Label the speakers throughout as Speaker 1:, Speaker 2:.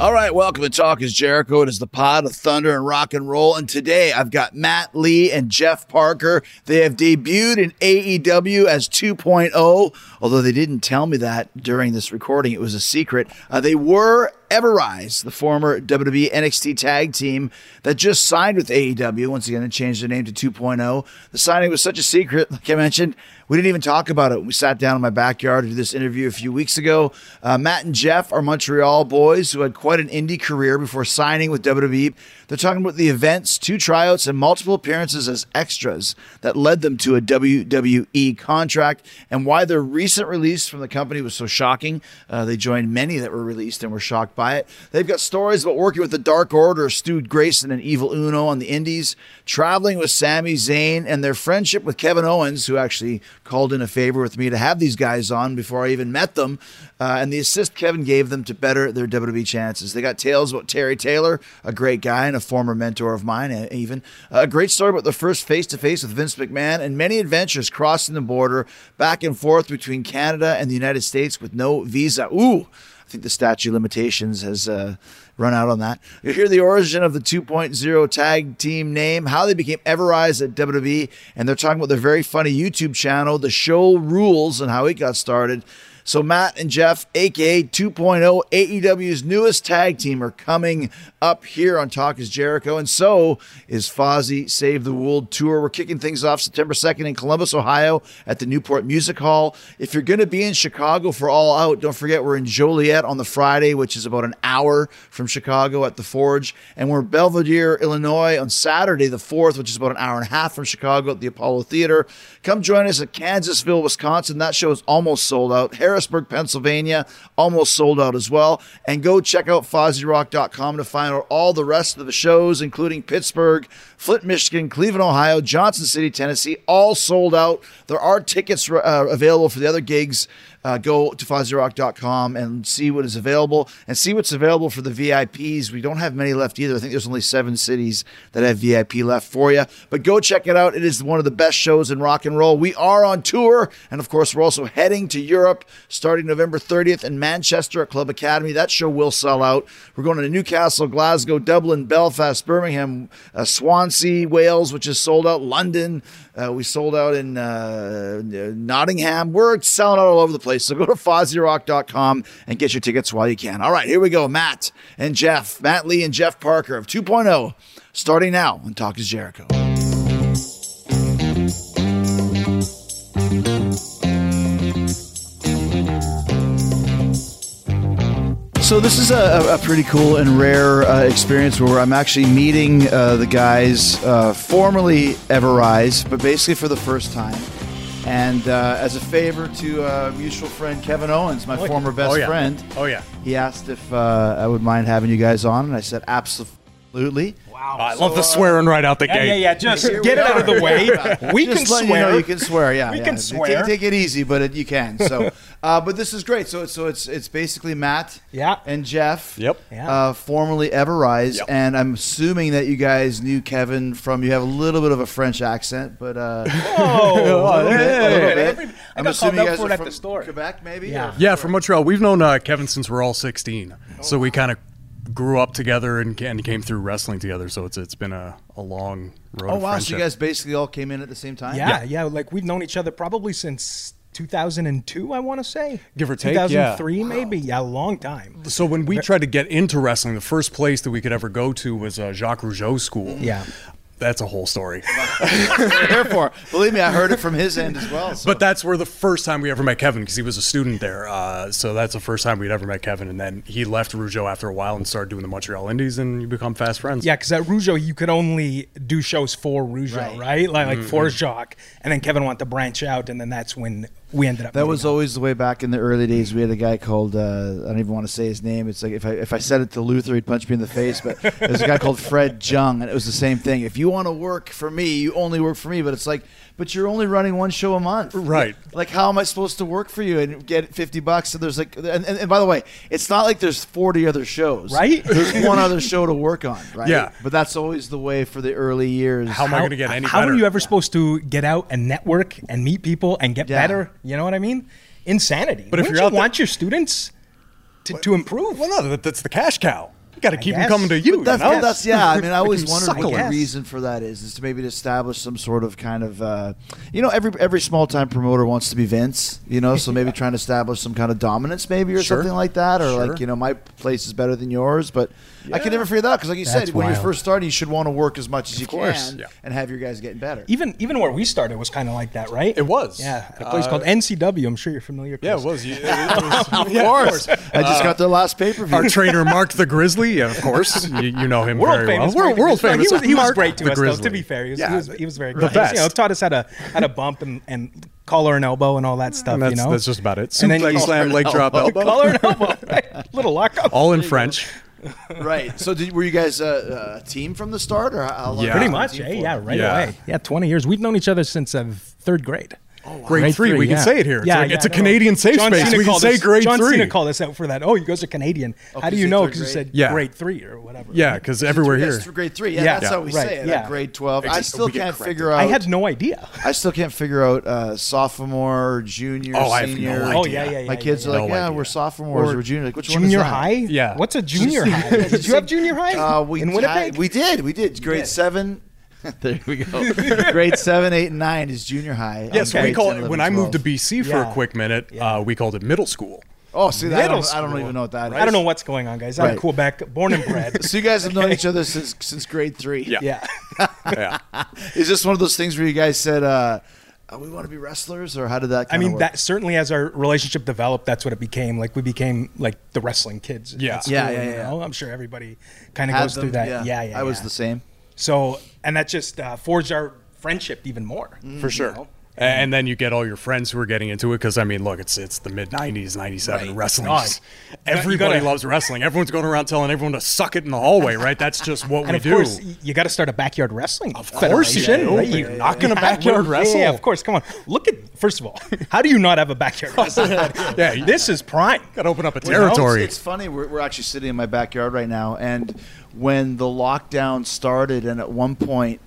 Speaker 1: Wrestling Talk is Jericho. It is the pod of thunder and rock and roll. And today I've got Matt Lee and Jeff Parker. They have debuted in AEW as 2.0, although they didn't tell me that during this recording. It was a secret. Uh, they were Everrise, the former E WWE NXT tag team that just signed with AEW once again and changed their name to 2.0. The signing was such a secret, like I mentioned, we didn't even talk about it. We sat down in my backyard to do this interview a few weeks ago. Uh, Matt and Jeff are Montreal boys who had quite an indie career before signing with WWE. They're talking about the events, two tryouts, and multiple appearances as extras that led them to a WWE contract and why their recent release from the company was so shocking. Uh, they joined many that were released and were shocked by it. They've got stories about working with the Dark Order, Stu Grayson, and Evil Uno on the Indies, traveling with Sami Zayn, and their friendship with Kevin Owens, who actually called in a favor with me to have these guys on before I even met them, uh, and the assist Kevin gave them to better their WWE chances. They got tales about Terry Taylor, a great guy and a former mentor of mine, uh, even a great story about the first face to face with Vince McMahon, and many adventures crossing the border back and forth between Canada and the United States with no visa. Ooh. I think the statute of limitations has uh, run out on that. You hear the origin of the 2.0 tag team name, how they became Everrise at WWE, and they're talking about their very funny YouTube channel, The Show Rules, and how it got started. So Matt and Jeff, aka 2.0 AEW's E newest tag team, are coming up here on Talk is Jericho, and so is Fozzy Save the World Tour. We're kicking things off September 2nd in Columbus, Ohio, at the Newport Music Hall. If you're going to be in Chicago for All Out, don't forget we're in Joliet on the Friday, which is about an hour from Chicago at the Forge, and we're in Belvedere, Illinois on Saturday the 4th, which is about an hour and a half from Chicago at the Apollo Theater. Come join us at Kansasville, Wisconsin. That show is almost sold out. Harrisburg, Pennsylvania, almost sold out as well. And go check out FozzyRock.com to find out all the rest of the shows, including Pittsburgh, Flint, Michigan, Cleveland, Ohio, Johnson City, Tennessee, all sold out. There are tickets uh, available for the other gigs. Uh, go to FozzyRock.com and see what is available and see what's available for the VIPs. We don't have many left either. I think there's only seven cities that have VIP left for you. But go check it out. It is one of the best shows in rock and roll. We are on tour. And of course, we're also heading to Europe starting November 30th in Manchester at Club Academy. That show will sell out. We're going to Newcastle, Glasgow, Dublin, Belfast, Birmingham, uh, Swansea, Wales, which is sold out, London. Uh, we sold out in uh, Nottingham. We're selling out all over the place. So go to FozzyRock.com and get your tickets while you can. All right, here we go. Matt and Jeff, Matt Lee and Jeff Parker of 2.0, starting now on Talk is Jericho. So this is a, a pretty cool and rare uh, experience where I'm actually meeting uh, the guys, uh, formerly Everrise, but basically for the first time. And uh, as a favor to uh, mutual friend Kevin Owens, my
Speaker 2: Oh, yeah.
Speaker 1: former best
Speaker 2: Oh, yeah.
Speaker 1: friend,
Speaker 2: Oh yeah.
Speaker 1: he asked if uh, I would mind having you guys on, and I said absolutely.
Speaker 3: Oh, I love the swearing right out the
Speaker 4: Yeah,
Speaker 3: gate.
Speaker 4: yeah, yeah. Just
Speaker 1: Here we
Speaker 4: get it out
Speaker 1: are.
Speaker 4: of the way. We
Speaker 1: Just
Speaker 4: can swear.
Speaker 1: letting You, know you can swear. Yeah,
Speaker 4: We
Speaker 1: yeah.
Speaker 4: can
Speaker 1: Take-
Speaker 4: swear.
Speaker 1: Take, it easy, but it, you can. So, uh, but this is great. So, it's- so it's it's basically Matt,
Speaker 2: Yeah.
Speaker 1: and Jeff,
Speaker 3: Yep.
Speaker 2: Yeah.
Speaker 1: uh, formerly Everrise,
Speaker 3: Yep.
Speaker 1: and I'm assuming that you guys knew Kevin from. You have a little bit of a French accent, but uh, a
Speaker 4: Oh,
Speaker 1: little bit, a little bit.
Speaker 4: Every- I
Speaker 1: I'm
Speaker 4: got called
Speaker 1: assuming you
Speaker 4: out
Speaker 1: guys
Speaker 4: for
Speaker 1: are
Speaker 4: it at
Speaker 1: from
Speaker 4: the store.
Speaker 1: Quebec, maybe.
Speaker 2: Yeah.
Speaker 1: Or-
Speaker 3: Yeah, from Montreal. We've known uh, Kevin since we're all 16, so
Speaker 1: Oh,
Speaker 3: we kind of grew up together and, ca- and came through wrestling together. So it's it's been a, a long road.
Speaker 1: Oh
Speaker 3: of
Speaker 1: wow! So
Speaker 3: friendship.
Speaker 1: you guys basically all came in at the same time.
Speaker 2: yeah, yeah, Like we've known each other probably since 2002, I want to say,
Speaker 3: Give or take, yeah.
Speaker 2: 2003 maybe. Yeah, a long time.
Speaker 3: So when we tried to get into wrestling, the first place that we could ever go to was uh, Jacques Rougeau School.
Speaker 2: Yeah.
Speaker 3: that's a whole story.
Speaker 1: Therefore, believe me, I heard it from his end as well. So.
Speaker 3: But that's where the first time we ever met Kevin because he was a student there. Uh, so that's the first time we'd ever met Kevin, and then he left Rougeau after a while and started doing the Montreal Indies, and you become fast friends.
Speaker 2: Yeah, because at Rougeau, you could only do shows for Rougeau,
Speaker 1: Right.
Speaker 2: right? Like,
Speaker 1: Mm-hmm.
Speaker 2: like for Jacques. And then Kevin wanted to branch out, and then that's when we ended up.
Speaker 1: That
Speaker 2: meeting
Speaker 1: was
Speaker 2: up.
Speaker 1: always the way back in the early days. We had a guy called uh, I don't even want to say his name. It's like if I if I said it to Luther, he'd punch me in the face. But there was a guy called Fred Jung, and it was the same thing. If you want to work for me, you only work for me. But it's like, but you're only running one show a month,
Speaker 3: Right.
Speaker 1: Like, how am I supposed to work for you and get fifty bucks? And there's like, and, and, and by the way, it's not like there's forty other shows,
Speaker 2: Right?
Speaker 1: There's one other show to work on, right?
Speaker 3: Yeah.
Speaker 1: But that's always the way for the early years.
Speaker 3: How am I going to get any
Speaker 2: How
Speaker 3: better?
Speaker 2: are you ever supposed to get out and network and meet people and get
Speaker 1: Yeah.
Speaker 2: better? You know what I mean? Insanity. But
Speaker 3: if
Speaker 2: Wouldn't
Speaker 3: you're
Speaker 2: you
Speaker 3: out there-
Speaker 2: want your students to, to improve,
Speaker 3: Well, no, that, that's the cash cow. got to keep them
Speaker 2: guess.
Speaker 3: coming to you.
Speaker 1: That's,
Speaker 3: you know?
Speaker 1: that's yeah. I mean, I always wondered
Speaker 3: suckle
Speaker 1: what the
Speaker 2: it.
Speaker 1: reason for that is. Is to maybe to establish some sort of kind of, uh, you know, every every small time promoter wants to be Vince, you know, so maybe trying to establish some kind of dominance, maybe or
Speaker 3: Sure.
Speaker 1: something like that, or
Speaker 3: Sure.
Speaker 1: like you know, my place is better than yours, but I can never figure that out because, like you said,
Speaker 2: That's
Speaker 1: when you're
Speaker 2: wild.
Speaker 1: first starting, you should want to work as much as you
Speaker 3: course,
Speaker 1: can
Speaker 3: yeah.
Speaker 1: and have your guys getting better.
Speaker 2: Even even where we started was kind of like that, right?
Speaker 3: It was.
Speaker 2: Yeah, a place
Speaker 3: Uh,
Speaker 2: called NCW. I'm sure you're familiar.
Speaker 3: Yeah, it
Speaker 2: Chris.
Speaker 3: was. You- it was- yeah, of course. Uh,
Speaker 1: I just got their last pay per
Speaker 3: Our
Speaker 1: view.
Speaker 3: trainer, Mark the Grizzly, yeah, of course. You, you know him
Speaker 2: World
Speaker 3: very
Speaker 2: famous.
Speaker 3: well.
Speaker 2: Mark
Speaker 3: World,
Speaker 2: the
Speaker 3: world
Speaker 2: Grizzly.
Speaker 3: famous.
Speaker 2: He was, he was
Speaker 3: Mark
Speaker 2: great to
Speaker 3: the
Speaker 2: us, though.
Speaker 3: Grizzly.
Speaker 2: To be fair, he was,
Speaker 3: Yeah,
Speaker 2: he was, he was very
Speaker 3: the
Speaker 2: good. He was, you know,
Speaker 3: best.
Speaker 2: taught us how to how to bump and, and collar and elbow and all that stuff.
Speaker 3: And that's,
Speaker 2: you know,
Speaker 3: that's just about it.
Speaker 2: And then you-
Speaker 3: Suplex, slam, leg drop, elbow.
Speaker 2: collar and elbow, right? little lockup.
Speaker 3: All in French.
Speaker 1: right. So, did, were you guys uh, a team from the start, or how long?
Speaker 3: Yeah.
Speaker 2: Pretty
Speaker 3: Uh,
Speaker 2: much, eh? yeah, right
Speaker 3: Yeah.
Speaker 2: away. Yeah, 20 years. We've known each other since uh, third grade. Oh,
Speaker 3: Grade three, we can say it here. It's like- it's
Speaker 2: I
Speaker 3: a
Speaker 2: know.
Speaker 3: Canadian safe
Speaker 2: John
Speaker 3: space.
Speaker 2: Cena
Speaker 3: We can
Speaker 2: called
Speaker 3: say
Speaker 2: us-
Speaker 3: grade
Speaker 2: John
Speaker 3: three.
Speaker 2: Cena called us out for that. Oh, you guys are Canadian. How do
Speaker 1: 'cause
Speaker 2: you
Speaker 1: you
Speaker 2: know?
Speaker 1: third
Speaker 2: Because you
Speaker 1: grade?
Speaker 2: said
Speaker 3: Yeah.
Speaker 2: grade three or whatever.
Speaker 3: Yeah, because everywhere here.
Speaker 1: That's grade three. Yeah,
Speaker 2: Yeah.
Speaker 1: that's how we
Speaker 2: Right,
Speaker 1: say it.
Speaker 2: yeah.
Speaker 1: like grade twelve. I
Speaker 3: Except
Speaker 1: still
Speaker 3: we get
Speaker 1: can't
Speaker 3: corrected.
Speaker 1: figure out.
Speaker 2: I had no idea.
Speaker 1: I still can't figure out uh, sophomore, junior,
Speaker 3: Oh, I have no
Speaker 1: senior.
Speaker 3: idea.
Speaker 2: Oh, yeah, yeah, yeah.
Speaker 1: My kids
Speaker 2: yeah,
Speaker 1: are
Speaker 3: No
Speaker 1: like, yeah,
Speaker 3: idea.
Speaker 1: we're sophomores or,
Speaker 2: Or
Speaker 1: junior. Like, which
Speaker 2: yeah.
Speaker 1: one is
Speaker 2: junior
Speaker 1: that?
Speaker 2: high?
Speaker 3: Yeah.
Speaker 2: What's a junior high? Did you have junior high
Speaker 1: Uh, we
Speaker 2: in
Speaker 1: had-
Speaker 2: Winnipeg?
Speaker 1: we did. We did. Grade seven. there we go. grade seven, eight, and nine is junior high.
Speaker 3: Yeah, so
Speaker 1: Okay.
Speaker 3: we call it,
Speaker 1: 10,
Speaker 3: when
Speaker 1: 11,
Speaker 3: I moved to
Speaker 1: 12.
Speaker 3: BC for
Speaker 2: Yeah.
Speaker 3: a quick minute, uh, we called it middle school.
Speaker 1: Oh, see, that, I
Speaker 2: Middle
Speaker 1: don't, I don't
Speaker 2: school.
Speaker 1: even know what that is.
Speaker 2: I don't know what's going on, guys. I'm
Speaker 1: Right.
Speaker 2: Quebec, born and bred.
Speaker 1: So you guys have known each other since since grade three.
Speaker 3: Yeah.
Speaker 2: yeah.
Speaker 3: Yeah.
Speaker 1: Is this one of those things where you guys said, uh, oh, "We want to be wrestlers," or how did that?
Speaker 2: I
Speaker 1: kinda
Speaker 2: mean,
Speaker 1: work?
Speaker 2: that certainly as our relationship developed, that's what it became. Like we became like the wrestling kids.
Speaker 3: Yeah.
Speaker 2: at school,
Speaker 1: Yeah, yeah,
Speaker 2: you
Speaker 1: yeah.
Speaker 2: know? I'm sure everybody kind of
Speaker 1: Had
Speaker 2: goes through
Speaker 1: them,
Speaker 2: that. Yeah, yeah.
Speaker 1: I was
Speaker 2: yeah.
Speaker 1: the same.
Speaker 2: So, and that just uh, forged our friendship even more.
Speaker 3: for sure. And then you get all your friends who are getting into it because I mean, look, it's it's the mid '90s, '97
Speaker 2: Right.
Speaker 3: wrestling.
Speaker 2: God.
Speaker 3: is-
Speaker 2: You gotta- you
Speaker 3: Everybody
Speaker 2: gotta-
Speaker 3: loves wrestling. Everyone's going around telling everyone to suck it in the hallway, right? That's just what
Speaker 2: And
Speaker 3: we
Speaker 2: of
Speaker 3: do.
Speaker 2: course, y- you got to start a backyard wrestling. Of
Speaker 3: course you do.
Speaker 2: Right?
Speaker 3: You're not gonna
Speaker 2: Yeah,
Speaker 3: backyard
Speaker 2: yeah,
Speaker 3: wrestle.
Speaker 2: Yeah, of course. Come on. Look at first of all, how do you not have a backyard wrestling?
Speaker 3: Yeah, you-
Speaker 2: this is prime.
Speaker 3: Gotta open up a
Speaker 1: Well, no, it's-
Speaker 3: territory.
Speaker 1: It's, funny. We're, we're actually sitting in my backyard right now, and when the lockdown started, and at one point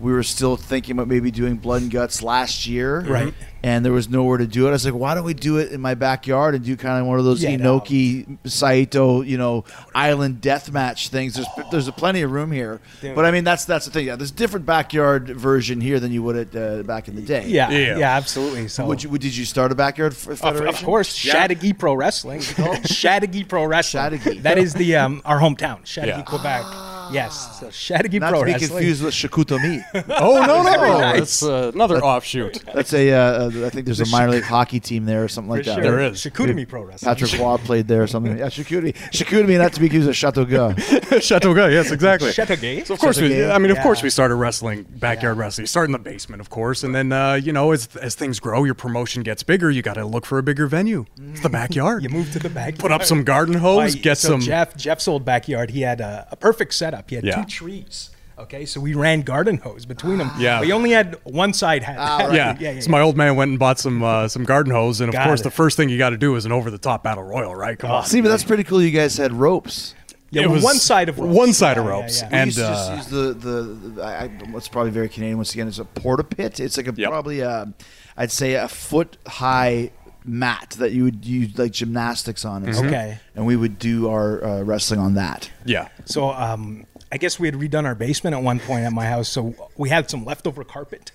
Speaker 1: we were still thinking about maybe doing blood and guts last year,
Speaker 2: Right.
Speaker 1: And there was nowhere to do it. I was like, why don't we do it in my backyard and do kind of one of those
Speaker 2: Yeah, no.
Speaker 1: Inoki Saito, you know, island death match things? There's there's plenty of room here,
Speaker 2: Dude.
Speaker 1: but I mean that's that's the thing. Yeah, there's a different backyard version here than you would at uh, back in the day.
Speaker 2: Yeah,
Speaker 3: Yeah.
Speaker 2: yeah, absolutely. So
Speaker 1: Would you, would- did you start a backyard f-
Speaker 2: Of-
Speaker 1: federation?
Speaker 2: Of, course,
Speaker 3: Yeah.
Speaker 2: Chattagee Pro Wrestling. Chattagee Pro Wrestling.
Speaker 1: Chattagee.
Speaker 2: That is the um, our hometown, Chattagee,
Speaker 3: Yeah. Ah.
Speaker 2: Quebec. Yes, so Chattagee
Speaker 1: Not
Speaker 2: Pro
Speaker 1: to be
Speaker 2: Wrestling.
Speaker 1: confused with Shakutomi.
Speaker 3: oh no, no,
Speaker 1: night.
Speaker 3: that's uh, another offshoot.
Speaker 1: That's a. Uh, uh, I think there's a minor league hockey team there or something like that.
Speaker 2: Sure.
Speaker 3: There is.
Speaker 2: Shakutami Pro Wrestling.
Speaker 1: Patrick Waugh played there or something. Yeah, Shakutami. Shakutami, not to be confused with Chateauguay.
Speaker 3: Chateau Guy, yes, exactly.
Speaker 2: Chattagee.
Speaker 3: So of course, we,
Speaker 1: Chateauguay.
Speaker 3: I mean, of course,
Speaker 2: Yeah.
Speaker 3: we started wrestling backyard wrestling. You start in the basement, of course, and then uh, you know, as as things grow, your promotion gets bigger. You got to look for a bigger venue. It's the backyard.
Speaker 2: You move to the back.
Speaker 3: Put up some garden hose.
Speaker 2: I-
Speaker 3: Get
Speaker 2: so
Speaker 3: some.
Speaker 2: Jeff Jeff's old backyard. He had a, a perfect setup. He had
Speaker 3: Yeah. Ah.
Speaker 2: two trees. Okay, so we ran garden hose between them.
Speaker 3: Yeah. Ah,
Speaker 2: we only had one side had.
Speaker 1: right.
Speaker 3: Yeah.
Speaker 2: yeah, yeah.
Speaker 3: So my old man went and bought some uh, some garden hose, and of
Speaker 2: Got
Speaker 3: course,
Speaker 2: it.
Speaker 3: the first thing you got to do is an over the top battle royal, right? Come on.
Speaker 1: See, but that's pretty cool. You guys had ropes.
Speaker 2: Yeah,
Speaker 3: It was
Speaker 2: one side of ropes.
Speaker 3: one side of
Speaker 2: Yeah, yeah,
Speaker 3: ropes.
Speaker 2: yeah.
Speaker 1: We
Speaker 3: And,
Speaker 1: used to just
Speaker 3: uh,
Speaker 1: use the the. the I, I- what's probably very Canadian once again is a porta pit. It's like a
Speaker 3: Yep.
Speaker 1: probably a, I'd say a foot high mat that you would use like gymnastics on. and stuff.
Speaker 2: Okay.
Speaker 1: And we would do our uh, wrestling on that.
Speaker 3: Yeah.
Speaker 2: So um, I guess we had redone our basement at one point at my house, so we had some leftover carpet.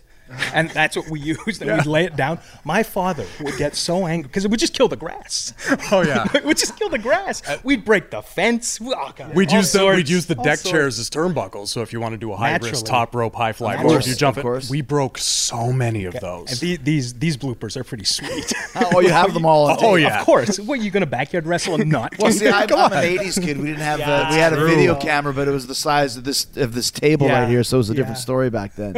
Speaker 2: And that's what we used, and we'd lay it down. My father would get so angry because it would just kill the grass.
Speaker 3: Oh, yeah. Uh,
Speaker 2: it would just kill the grass. We'd break the fence. We- oh, God,
Speaker 3: We'd
Speaker 2: all
Speaker 3: use the we'd
Speaker 2: sorts,
Speaker 3: use the
Speaker 2: all
Speaker 3: deck
Speaker 2: sorts.
Speaker 3: chairs as turnbuckles. So if you want to do a high risk
Speaker 2: Naturally.
Speaker 3: top rope high fly,
Speaker 2: Of
Speaker 3: of course
Speaker 1: course,
Speaker 3: you jump
Speaker 1: of
Speaker 3: it.
Speaker 1: course.
Speaker 3: We broke so many of
Speaker 2: And
Speaker 3: those.
Speaker 2: the- these these bloopers are pretty sweet.
Speaker 1: Oh, you have them all. On
Speaker 3: Oh,
Speaker 1: tape.
Speaker 3: yeah.
Speaker 2: of course. What you going to backyard wrestle and not?
Speaker 1: Well, see, I'm,
Speaker 2: Come
Speaker 1: I'm
Speaker 2: on.
Speaker 1: an '80s kid. We didn't have
Speaker 2: Yeah,
Speaker 1: the, we had a
Speaker 2: true.
Speaker 1: video camera, but it was the size of this of this table
Speaker 2: Yeah,
Speaker 1: right here, so it was a different
Speaker 2: yeah.
Speaker 1: story back then.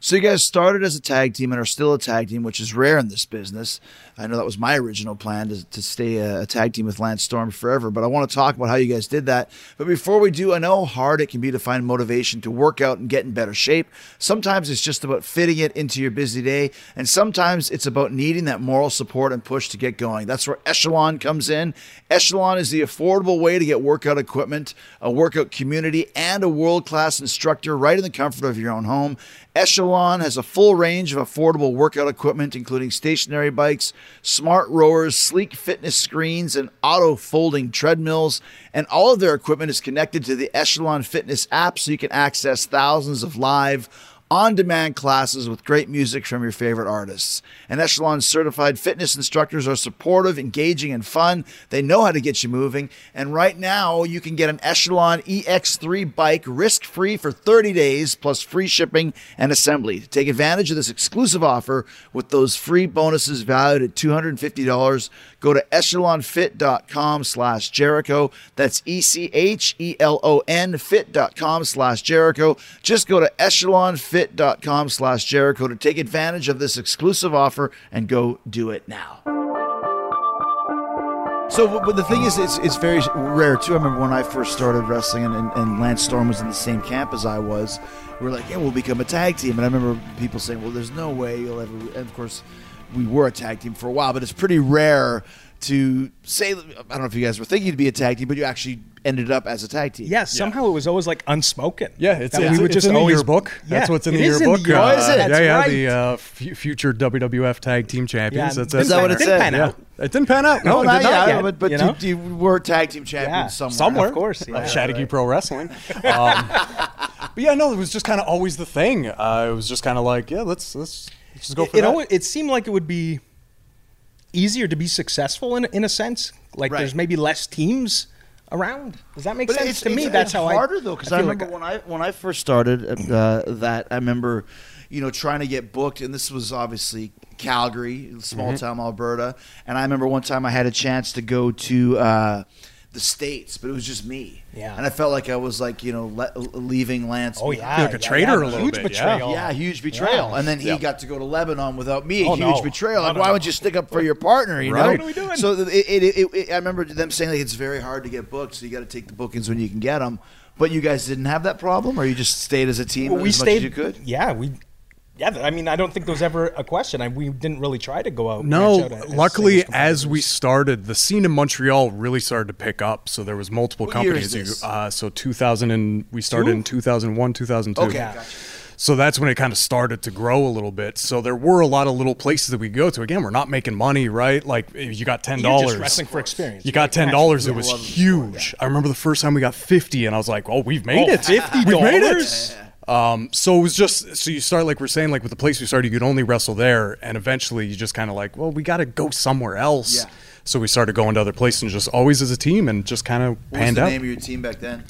Speaker 1: so you guys started as a tag team and are still a tag team, which is rare in this business. I know that was my original plan to, to stay a, a tag team with Lance Storm forever, but I want to talk about how you guys did that. But before we do, I know how hard it can be to find motivation to work out and get in better shape. Sometimes it's just about fitting it into your busy day, and sometimes it's about needing that moral support and push to get going. That's where Echelon comes in. Echelon is the affordable way to get workout equipment, a workout community, and a world class instructor right in the comfort of your own home. Echelon Salon has a full range of affordable workout equipment, including stationary bikes, smart rowers, sleek fitness screens, and auto folding treadmills. And all of their equipment is connected to the Echelon Fitness app so you can access thousands of live on demand classes with great music from your favorite artists. And Echelon certified fitness instructors are supportive, engaging, and fun. They know how to get you moving. And right now, you can get an Echelon EX3 bike risk free for 30 days plus free shipping and assembly. Take advantage of this exclusive offer with those free bonuses valued at $250. Go to echelonfit.com slash Jericho. That's E C H E L O N fit.com slash Jericho. Just go to echelonfit.com slash Jericho to take advantage of this exclusive offer and go do it now. So, but but the thing is, it's, it's very rare too. I remember when I first started wrestling, and, and, and Lance Storm was in the same camp as I was. We were like, "Yeah, we'll become a tag team." And I remember people saying, "Well, there's no way you'll ever." And of course, we were a tag team for a while, but it's pretty rare to say. I don't know if you guys were thinking to be a tag team, but you actually ended up as a tag team.
Speaker 2: Yeah, somehow it was always like unspoken.
Speaker 3: Yeah, it's,
Speaker 2: That
Speaker 3: it's,
Speaker 2: we would
Speaker 3: it's
Speaker 2: just
Speaker 3: in
Speaker 2: always
Speaker 3: the yearbook. That's
Speaker 2: Yeah,
Speaker 3: what's in
Speaker 2: it
Speaker 3: the
Speaker 2: is
Speaker 3: yearbook.
Speaker 2: yearbook.
Speaker 1: Oh, is it?
Speaker 3: yeah,
Speaker 1: That's
Speaker 3: yeah,
Speaker 2: right.
Speaker 3: the uh, f- future WWF Tag Team Champions.
Speaker 2: Yeah,
Speaker 3: That's it.
Speaker 1: Is that what it
Speaker 2: didn't
Speaker 1: said?
Speaker 2: pan
Speaker 3: Yeah.
Speaker 2: out.
Speaker 3: It didn't pan out. No,
Speaker 1: Well,
Speaker 3: it
Speaker 1: not
Speaker 3: did not.
Speaker 1: yet,
Speaker 2: yet.
Speaker 1: but but
Speaker 2: You know?
Speaker 1: you, you were tag team champions
Speaker 2: Yeah,
Speaker 1: somewhere.
Speaker 3: somewhere,
Speaker 2: Of course, yeah.
Speaker 3: Like Shadowkey Pro Wrestling. Um, but yeah, no, it was just kind of always the thing. Uh, it was just kind of like, yeah, let's let's, let's just go for
Speaker 2: it,
Speaker 3: that.
Speaker 2: always, it seemed like it would be easier to be successful in, in a sense. Like
Speaker 1: Right.
Speaker 2: there's maybe less teams around. Does that make
Speaker 1: But
Speaker 2: sense
Speaker 1: it's,
Speaker 2: to me?
Speaker 1: it's-
Speaker 2: that's
Speaker 1: it's
Speaker 2: how
Speaker 1: harder
Speaker 2: I
Speaker 1: though, because I,
Speaker 2: feel like
Speaker 1: remember when I when I first started uh, that, I remember, you know, trying to get booked, and this was obviously Calgary, small
Speaker 2: Mm-hmm.
Speaker 1: town Alberta, and I remember one time I had a chance to go to. Uh, the states, but it was just me.
Speaker 2: Yeah.
Speaker 1: and I felt like I was like you know le- leaving Lance.
Speaker 2: Oh
Speaker 1: behind.
Speaker 2: yeah,
Speaker 3: like a
Speaker 2: yeah,
Speaker 3: traitor
Speaker 2: yeah,
Speaker 3: a little
Speaker 2: huge
Speaker 3: bit, yeah.
Speaker 2: betrayal.
Speaker 1: Yeah, huge betrayal. And then he
Speaker 3: Yeah.
Speaker 1: got to go to Lebanon without me. A
Speaker 2: Oh,
Speaker 1: huge
Speaker 2: no.
Speaker 1: betrayal. Like,
Speaker 2: No, no,
Speaker 1: why
Speaker 2: no.
Speaker 1: would you stick up for your partner? You
Speaker 3: Right.
Speaker 1: know.
Speaker 3: What
Speaker 2: are we doing?
Speaker 1: So th- it, it, it, it, I remember them saying like it's very hard to get booked, so you got to take the bookings when you can get them. But you guys didn't have that problem, or you just stayed as a team
Speaker 2: Well,
Speaker 1: as
Speaker 2: we
Speaker 1: much
Speaker 2: stayed.
Speaker 1: as you could.
Speaker 2: Yeah, we. Yeah, th- I mean, I don't think there was ever a question. I, we didn't really try to go out. branch
Speaker 3: No,
Speaker 2: out as
Speaker 3: luckily,
Speaker 2: singles
Speaker 3: as
Speaker 2: competitors.
Speaker 3: we started, the scene in Montreal really started to pick up. So there was multiple
Speaker 1: What year
Speaker 3: companies.
Speaker 1: is this?
Speaker 3: who- Uh, so 2000 and we started in 2001, 2002.
Speaker 1: Okay,
Speaker 2: Yeah.
Speaker 1: gotcha.
Speaker 3: So that's when it kind of started to grow a little bit. So there were a lot of little places that we go to. Again, we're not making money, right? Like if you got ten
Speaker 2: You're
Speaker 3: dollars.
Speaker 2: just wrestling for experience.
Speaker 3: You got ten dollars. It was huge. I remember the first time we got fifty, and I was like, "Oh, we've made
Speaker 2: Oh,
Speaker 3: it. We've made
Speaker 2: $50?
Speaker 3: it." Um, so it was just so you start like we're saying like with the place we started, you could only wrestle there, and eventually you just kind of like, well, we got to go somewhere else.
Speaker 1: Yeah.
Speaker 3: So we started going to other places, and just always as a team, and just kind of
Speaker 1: What was
Speaker 3: panned
Speaker 1: the
Speaker 3: out.
Speaker 1: name of your team back then?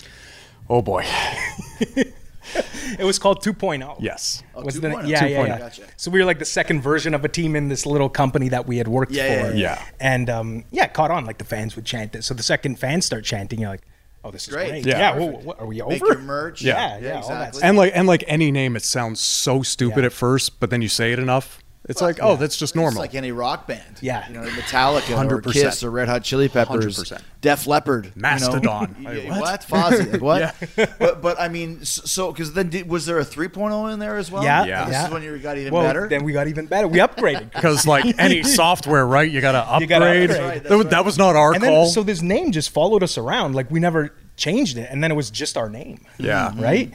Speaker 3: Oh boy,
Speaker 2: It was called 2.0.
Speaker 3: yes.
Speaker 1: Oh,
Speaker 2: Was the,
Speaker 1: 2.0.
Speaker 2: yeah, yeah, yeah.
Speaker 1: Gotcha.
Speaker 2: So we were like the second version of a team in this little company that we had worked
Speaker 1: Yeah, yeah,
Speaker 2: for.
Speaker 1: yeah.
Speaker 3: Yeah.
Speaker 2: And um, yeah, it caught on. Like the fans would chant it. So the second fans start chanting, you're like, oh, this is
Speaker 1: Great.
Speaker 2: great.
Speaker 1: Yeah.
Speaker 2: Yeah.
Speaker 1: Perfect.
Speaker 2: whoa, what, are we over?
Speaker 1: Make your merch.
Speaker 3: Yeah.
Speaker 2: Yeah,
Speaker 1: Yeah,
Speaker 2: yeah, all that
Speaker 1: exactly.
Speaker 2: stuff.
Speaker 3: And like and like any name, it sounds so stupid
Speaker 2: Yeah.
Speaker 3: at first, but then you say it enough, it's like, oh, that's just
Speaker 1: It's
Speaker 3: normal.
Speaker 1: like any rock band.
Speaker 2: Yeah.
Speaker 1: You know, Metallica or
Speaker 3: 100%.
Speaker 1: Kiss or Red Hot Chili Peppers.
Speaker 3: 100%.
Speaker 1: Def Leppard. you know?
Speaker 3: Mastodon.
Speaker 1: Yeah,
Speaker 3: Wait,
Speaker 1: what?
Speaker 3: what?
Speaker 1: Fozzy. like, What? But, but I mean, s- so, because then did, was there a 3.0 in there as well?
Speaker 2: yeah,
Speaker 3: Yeah.
Speaker 1: This
Speaker 2: yeah.
Speaker 1: is when you got even
Speaker 2: Well,
Speaker 1: better?
Speaker 2: Then we got even better. We upgraded.
Speaker 3: because like any software, right? You gotta upgrade.
Speaker 2: You gotta upgrade. That's
Speaker 1: right,
Speaker 3: that, was,
Speaker 1: that's
Speaker 3: that was not our
Speaker 2: and
Speaker 3: call.
Speaker 2: then so this name just followed us around. Like we never changed it, and then it was just our name.
Speaker 3: Yeah.
Speaker 2: Right.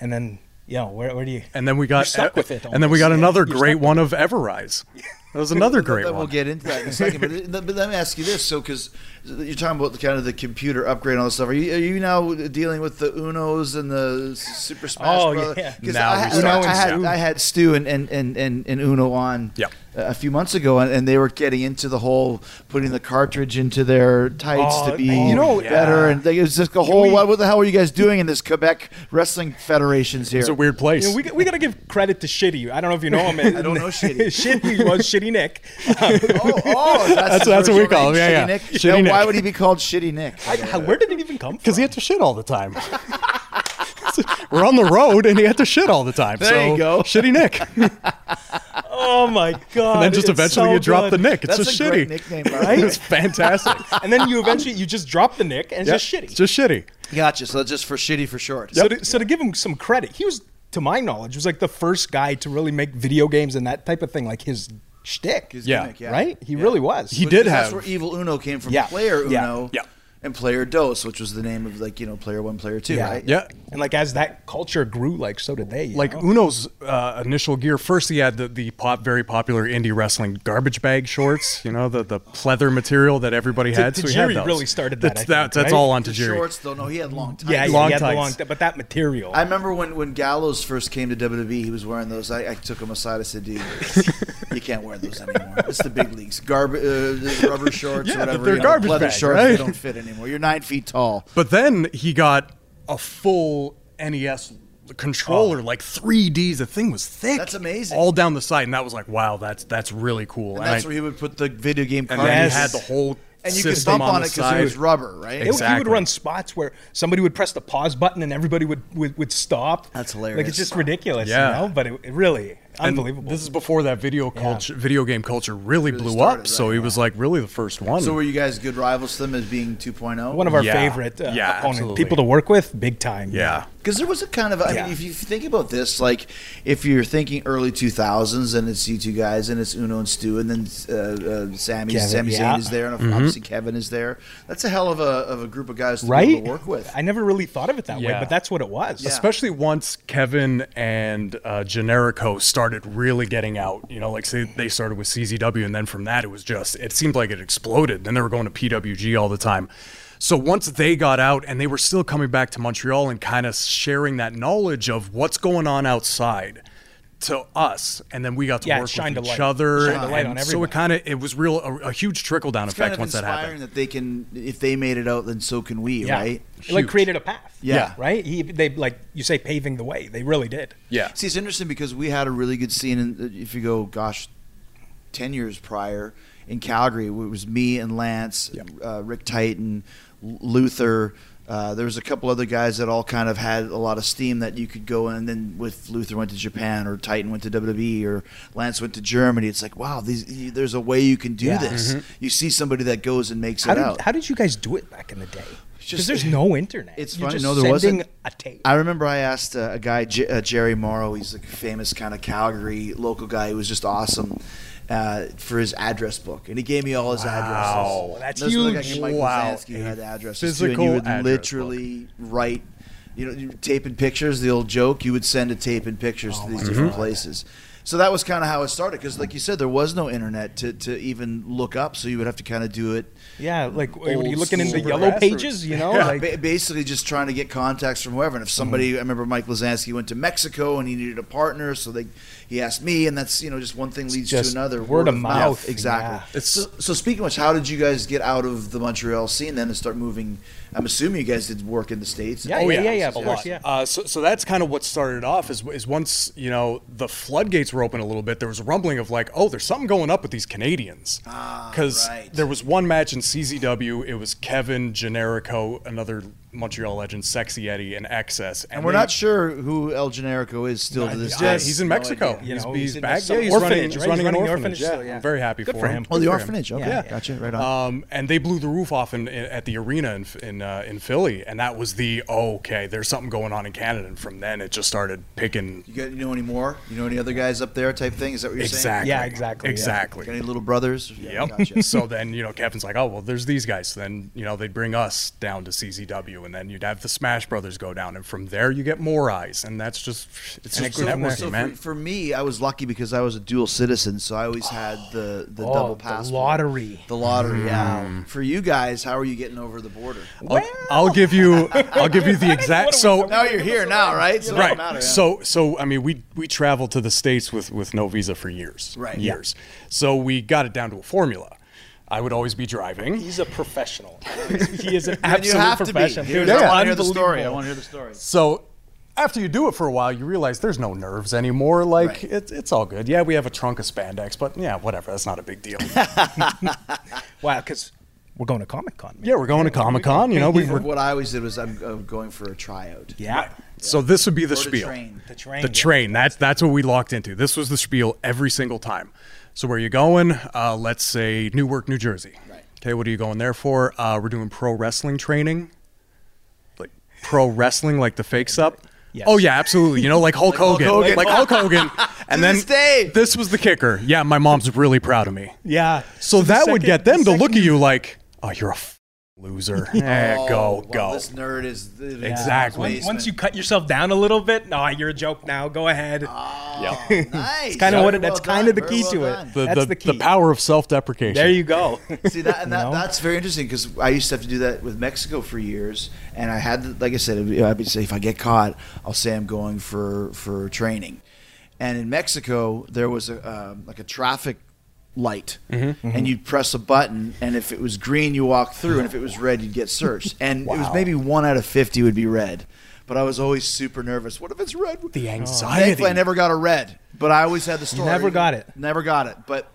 Speaker 2: And then you know where, where do you?
Speaker 3: and then we got e,
Speaker 2: You're stuck with it
Speaker 3: And then we got
Speaker 2: almost.
Speaker 3: another
Speaker 2: You're
Speaker 3: great
Speaker 2: stuck
Speaker 3: one of Everrise. That was another
Speaker 1: But
Speaker 3: great
Speaker 1: then
Speaker 3: one.
Speaker 1: We'll get into that in a second. But, let- but let me ask you this: so, because you're talking about the kind of the computer upgrade and all this stuff, are you, are you now dealing with the Unos and the Super Smash?
Speaker 2: Oh,
Speaker 1: Brother?
Speaker 2: yeah.
Speaker 1: 'Cause
Speaker 3: Now
Speaker 1: I,
Speaker 3: we
Speaker 1: had-
Speaker 3: start
Speaker 1: I,
Speaker 2: to
Speaker 1: had
Speaker 2: sound-
Speaker 1: I had Stu and and and and, and Uno on
Speaker 3: Yeah.
Speaker 1: a a few months ago, and, and they were getting into the whole putting the cartridge into their tights
Speaker 2: Oh,
Speaker 1: to be
Speaker 2: you know-
Speaker 1: better,
Speaker 3: yeah.
Speaker 1: and they, it was just a whole
Speaker 2: we-
Speaker 1: what, what the hell are you guys doing in this Quebec wrestling federations here?
Speaker 3: It's a weird place.
Speaker 2: You know, we, we gotta give credit to Shitty. I don't know if you know him.
Speaker 1: I don't know Shitty.
Speaker 2: Shitty was Shitty Nick.
Speaker 1: oh, oh, that's,
Speaker 3: That's-
Speaker 1: his
Speaker 3: that's what we
Speaker 1: original
Speaker 3: call
Speaker 1: name,
Speaker 3: him.
Speaker 1: Shitty
Speaker 3: Yeah, yeah.
Speaker 1: Nick.
Speaker 3: Shitty
Speaker 1: Now, Why
Speaker 3: Nick.
Speaker 1: would he be called Shitty Nick?
Speaker 2: I, how- where did it even come from?
Speaker 3: because he had to shit all the time. We're on the road and he had to shit all the time.
Speaker 1: There
Speaker 3: so
Speaker 1: you go.
Speaker 3: Shitty Nick. and
Speaker 2: oh my god!
Speaker 3: then just
Speaker 2: it's
Speaker 3: eventually
Speaker 2: so
Speaker 3: you drop
Speaker 2: good.
Speaker 3: the Nick. It's
Speaker 1: That's
Speaker 3: just
Speaker 1: a
Speaker 3: shitty.
Speaker 1: great nickname, right?
Speaker 3: It's fantastic.
Speaker 2: and then you eventually you just drop the Nick, and it's
Speaker 3: Yeah,
Speaker 2: just Shitty.
Speaker 3: it's Just shitty.
Speaker 1: Gotcha. So just for shitty for short.
Speaker 2: So, to, so to give him some credit, he was, to my knowledge, was like the first guy to really make video games and that type of thing, like his shtick,
Speaker 1: His
Speaker 3: Yeah.
Speaker 1: gimmick, yeah.
Speaker 2: right? He really was.
Speaker 3: He
Speaker 2: But-
Speaker 3: did
Speaker 1: That's
Speaker 3: have-
Speaker 1: where evil Uno came from.
Speaker 2: Yeah.
Speaker 1: Player
Speaker 2: Yeah.
Speaker 1: Uno.
Speaker 3: Yeah.
Speaker 1: and Player Dos, which was the name of like you know Player One, Player Two,
Speaker 2: Yeah.
Speaker 1: right?
Speaker 3: Yeah.
Speaker 2: And like as that culture grew, like so did they. you
Speaker 3: Like
Speaker 2: know?
Speaker 3: Uno's uh, initial gear, first he had the, the pop, very popular indie wrestling garbage bag shorts, you know, the, the pleather material that everybody had. so he had
Speaker 2: Tajiri
Speaker 3: those.
Speaker 2: really started that,
Speaker 3: That's,
Speaker 2: I think, right?
Speaker 3: that's all on
Speaker 1: The
Speaker 3: Tajiri.
Speaker 1: shorts though, no, he had long time.
Speaker 2: yeah,
Speaker 3: long
Speaker 2: long had the
Speaker 3: tights.
Speaker 2: long th- but that material.
Speaker 1: I remember when, when Gallows first came to WWE, he was wearing those. I, I took him aside. I said, "Dude, you can't wear those anymore. It's the big leagues. Garb- uh, the rubber shorts,
Speaker 3: Yeah,
Speaker 1: or
Speaker 3: but
Speaker 1: whatever.
Speaker 3: they're
Speaker 1: you know,
Speaker 3: garbage
Speaker 1: leather
Speaker 3: bags,
Speaker 1: shorts. They
Speaker 3: right?
Speaker 1: don't fit anymore. You're nine feet tall.
Speaker 3: But then he got a full NES controller, like 3Ds. The thing was thick.
Speaker 1: Oh. That's amazing.
Speaker 3: All down the side, and that was like, wow, that's that's really cool.
Speaker 1: And that's
Speaker 3: I-
Speaker 1: where he would put the video game
Speaker 3: and then
Speaker 1: cartridges.
Speaker 3: he had the whole
Speaker 1: and you could
Speaker 3: system
Speaker 1: bump on,
Speaker 3: the
Speaker 1: it because it was
Speaker 3: side.
Speaker 1: rubber, right?
Speaker 2: It- He would
Speaker 3: Exactly.
Speaker 2: run spots where somebody would press the pause button and everybody would would, would stop.
Speaker 1: That's
Speaker 2: Like
Speaker 1: hilarious.
Speaker 2: it's just ridiculous,
Speaker 3: Yeah.
Speaker 2: you know. But it, it really
Speaker 3: And
Speaker 2: unbelievable.
Speaker 3: This is before that video culture, video game culture really, blew
Speaker 1: started,
Speaker 3: up. so
Speaker 1: right,
Speaker 3: he was like really the first one.
Speaker 1: so were you guys good rivals to them as being oh? 2.0?
Speaker 2: one of our
Speaker 3: Yeah.
Speaker 2: favorite uh,
Speaker 3: Yeah,
Speaker 2: opponent
Speaker 3: absolutely.
Speaker 2: people to work with, big time.
Speaker 3: yeah.
Speaker 1: Because there was a kind of, I
Speaker 2: Yeah.
Speaker 1: mean, if you think about this, like if you're thinking early 2000s and it's you two guys and it's Uno and Stu and then uh, uh, Sammy,
Speaker 2: Kevin,
Speaker 1: Sammy
Speaker 2: yeah. Mm-hmm.
Speaker 1: Zayn is there and obviously Kevin is there. That's a hell of a, of a group of guys to be
Speaker 2: right.
Speaker 1: able to work with.
Speaker 2: I never really thought of it that way,
Speaker 3: Yeah.
Speaker 2: but that's what it was.
Speaker 1: Yeah.
Speaker 3: Especially once Kevin and uh, Generico started really getting out, you know, like say they started with CZW, and then from that it was just it seemed like it exploded. Then they were going to PWG all the time. So once they got out, and they were still coming back to Montreal and kind of sharing that knowledge of what's going on outside to us, and then we got to
Speaker 2: Yeah, it
Speaker 3: work
Speaker 2: shined a
Speaker 3: with each
Speaker 2: light.
Speaker 3: other.
Speaker 2: Shined a light on
Speaker 3: and so
Speaker 2: everyone.
Speaker 3: it kind of it was real a, a huge trickle down
Speaker 1: It's
Speaker 3: effect
Speaker 1: kind of
Speaker 3: once that
Speaker 1: inspiring
Speaker 3: happened.
Speaker 1: that, they can, if they made it out, then so can we,
Speaker 2: Yeah.
Speaker 1: right?
Speaker 2: It, like
Speaker 3: Huge.
Speaker 2: created a path.
Speaker 1: Yeah.
Speaker 2: Right? He they like you say paving the way. They really did.
Speaker 3: Yeah,
Speaker 1: See, it's interesting because we had a really good scene. In, if you go, gosh, ten years prior in Calgary, it was me and Lance, uh, Rick Titan, L- Luther. Uh, there was a couple other guys that all kind of had a lot of steam that you could go in. And then with Luther went to Japan, or Titan went to WWE, or Lance went to Germany. It's like, wow, these, y- there's a way you can do
Speaker 2: Yeah. Mm-hmm.
Speaker 1: this. You see somebody that goes and makes
Speaker 2: How
Speaker 1: it
Speaker 2: did,
Speaker 1: out.
Speaker 2: how did you guys do it back in the day?
Speaker 1: just-
Speaker 2: Because there's no internet.
Speaker 1: It's
Speaker 2: You're
Speaker 1: funny.
Speaker 2: just
Speaker 1: No, there
Speaker 2: sending
Speaker 1: wasn't.
Speaker 2: a tape.
Speaker 1: I remember I asked uh, a guy, J- uh, Jerry Morrow. He's a famous kind of Calgary local guy who was just awesome uh, for his address book, and he gave me all his
Speaker 3: Wow.
Speaker 1: addresses.
Speaker 2: That's
Speaker 1: There's another
Speaker 2: huge.
Speaker 1: Guy, named Michael
Speaker 3: Wow.
Speaker 1: Zansky, who had addresses too, and
Speaker 3: Physical
Speaker 1: you would
Speaker 3: address
Speaker 1: literally write. You know, you tape and pictures. The old joke: you would send a tape and pictures
Speaker 3: Oh
Speaker 1: to these different places. So that was kind of how it started, because, like you said, there was no internet to, to even look up. So you would have to kind of do it.
Speaker 2: Yeah, like what are
Speaker 1: Old
Speaker 2: you looking in the
Speaker 1: school
Speaker 2: yellow
Speaker 3: grassroots.
Speaker 2: pages? You know, like
Speaker 1: Uh,
Speaker 2: Mm-hmm.
Speaker 1: ba- basically just trying to get contacts from whoever. And if somebody, I remember Mike Lazansky went to Mexico and he needed a partner, so they he asked me, and that's you know just one thing leads to
Speaker 2: just
Speaker 1: another.
Speaker 2: word of mouth,
Speaker 1: exactly.
Speaker 2: yeah.
Speaker 3: It's-
Speaker 1: so, so speaking of which, how did you guys get out of the Montreal scene then and start moving? I'm assuming you guys did work in the states.
Speaker 2: Yeah,
Speaker 3: Oh yeah,
Speaker 2: yeah, of
Speaker 3: a
Speaker 2: course,
Speaker 3: lot.
Speaker 2: yeah.
Speaker 3: Uh, so, so that's kind of what started it off is, is once you know the floodgates were open a little bit, there was a rumbling of like, oh, there's something going up with these Canadians, because
Speaker 1: right.
Speaker 3: there was one match in CZW, it was Kevin Generico, another Montreal legend, Sexy Eddie, and Excess,
Speaker 1: And we're
Speaker 3: they-
Speaker 1: not sure who El Generico is still to this day.
Speaker 3: Yeah, he's in
Speaker 1: No
Speaker 3: Mexico.
Speaker 1: idea.
Speaker 2: You
Speaker 3: he's
Speaker 2: know,
Speaker 3: he's,
Speaker 2: he's in
Speaker 3: back.
Speaker 2: some
Speaker 3: Yeah, he's
Speaker 2: orphanage,
Speaker 3: running, he's
Speaker 2: right? He's
Speaker 3: running,
Speaker 2: running
Speaker 3: an
Speaker 2: an
Speaker 3: orphanage.
Speaker 2: orphanage still,
Speaker 3: yeah,
Speaker 2: yeah.
Speaker 3: I'm very happy
Speaker 2: Good
Speaker 3: for,
Speaker 2: for
Speaker 3: him.
Speaker 2: him.
Speaker 1: Oh, the
Speaker 3: Good for him.
Speaker 1: orphanage. Okay,
Speaker 2: Yeah. Uh,
Speaker 1: gotcha. Right on.
Speaker 3: Um, and they blew the roof off in, in at the arena in in, uh, in Philly, and that was the oh, okay. There's something going on in Canada, and from then it just started picking
Speaker 1: you, got, you know any more? You know any other guys up there? Type thing. Is that what you're
Speaker 3: Exactly.
Speaker 2: Yeah, exactly, yeah.
Speaker 3: Exactly.
Speaker 1: saying? Got any little brothers? Yeah,
Speaker 3: Yep.
Speaker 1: gotcha.
Speaker 3: so then, you know, Kevin's like, oh, well, there's these guys. So then, you know, they'd bring us down to CZW, and then you'd have the Smash Brothers go down. And from there, you get more eyes. And that's just, it's
Speaker 2: And
Speaker 3: just
Speaker 2: it goes from there.
Speaker 3: networking,
Speaker 1: So for,
Speaker 3: man.
Speaker 1: for me, I was lucky because I was a dual citizen, so I always had the the
Speaker 2: Oh,
Speaker 1: double
Speaker 2: the
Speaker 1: passport.
Speaker 2: lottery. Mm.
Speaker 1: The lottery. Yeah. For you guys, how are you getting over the border?
Speaker 3: I'll, I'll give you, I'll give you the exact. So
Speaker 1: Now you're here now, right? So it don't
Speaker 3: right.
Speaker 1: matter, yeah.
Speaker 3: So so I mean we we traveled to the states with with no visa for years.
Speaker 1: Right. Yeah.
Speaker 3: Years. So we got it down to a formula. I would always be driving.
Speaker 2: he's a professional. he is an
Speaker 1: and you
Speaker 2: absolute
Speaker 1: have to be.
Speaker 2: professional.
Speaker 1: Here's-
Speaker 2: Dude,
Speaker 1: I
Speaker 2: it's
Speaker 1: want to hear the story. I
Speaker 2: unbelievable.
Speaker 1: want to hear the story.
Speaker 3: So after you do it for a while, you realize there's no nerves anymore. Like
Speaker 1: Right.
Speaker 3: it's it's all good. Yeah, we have a trunk of spandex, but yeah, whatever. That's not a big deal.
Speaker 2: Wow, because we're going to Comic Con.
Speaker 3: yeah, we're going to Comic Con. You know, we were.
Speaker 1: What I always did was I'm, uh going for a tryout.
Speaker 2: Yeah.
Speaker 3: So this would be the
Speaker 1: Or to
Speaker 3: spiel.
Speaker 1: train.
Speaker 2: The train.
Speaker 3: The train. That's that's what we locked into. This was the spiel every single time. So where are you going? Uh, let's say Newark, New Jersey.
Speaker 1: Right.
Speaker 3: Okay, what are you going there for? Uh, we're doing pro wrestling training. Like pro wrestling, like the fake up.
Speaker 2: Yes.
Speaker 3: Oh yeah, absolutely. You know, like Hulk Hogan,
Speaker 1: Hogan.
Speaker 3: like Hulk Hogan. And
Speaker 1: To
Speaker 3: then
Speaker 1: this day.
Speaker 3: this was the kicker. Yeah, my mom's really proud of me.
Speaker 2: Yeah.
Speaker 3: So,
Speaker 2: the
Speaker 3: that would
Speaker 2: second-
Speaker 3: get them
Speaker 2: the
Speaker 3: to look
Speaker 2: second
Speaker 3: at you like, oh, you're a f- Loser. Eh, go,
Speaker 1: Oh, well,
Speaker 3: go.
Speaker 1: This nerd is the-
Speaker 3: Exactly.
Speaker 2: Once-
Speaker 1: basement.
Speaker 2: Once you cut yourself down a little bit, no, you're a joke now. Go ahead.
Speaker 3: Yeah.
Speaker 1: nice. It's
Speaker 2: kind of what it, that's kind of the key to it.
Speaker 3: The,
Speaker 2: that's
Speaker 3: the,
Speaker 2: the, key.
Speaker 3: the power of self deprecation.
Speaker 2: There you go.
Speaker 1: See that, and that,
Speaker 2: know?
Speaker 1: that's very interesting because I used to have to do that with Mexico for years, and I had, to- like I said, you know, I'd be say if I get caught, I'll say I'm going for for training. And in Mexico, there was a um, like a traffic light,
Speaker 2: Mm-hmm.
Speaker 1: and you'd press a button, and if it was green, you walk through, and if it was red, you'd get searched. And it was maybe one out of fifty would be red, but I was always super nervous. What if it's red?
Speaker 3: The anxiety.
Speaker 1: Thankfully, I never got a red, but I always had the story.
Speaker 2: never got it.
Speaker 1: Never got it, but.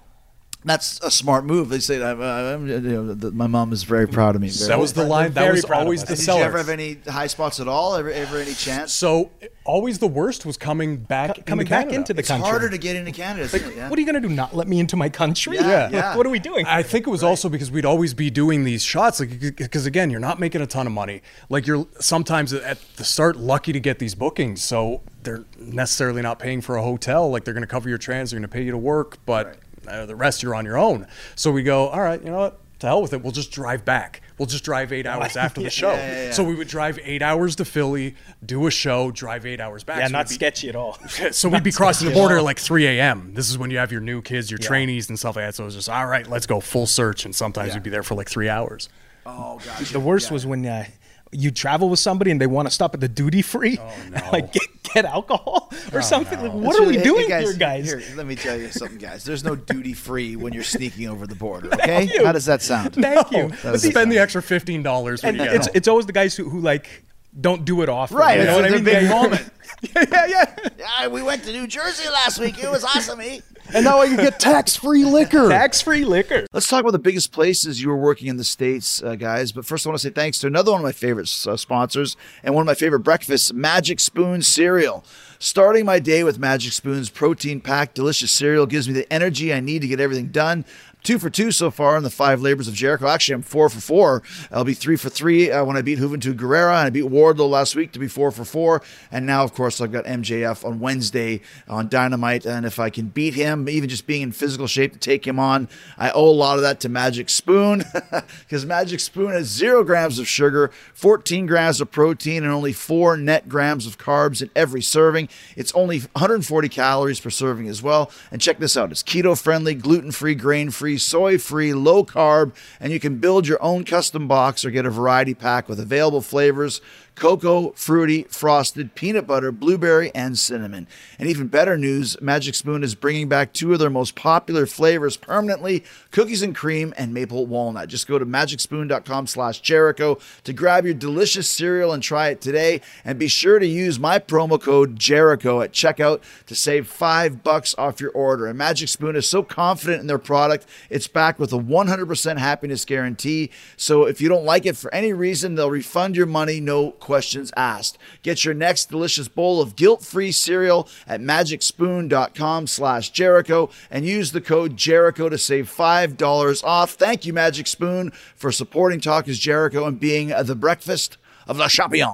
Speaker 1: That's a smart move. They say that i I'm, you know, that my mom is very proud of me. Very
Speaker 3: that was the
Speaker 1: proud.
Speaker 3: line. That
Speaker 2: Very
Speaker 3: was
Speaker 2: proud of
Speaker 3: always
Speaker 2: us.
Speaker 3: the
Speaker 1: Did
Speaker 3: seller.
Speaker 1: you ever have any high spots at all? Ever, ever any chance?
Speaker 3: So always the worst was coming back
Speaker 2: Coming
Speaker 3: into
Speaker 2: back
Speaker 3: Canada.
Speaker 2: into the
Speaker 1: It's
Speaker 2: country.
Speaker 1: harder to get into Canada. Isn't it? Yeah.
Speaker 2: What are you going to do? Not let me into my country?
Speaker 1: Yeah, Yeah. yeah.
Speaker 2: What are we doing?
Speaker 3: I think it was also because we'd always be doing these shots, like because again, you're not making a ton of money. Like you're sometimes at the start lucky to get these bookings, so they're necessarily not paying for a hotel. Like they're going to cover your trans, they're going to pay you to work, but uh, the rest you're on your own. So we go, all right, you know what? To hell with it. We'll just drive back. We'll just drive eight hours after the show.
Speaker 1: yeah, yeah.
Speaker 3: So we would drive eight hours to Philly, do a show, drive eight hours back.
Speaker 2: yeah,
Speaker 3: So
Speaker 2: not
Speaker 3: we'd be-
Speaker 2: sketchy at all.
Speaker 3: so we'd be crossing the border at like 3 a.m. This is when you have your new kids, your
Speaker 2: Yeah.
Speaker 3: trainees, and stuff like that. So it was just all right, let's go full search, and sometimes we'd be there for like three hours.
Speaker 1: Oh gosh.
Speaker 2: The worst was when uh, you travel with somebody and they want to stop at the duty free, like get, get alcohol or something. Like, what
Speaker 1: It's
Speaker 2: are
Speaker 1: really-
Speaker 2: we
Speaker 1: hey,
Speaker 2: doing
Speaker 1: hey,
Speaker 2: here, guys?
Speaker 1: here, let me tell you something, guys. There's no duty free when you're sneaking over the border. Okay? How does that sound?
Speaker 2: Thank you.
Speaker 1: That
Speaker 3: Let's
Speaker 1: is-
Speaker 3: spend the extra fifteen dollars when
Speaker 2: And
Speaker 3: you get
Speaker 2: it's
Speaker 3: home.
Speaker 2: it's always the guys who, who like don't do it often.
Speaker 1: Right,
Speaker 2: You know
Speaker 1: it's
Speaker 2: what
Speaker 1: the
Speaker 2: I mean?
Speaker 1: big
Speaker 2: They-
Speaker 1: moment.
Speaker 2: yeah, yeah, yeah.
Speaker 1: Yeah, we went to New Jersey last week. It was awesome. eh?
Speaker 3: and now I can get tax-free liquor.
Speaker 2: Tax free liquor.
Speaker 1: Let's talk about the biggest places you were working in the States, uh, guys. But first, I want to say thanks to another one of my favorite uh, sponsors and one of my favorite breakfasts, Magic Spoon Cereal. Starting my day with Magic Spoon's protein packed, delicious cereal gives me the energy I need to get everything done. Two for two so far in the five labors of Jericho. Actually, I'm four for four. I'll be three for three uh, when I beat Juventud Guerrera, and I beat Wardlow last week to be four for four. And now, of course, I've got MJF on Wednesday on Dynamite. And if I can beat him, even just being in physical shape to take him on, I owe a lot of that to Magic Spoon because Magic Spoon has zero grams of sugar, 14 grams of protein, and only four net grams of carbs in every serving. It's only 140 calories per serving as well. And check this out it's keto friendly, gluten free, grain free, soy free, low carb, and you can build your own custom box or get a variety pack with available flavors cocoa, fruity, frosted, peanut butter, blueberry, and cinnamon. And even better news Magic Spoon is bringing back two of their most popular flavors permanently cookies and cream and maple walnut. Just go to magicspoon.com slash Jericho to grab your delicious cereal and try it today. And be sure to use my promo code Jericho at checkout to save five bucks off your order. And Magic Spoon is so confident in their product, it's backed with a 100% happiness guarantee. So if you don't like it for any reason, they'll refund your money, no questions asked. Get your next delicious bowl of guilt-free cereal at magicspoon.com slash Jericho and use the code Jericho to save $5 off. Thank you, Magic Spoon, for supporting Talk is Jericho and being uh, the breakfast of La Champion.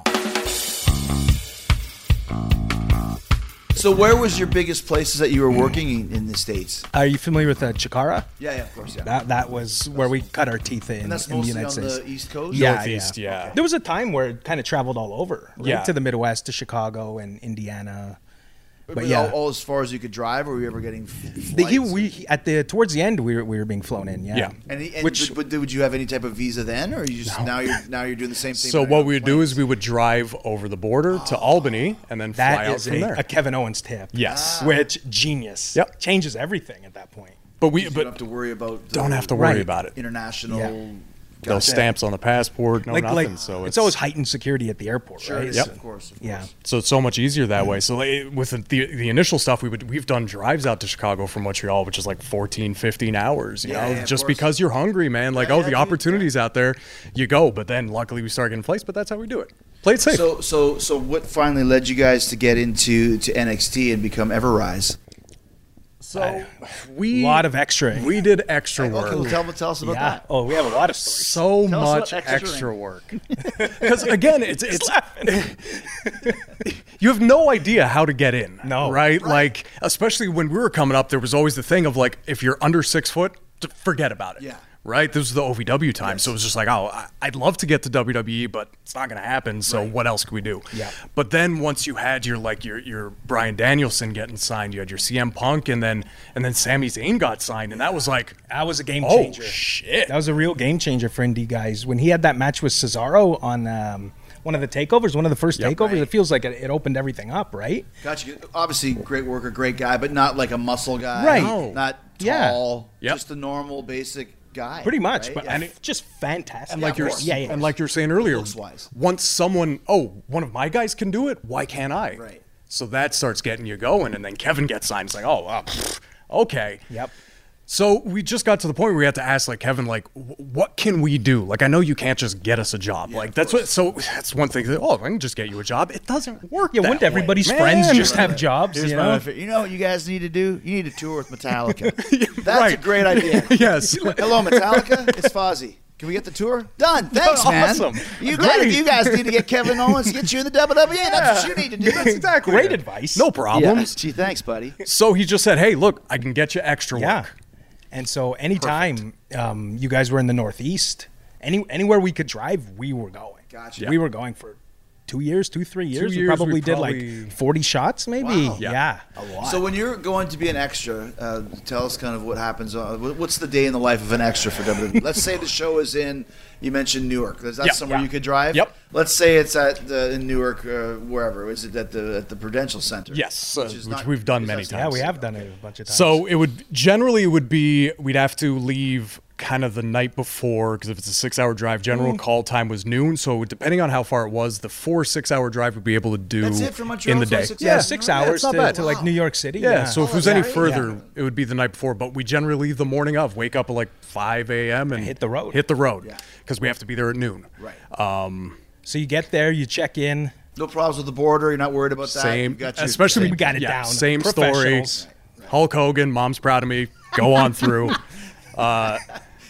Speaker 1: So where was your biggest places that you were working in, in the States?
Speaker 2: Are you familiar with uh, Chikara?
Speaker 1: Yeah, yeah, of course, yeah.
Speaker 2: That that was where we cut our teeth in,
Speaker 1: that's
Speaker 2: in the
Speaker 1: mostly
Speaker 2: United
Speaker 1: on
Speaker 2: States.
Speaker 1: the East Coast?
Speaker 2: Yeah,
Speaker 3: Northeast, yeah.
Speaker 2: There was a time where it kind of traveled all over, right?
Speaker 3: Yeah.
Speaker 2: to the Midwest, to Chicago and Indiana. But
Speaker 1: All-
Speaker 2: yeah,
Speaker 1: all, as far as you could drive, or were you ever getting f-
Speaker 2: the, he,
Speaker 1: flights?
Speaker 2: we he- at the towards the end we were, we were being flown in. Yeah,
Speaker 3: Yeah.
Speaker 1: And, he- and
Speaker 2: which
Speaker 1: but, but would you have any type of visa then, or you just now you're now you're doing the same thing?
Speaker 3: So
Speaker 1: but
Speaker 3: what
Speaker 1: on
Speaker 3: we would do is we would drive over the border to Albany and then fly
Speaker 2: Oh. that
Speaker 3: out
Speaker 2: is
Speaker 3: from
Speaker 2: a,
Speaker 3: there.
Speaker 2: a Kevin Owens tip. Ah.
Speaker 3: Yes.
Speaker 2: which genius.
Speaker 3: Yep.
Speaker 2: changes everything at that point.
Speaker 3: but we
Speaker 1: planes? You
Speaker 3: but
Speaker 1: don't have to worry about the
Speaker 3: don't have to worry
Speaker 2: Right.
Speaker 3: about it.
Speaker 1: international.
Speaker 2: Yeah.
Speaker 3: Those stamps on the passport, no
Speaker 2: Like
Speaker 3: nothing.
Speaker 2: like
Speaker 3: so
Speaker 2: Oh, it's, always heightened security at the airport,
Speaker 1: Sure,
Speaker 2: right?
Speaker 1: it is,
Speaker 2: So-
Speaker 1: of course. Of course.
Speaker 2: Yeah.
Speaker 3: so it's so much easier that way. So like, with the, the the initial stuff, we would we've done drives out to Chicago from Montreal, which is like 14, 15 hours. You
Speaker 1: Yeah,
Speaker 3: know,
Speaker 1: yeah, of
Speaker 3: just
Speaker 1: course.
Speaker 3: because you're hungry, man. Like,
Speaker 1: Yeah,
Speaker 3: oh,
Speaker 1: yeah,
Speaker 3: the
Speaker 1: dude,
Speaker 3: opportunities out there, you go. But then, luckily, we started getting flights. But that's how we do it. Play it safe.
Speaker 1: So so so what finally led you guys to get into to NXT and become Everrise?
Speaker 3: So we
Speaker 2: a lot of extra.
Speaker 3: we did extra work.
Speaker 1: Okay, well, tell, tell us about
Speaker 2: yeah.
Speaker 1: that.
Speaker 2: Oh, we have a lot of stories.
Speaker 3: so
Speaker 1: Tell us
Speaker 3: much
Speaker 1: about
Speaker 3: extra,
Speaker 1: extra
Speaker 3: work because again it's it's you have no idea how to get in
Speaker 2: No.
Speaker 3: right? like especially when we were coming up there was always the thing of like if you're under six foot t- forget about it
Speaker 1: Yeah.
Speaker 3: right? This was the OVW time, so it was just like, oh, I- I'd love to get to WWE, but it's not going to happen. So what else can we do?
Speaker 2: Yeah.
Speaker 3: But then once you had your like your your Brian Danielson getting signed, you had your CM Punk, and then and then Sami Zayn got signed, and that was like,
Speaker 2: That was a game
Speaker 3: oh
Speaker 2: changer.
Speaker 3: shit,
Speaker 2: That was a real game changer for indie guys. When he had that match with Cesaro on um, one of the takeovers, one of the first takeovers, it feels like it, it opened everything up, right?
Speaker 1: Gotcha. Obviously, great worker, great guy, but not like a muscle guy.
Speaker 2: Right.
Speaker 3: No.
Speaker 1: Not
Speaker 2: Yeah.
Speaker 1: tall.
Speaker 3: Yep.
Speaker 1: Just a normal, basic guy.
Speaker 2: Pretty much,
Speaker 1: right?
Speaker 2: but
Speaker 1: Yeah.
Speaker 2: f- just fantastic.
Speaker 3: And like you're
Speaker 1: course,
Speaker 2: yeah, yeah.
Speaker 3: and like you're saying earlier,
Speaker 1: Looks-wise.
Speaker 3: once someone oh one of my guys can do it, why can't I?
Speaker 1: Right.
Speaker 3: So that starts getting you going, and then Kevin gets signed. It's like oh wow, pfft, okay.
Speaker 2: Yep.
Speaker 3: So we just got to the point where we had to ask like Kevin like wh- what can we do? Like I know you can't just get us a job. like that's what. So that's one thing. that, Oh, if I can just get you a job, it doesn't work.
Speaker 2: yeah,
Speaker 3: that
Speaker 2: wouldn't
Speaker 3: way,
Speaker 2: everybody's
Speaker 3: man.
Speaker 2: friends just have jobs?
Speaker 1: Here's
Speaker 2: you
Speaker 1: my
Speaker 2: know?
Speaker 1: other fa- Uh, you know what you guys need to do? You need to tour with Metallica. That's a
Speaker 3: Right.
Speaker 1: great idea.
Speaker 3: yes.
Speaker 1: Hello, Metallica. It's Fozzy. Can we get the tour? Done. Thanks, man.
Speaker 3: awesome.
Speaker 1: You guys,
Speaker 3: Great.
Speaker 1: you guys need to get Kevin Owens, get you in the WWE. That's what you need to do. That's
Speaker 3: exactly.
Speaker 2: Great advice.
Speaker 3: No
Speaker 1: Yeah.
Speaker 3: problems.
Speaker 1: Gee, thanks, buddy.
Speaker 3: So he just said, "Hey, look, I can get you extra
Speaker 2: Yeah.
Speaker 3: work."
Speaker 2: And so anytime um, you guys were in the Northeast, any anywhere we could drive, we were going.
Speaker 1: Gotcha.
Speaker 2: We were going for two years, two, three years. we
Speaker 3: years, we
Speaker 2: probably did
Speaker 3: probably-
Speaker 2: like 40 shots, maybe.
Speaker 1: Wow.
Speaker 2: Yeah.
Speaker 3: Yeah.
Speaker 2: A lot.
Speaker 1: So when you're going to be an extra, uh, tell us kind of what happens. Uh, wh- what's the day in the life of an extra for WWE? Let's say the show is in. You mentioned Newark. Is that
Speaker 3: Yeah.
Speaker 1: somewhere
Speaker 3: Yeah.
Speaker 1: you could drive?
Speaker 3: Yep.
Speaker 1: Let's say it's at the, in Newark, uh, wherever. Is it at the at the Prudential Center?
Speaker 3: Yes, uh,
Speaker 1: is
Speaker 3: which we've done
Speaker 1: is
Speaker 3: many
Speaker 1: that-
Speaker 2: yeah, we
Speaker 3: times.
Speaker 2: have done it a bunch of times.
Speaker 3: So it would generally it would be we'd have to leave kind of the night before because if it's a six hour drive,
Speaker 1: Mm.
Speaker 3: general call time was noon. So it would- depending on how far it was, the four six hour drive would be able to do
Speaker 1: That's it from Montreal
Speaker 3: in the
Speaker 1: for
Speaker 3: day.
Speaker 1: six
Speaker 2: yeah,
Speaker 1: hours?
Speaker 2: six
Speaker 1: Yeah, it's
Speaker 2: hours
Speaker 1: not
Speaker 2: to,
Speaker 1: bad.
Speaker 2: to like
Speaker 1: Wow.
Speaker 2: New York City.
Speaker 3: Yeah, so if it was
Speaker 1: that's
Speaker 3: any
Speaker 1: great.
Speaker 3: further, it would be the night before. But we generally leave the morning of, wake up at like 5 a.m. and
Speaker 2: hit the road.
Speaker 3: Hit the road because we have to be there at noon.
Speaker 1: Right.
Speaker 3: Uh,
Speaker 2: so you get there, you check in.
Speaker 1: No problems with the border. You're not worried about that.
Speaker 3: Same,
Speaker 1: You've got your-
Speaker 3: especially
Speaker 2: We got it
Speaker 3: yeah,
Speaker 2: down.
Speaker 3: Same story.
Speaker 2: Professionals.
Speaker 3: Hulk Hogan, mom's proud of me. Go on through.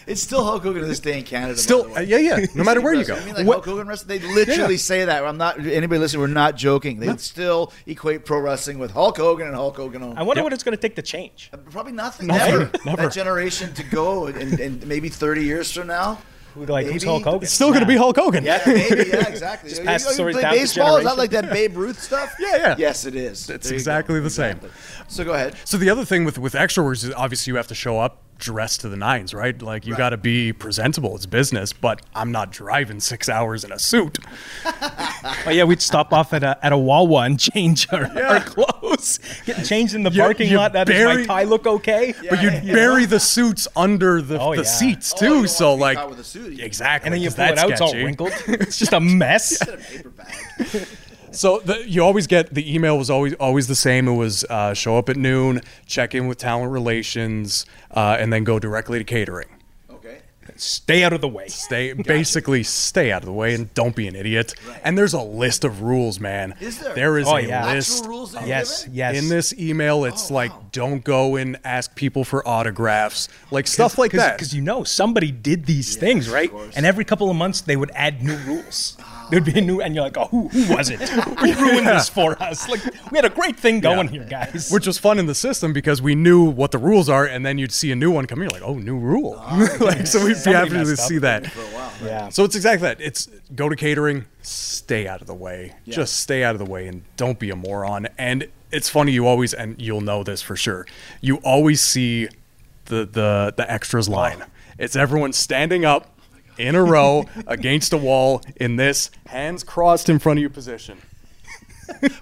Speaker 1: It's still Hulk Hogan to this day in Canada. by
Speaker 3: Still,
Speaker 1: the way.
Speaker 3: uh, yeah, yeah. No matter where you go.
Speaker 1: I mean, like
Speaker 3: What-
Speaker 1: Hulk Hogan wrestling. They literally say that. I'm not. Anybody listening? We're not joking. They still equate pro wrestling with Hulk Hogan and Hulk Hogan only.
Speaker 2: I wonder what it's going to take to change.
Speaker 1: Probably nothing.
Speaker 2: Nothing.
Speaker 1: Never. That generation to go, and, and maybe 30 years from now.
Speaker 2: Like, who's
Speaker 1: maybe-
Speaker 2: Hulk Hogan?
Speaker 3: It's still going to be
Speaker 2: Yeah.
Speaker 3: Hulk Hogan.
Speaker 1: Yeah, maybe. Yeah, exactly. you,
Speaker 2: pass the
Speaker 1: you
Speaker 2: story
Speaker 1: play
Speaker 2: down to
Speaker 1: baseball? Is that
Speaker 2: generation.
Speaker 1: like that Babe Ruth stuff?
Speaker 3: Yeah, yeah.
Speaker 1: Yes, it is.
Speaker 3: It's
Speaker 1: There you go.
Speaker 3: exactly the same.
Speaker 1: So go ahead.
Speaker 3: So the other thing with with extra works is obviously you have to show up dressed to the nines, right? Like you got to be presentable. It's business, but I'm not driving six hours in a suit.
Speaker 2: Oh yeah, we'd stop off at a at a Wawa and change our, our clothes. Get changed in the
Speaker 3: You-
Speaker 2: parking
Speaker 3: you
Speaker 2: lot. That is
Speaker 3: bury-
Speaker 2: my tie look okay?
Speaker 3: but you'd bury the suits under the,
Speaker 2: Oh,
Speaker 3: the
Speaker 2: yeah.
Speaker 3: seats
Speaker 1: Oh,
Speaker 3: too.
Speaker 1: you don't want
Speaker 3: so
Speaker 1: to be
Speaker 3: like
Speaker 1: caught with a suit either.
Speaker 3: exactly,
Speaker 2: and then you
Speaker 3: 'cause
Speaker 2: pull it
Speaker 3: that's
Speaker 2: out, it's all
Speaker 3: sketchy.
Speaker 2: wrinkled. It's just a mess.
Speaker 1: Get a paper bag.
Speaker 3: So the, you always get the email was always always the same. It was uh, show up at noon, check in with talent relations, uh, and then go directly to catering.
Speaker 1: Okay.
Speaker 2: Stay out of the way.
Speaker 3: Stay basically stay out of the way and don't be an idiot.
Speaker 1: Right.
Speaker 3: And there's a list of rules, man.
Speaker 1: Is there?
Speaker 3: There is
Speaker 2: Oh,
Speaker 3: a
Speaker 2: yeah.
Speaker 3: list.
Speaker 1: Actual rules that you're
Speaker 2: Yes,
Speaker 1: given?
Speaker 2: yes.
Speaker 3: In this email, it's
Speaker 1: Oh,
Speaker 3: like
Speaker 1: wow.
Speaker 3: don't go and ask people for autographs, like stuff like that.
Speaker 2: because you know somebody did these things,
Speaker 1: of
Speaker 2: right?
Speaker 1: course.
Speaker 2: And every couple of months they would add new rules. There'd be a new, and you're like, oh, who, who was it? Who ruined this for us? Like we had a great thing going here, guys.
Speaker 3: which was fun in the system because we knew what the rules are, and then you'd see a new one come. in, You're like, oh, new rule.
Speaker 1: Ah,
Speaker 3: like, so we'd be
Speaker 2: Somebody
Speaker 3: happy to
Speaker 2: messed up.
Speaker 3: see that.
Speaker 2: yeah.
Speaker 3: So it's exactly that. It's go to catering, stay out of the way. Just stay out of the way and don't be a moron. And it's funny you always and you'll know this for sure. You always see the the the extras line. It's everyone standing up in a row against a wall in this hands crossed in front of you position.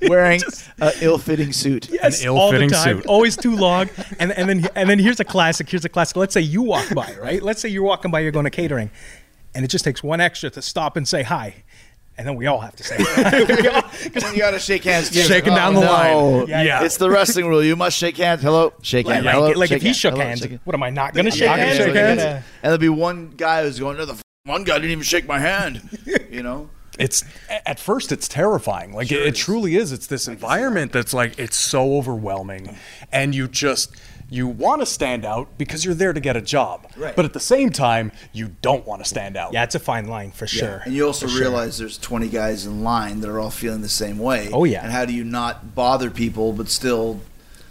Speaker 1: Wearing an ill-fitting suit.
Speaker 2: Yes,
Speaker 3: An
Speaker 2: all the
Speaker 3: ill-fitting
Speaker 2: time,
Speaker 3: suit.
Speaker 2: always too long. And and then and then here's a classic. Here's a classic. Let's say you walk by, right? Let's say you're walking by, you're going to catering, and it just takes one extra to stop and say hi, and then we all have to say hi. We all-
Speaker 1: And you got to shake hands. together.
Speaker 3: Shaking down the line.
Speaker 2: Yeah, yeah.
Speaker 1: It's the wrestling rule. You must shake hands. Hello, shake hands.
Speaker 2: like
Speaker 1: Hello,
Speaker 2: like if
Speaker 1: shake
Speaker 2: he
Speaker 1: hands.
Speaker 2: shook
Speaker 1: Hello,
Speaker 2: hands,
Speaker 1: shake hands.
Speaker 2: what am I not going to shake
Speaker 3: not gonna
Speaker 2: hands?
Speaker 3: shake
Speaker 2: I'm gonna-
Speaker 3: hands.
Speaker 1: And there'll be one guy who's going, "No, the f- one guy didn't even shake my hand." You know.
Speaker 3: it's at first it's terrifying like it, it truly is it's this environment that's like it's so overwhelming and you just you want to stand out because you're there to get a job
Speaker 1: Right.
Speaker 3: but at the same time you don't want to stand out
Speaker 2: Yeah, it's a fine line for sure.
Speaker 1: And you also realize there's 20 guys in line that are all feeling the same way.
Speaker 2: Oh, yeah.
Speaker 1: And how do you not bother people but still,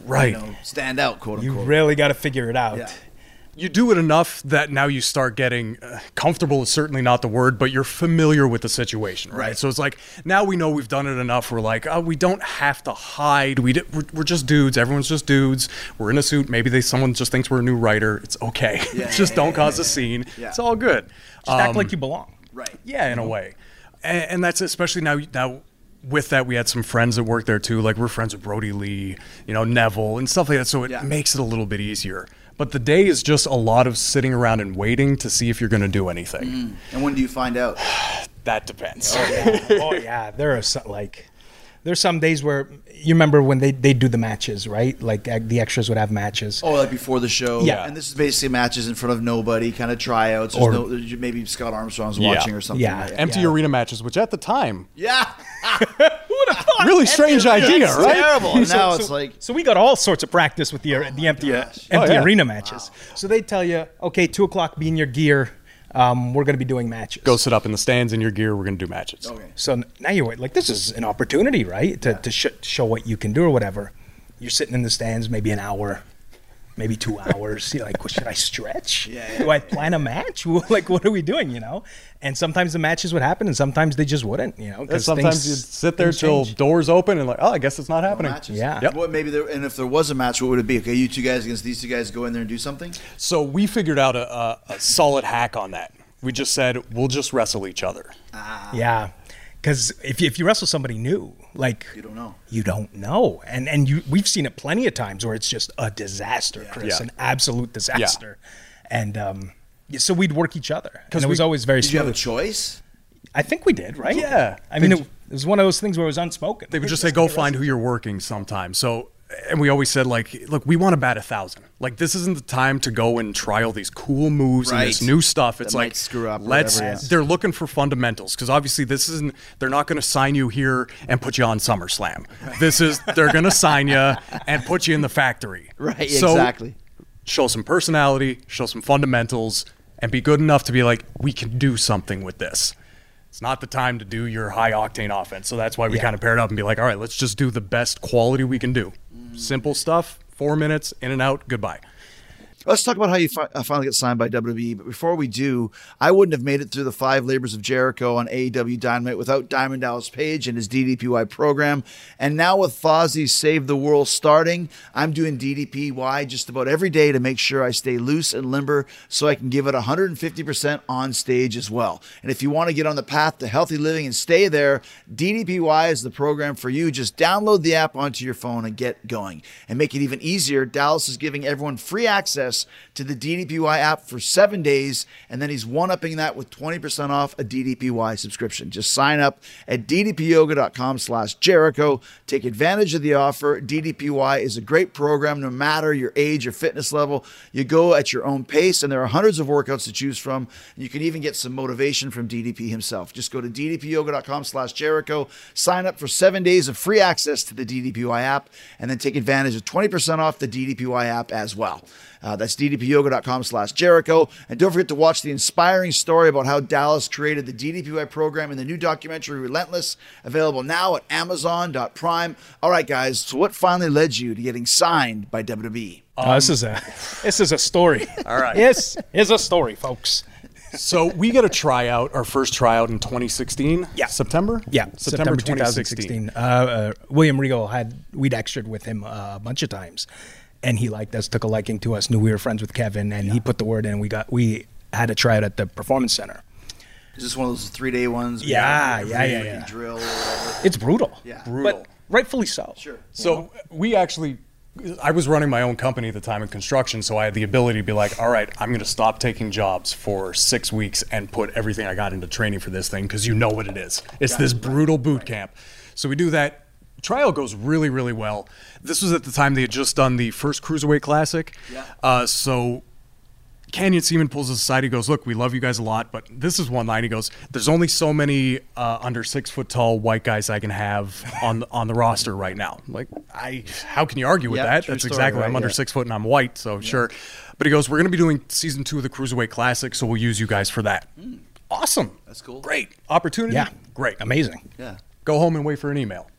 Speaker 3: Right.
Speaker 1: You know, stand out, quote
Speaker 2: You
Speaker 1: unquote.
Speaker 2: really got to figure it out.
Speaker 1: Yeah.
Speaker 3: you do it enough that now you start getting uh, comfortable is certainly not the word, but you're familiar with the situation, right?
Speaker 1: Right.
Speaker 3: So it's like now we know we've done it enough. We're like, oh, we don't have to hide. We d- we're, we're just dudes. Everyone's just dudes. We're in a suit. Maybe they someone just thinks we're a new writer. It's okay. just don't cause a scene.
Speaker 1: Yeah.
Speaker 3: It's all good.
Speaker 2: Just act like you belong.
Speaker 1: Right.
Speaker 3: Yeah,
Speaker 2: Mm-hmm.
Speaker 3: in a way, and, and that's especially now. Now, with that, we had some friends that worked there too. Like we're friends with Brody Lee, you know, Neville, and stuff like that. So it
Speaker 1: Yeah.
Speaker 3: makes it a little bit easier. But the day is just a lot of sitting around and waiting to see if you're going to do anything.
Speaker 1: And when do you find out?
Speaker 3: That depends.
Speaker 2: oh yeah, there are some, like there's some days where you remember when they they do the matches, right? Like ac- the extras would have matches.
Speaker 1: Oh, like before the show.
Speaker 2: Yeah.
Speaker 1: And this is basically matches in front of nobody, kind of tryouts. There's
Speaker 2: Or-
Speaker 1: no, there's- maybe Scott Armstrong's
Speaker 3: Yeah.
Speaker 1: watching or something.
Speaker 2: Yeah.
Speaker 1: Right?
Speaker 3: Empty
Speaker 2: Yeah.
Speaker 3: arena matches, which at the time,
Speaker 1: Yeah.
Speaker 3: really strange idea,
Speaker 1: That's
Speaker 3: right?
Speaker 1: Terrible. And now
Speaker 2: so,
Speaker 1: Oh, it's like,
Speaker 2: so we got all sorts of practice with the the empty
Speaker 1: gosh.
Speaker 2: empty
Speaker 3: Oh, yeah.
Speaker 2: arena matches. So they tell you, okay, two o'clock, be in your gear. Um, we're going to be doing matches.
Speaker 3: Go sit up in the stands in your gear. We're going to do matches.
Speaker 1: okay.
Speaker 2: So n- now you're like, this is an opportunity, right? To, to sh- show what you can do or whatever. You're sitting in the stands maybe an hour, maybe two hours. You're like, well, should I stretch?
Speaker 1: Yeah.
Speaker 2: Do I plan a match? Well, like, what are we doing, you know? And sometimes the matches would happen and sometimes they just wouldn't, you know?
Speaker 3: And sometimes you sit there
Speaker 2: things
Speaker 3: till
Speaker 2: change.
Speaker 3: doors open and like, oh, I guess it's not happening.
Speaker 1: Matches.
Speaker 2: Yeah.
Speaker 3: Yep.
Speaker 1: What maybe there, and if there was a match, what would it be? Okay, you two guys against these two guys go in there and do something.
Speaker 3: So we figured out a, a, a solid hack on that. We just said we'll just wrestle each other.
Speaker 1: Uh,
Speaker 2: Yeah. Because if, you- if you wrestle somebody new, like
Speaker 1: You don't know.
Speaker 2: you don't know, and and you we've seen it plenty of times where it's just a disaster, Chris,
Speaker 3: Yeah.
Speaker 2: an absolute disaster, and um, yeah, so we'd work each other, and it was
Speaker 3: we-
Speaker 2: always very.
Speaker 1: Did you have a
Speaker 2: smooth.
Speaker 1: choice?
Speaker 2: I think we did, right?
Speaker 3: Yeah.
Speaker 2: I mean,
Speaker 3: They-
Speaker 2: it, it was one of those things where it was unspoken.
Speaker 3: They would just say, go find who you're working sometime. So, and we always said, like, look, we want to bat a thousand. Like, this isn't the time to go and try all these cool moves and this
Speaker 1: Right.
Speaker 3: new stuff. It's
Speaker 1: That might
Speaker 3: like,
Speaker 1: screw up or
Speaker 3: let's,
Speaker 1: whatever, yeah.
Speaker 3: they're looking for fundamentals because obviously this isn't, they're not going to sign you here and put you on SummerSlam. This is, they're going to sign you and put you in the factory.
Speaker 1: Right,
Speaker 3: So,
Speaker 1: exactly.
Speaker 3: Show some personality, show some fundamentals, and be good enough to be like, we can do something with this it's not the time to do your high octane offense. So that's why we
Speaker 2: Yeah.
Speaker 3: kind of paired up and be like, all right, let's just do the best quality we can do.
Speaker 1: Mm.
Speaker 3: Simple stuff, four minutes, in and out, goodbye.
Speaker 1: Let's talk about how you fi- uh, finally get signed by WWE. But before we do, I wouldn't have made it through the five labors of Jericho on AEW Dynamite without Diamond Dallas Page and his DDPY program. And now with Fozzie's Save the World starting, I'm doing DDPY just about every day to make sure I stay loose and limber so I can give it 150% on stage as well. And if you want to get on the path to healthy living and stay there, DDPY is the program for you. Just download the app onto your phone and get going. And make it even easier, Dallas is giving everyone free access to the DDPY app for seven days, and then he's one upping that with 20% off a DDPY subscription. Just sign up at ddpyoga.com slash Jericho. Take advantage of the offer. DDPY is a great program no matter your age or fitness level. You go at your own pace, and there are hundreds of workouts to choose from. You can even get some motivation from DDP himself. Just go to ddpyoga.com slash Jericho, sign up for seven days of free access to the DDPY app, and then take advantage of 20% off the DDPY app as well. Uh, that's ddpyoga.com slash Jericho. And don't forget to watch the inspiring story about how Dallas created the DDPY program in the new documentary Relentless, available now at amazon.prime. All right, guys, so what finally led you to getting signed by E? WWE?
Speaker 2: Oh, this is a this is a story. All
Speaker 3: "Um, right.
Speaker 2: yes, is a story, folks.
Speaker 3: so we got a tryout, our first tryout in 2016.
Speaker 2: Yeah.
Speaker 3: September?
Speaker 2: Yeah,
Speaker 3: September, 2016.
Speaker 2: Uh, uh, William Regal had we'd extraed with him uh, a bunch of times, and he liked us, took a liking to us, knew we were friends with Kevin, and he put the word in. We got we had a tryout at the Performance Center.
Speaker 1: Is this one of those three day ones? where
Speaker 2: Yeah,
Speaker 1: you
Speaker 2: yeah, yeah,
Speaker 1: freaking
Speaker 2: yeah.
Speaker 1: Drill or whatever?
Speaker 2: It's brutal.
Speaker 1: Yeah.
Speaker 3: Brutal.
Speaker 2: But rightfully so.
Speaker 1: Sure.
Speaker 3: So we actually, I was running my own company at the time in construction, so I had the ability to be like, all right, I'm going to stop taking jobs for six weeks and put everything I got into training for this thing because you know what it is. It's this brutal boot camp. So we do that. Trial goes really, really well. This was at the time they had just done the first Cruiserweight Classic.
Speaker 1: Yeah.
Speaker 3: Uh, so Canyon Seaman pulls us aside. He goes, "Look, we love you guys a lot, but this is one line." He goes, "There's only so many uh, under six foot tall white guys I can have on the, on the roster right now." I'm like, I how can you argue with
Speaker 1: Yeah,
Speaker 3: that?
Speaker 1: true
Speaker 3: That's
Speaker 1: story,
Speaker 3: exactly.
Speaker 1: right,
Speaker 3: I'm under
Speaker 1: yeah.
Speaker 3: six foot and I'm white, so sure. But he goes, "We're going to be doing season two of the Cruiserweight Classic, so we'll use you guys for that." Awesome.
Speaker 1: Hmm. That's cool.
Speaker 3: Great opportunity.
Speaker 2: Yeah.
Speaker 3: Great.
Speaker 2: Amazing.
Speaker 1: Yeah.
Speaker 3: Go home and wait for an email.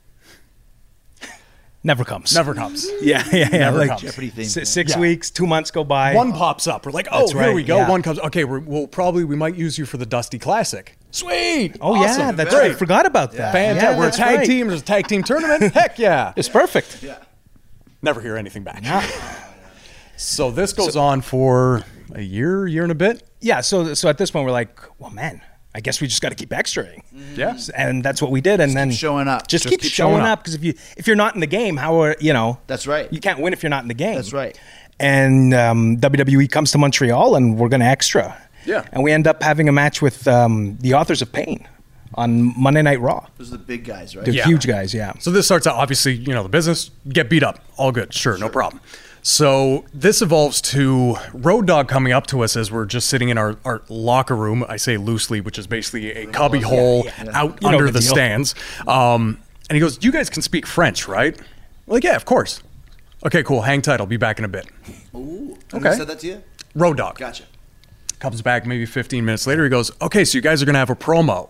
Speaker 2: Never comes.
Speaker 3: Never comes.
Speaker 2: Yeah, yeah, yeah.
Speaker 3: Never
Speaker 2: like
Speaker 3: comes.
Speaker 1: Jeopardy theme.
Speaker 2: si- six
Speaker 3: Yeah.
Speaker 2: weeks, two months go by.
Speaker 3: One pops up. We're like, oh,
Speaker 2: That's
Speaker 3: here
Speaker 2: right,
Speaker 3: we go.
Speaker 2: yeah.
Speaker 3: One comes. Okay, we're, we'll probably we might use you for the Dusty Classic. Sweet.
Speaker 2: Oh yeah,
Speaker 3: Awesome.
Speaker 2: that's
Speaker 3: Great.
Speaker 2: right. Forgot about that.
Speaker 3: Fantastic.
Speaker 2: Yeah,
Speaker 3: we're a
Speaker 2: that's
Speaker 3: tag
Speaker 2: right.
Speaker 3: team. There's a tag team tournament. Heck yeah.
Speaker 2: It's perfect.
Speaker 3: Never hear anything back. So this goes on for a year, year and a bit.
Speaker 2: Yeah. So so at this point we're like, well, man, I guess we just got to keep extraing.
Speaker 3: Yeah.
Speaker 2: And that's what we did. And then
Speaker 1: showing up.
Speaker 2: Just,
Speaker 1: Just
Speaker 2: keep,
Speaker 1: keep
Speaker 2: showing
Speaker 1: showing
Speaker 2: up because if you if you're not in the game, how are you know?
Speaker 1: That's right.
Speaker 2: You can't win if you're not in the game.
Speaker 1: That's right.
Speaker 2: And um, WWE comes to Montreal, and we're going to extra.
Speaker 3: Yeah.
Speaker 2: And we end up having a match with um, the authors of Pain on Monday Night Raw.
Speaker 1: Those are the big guys, right?
Speaker 2: They're
Speaker 3: Yeah.
Speaker 2: huge guys. Yeah.
Speaker 3: So this starts out obviously, you know, the business get beat up, all good, sure, no problem. So this evolves to Road Dog coming up to us as we're just sitting in our, our locker room. I say loosely, which is basically a cubby hole out
Speaker 2: You know
Speaker 3: under
Speaker 2: the
Speaker 3: the,
Speaker 2: deal.
Speaker 3: stands. Um, and he goes, "You guys can speak French, right?" We're like, yeah, of course. Okay, cool. Hang tight. I'll be back in a bit.
Speaker 1: Ooh.
Speaker 3: Okay.
Speaker 1: said that to you?
Speaker 3: Road Dog
Speaker 1: Gotcha.
Speaker 3: comes back maybe 15 minutes later. He goes, "Okay, so you guys are gonna have a promo."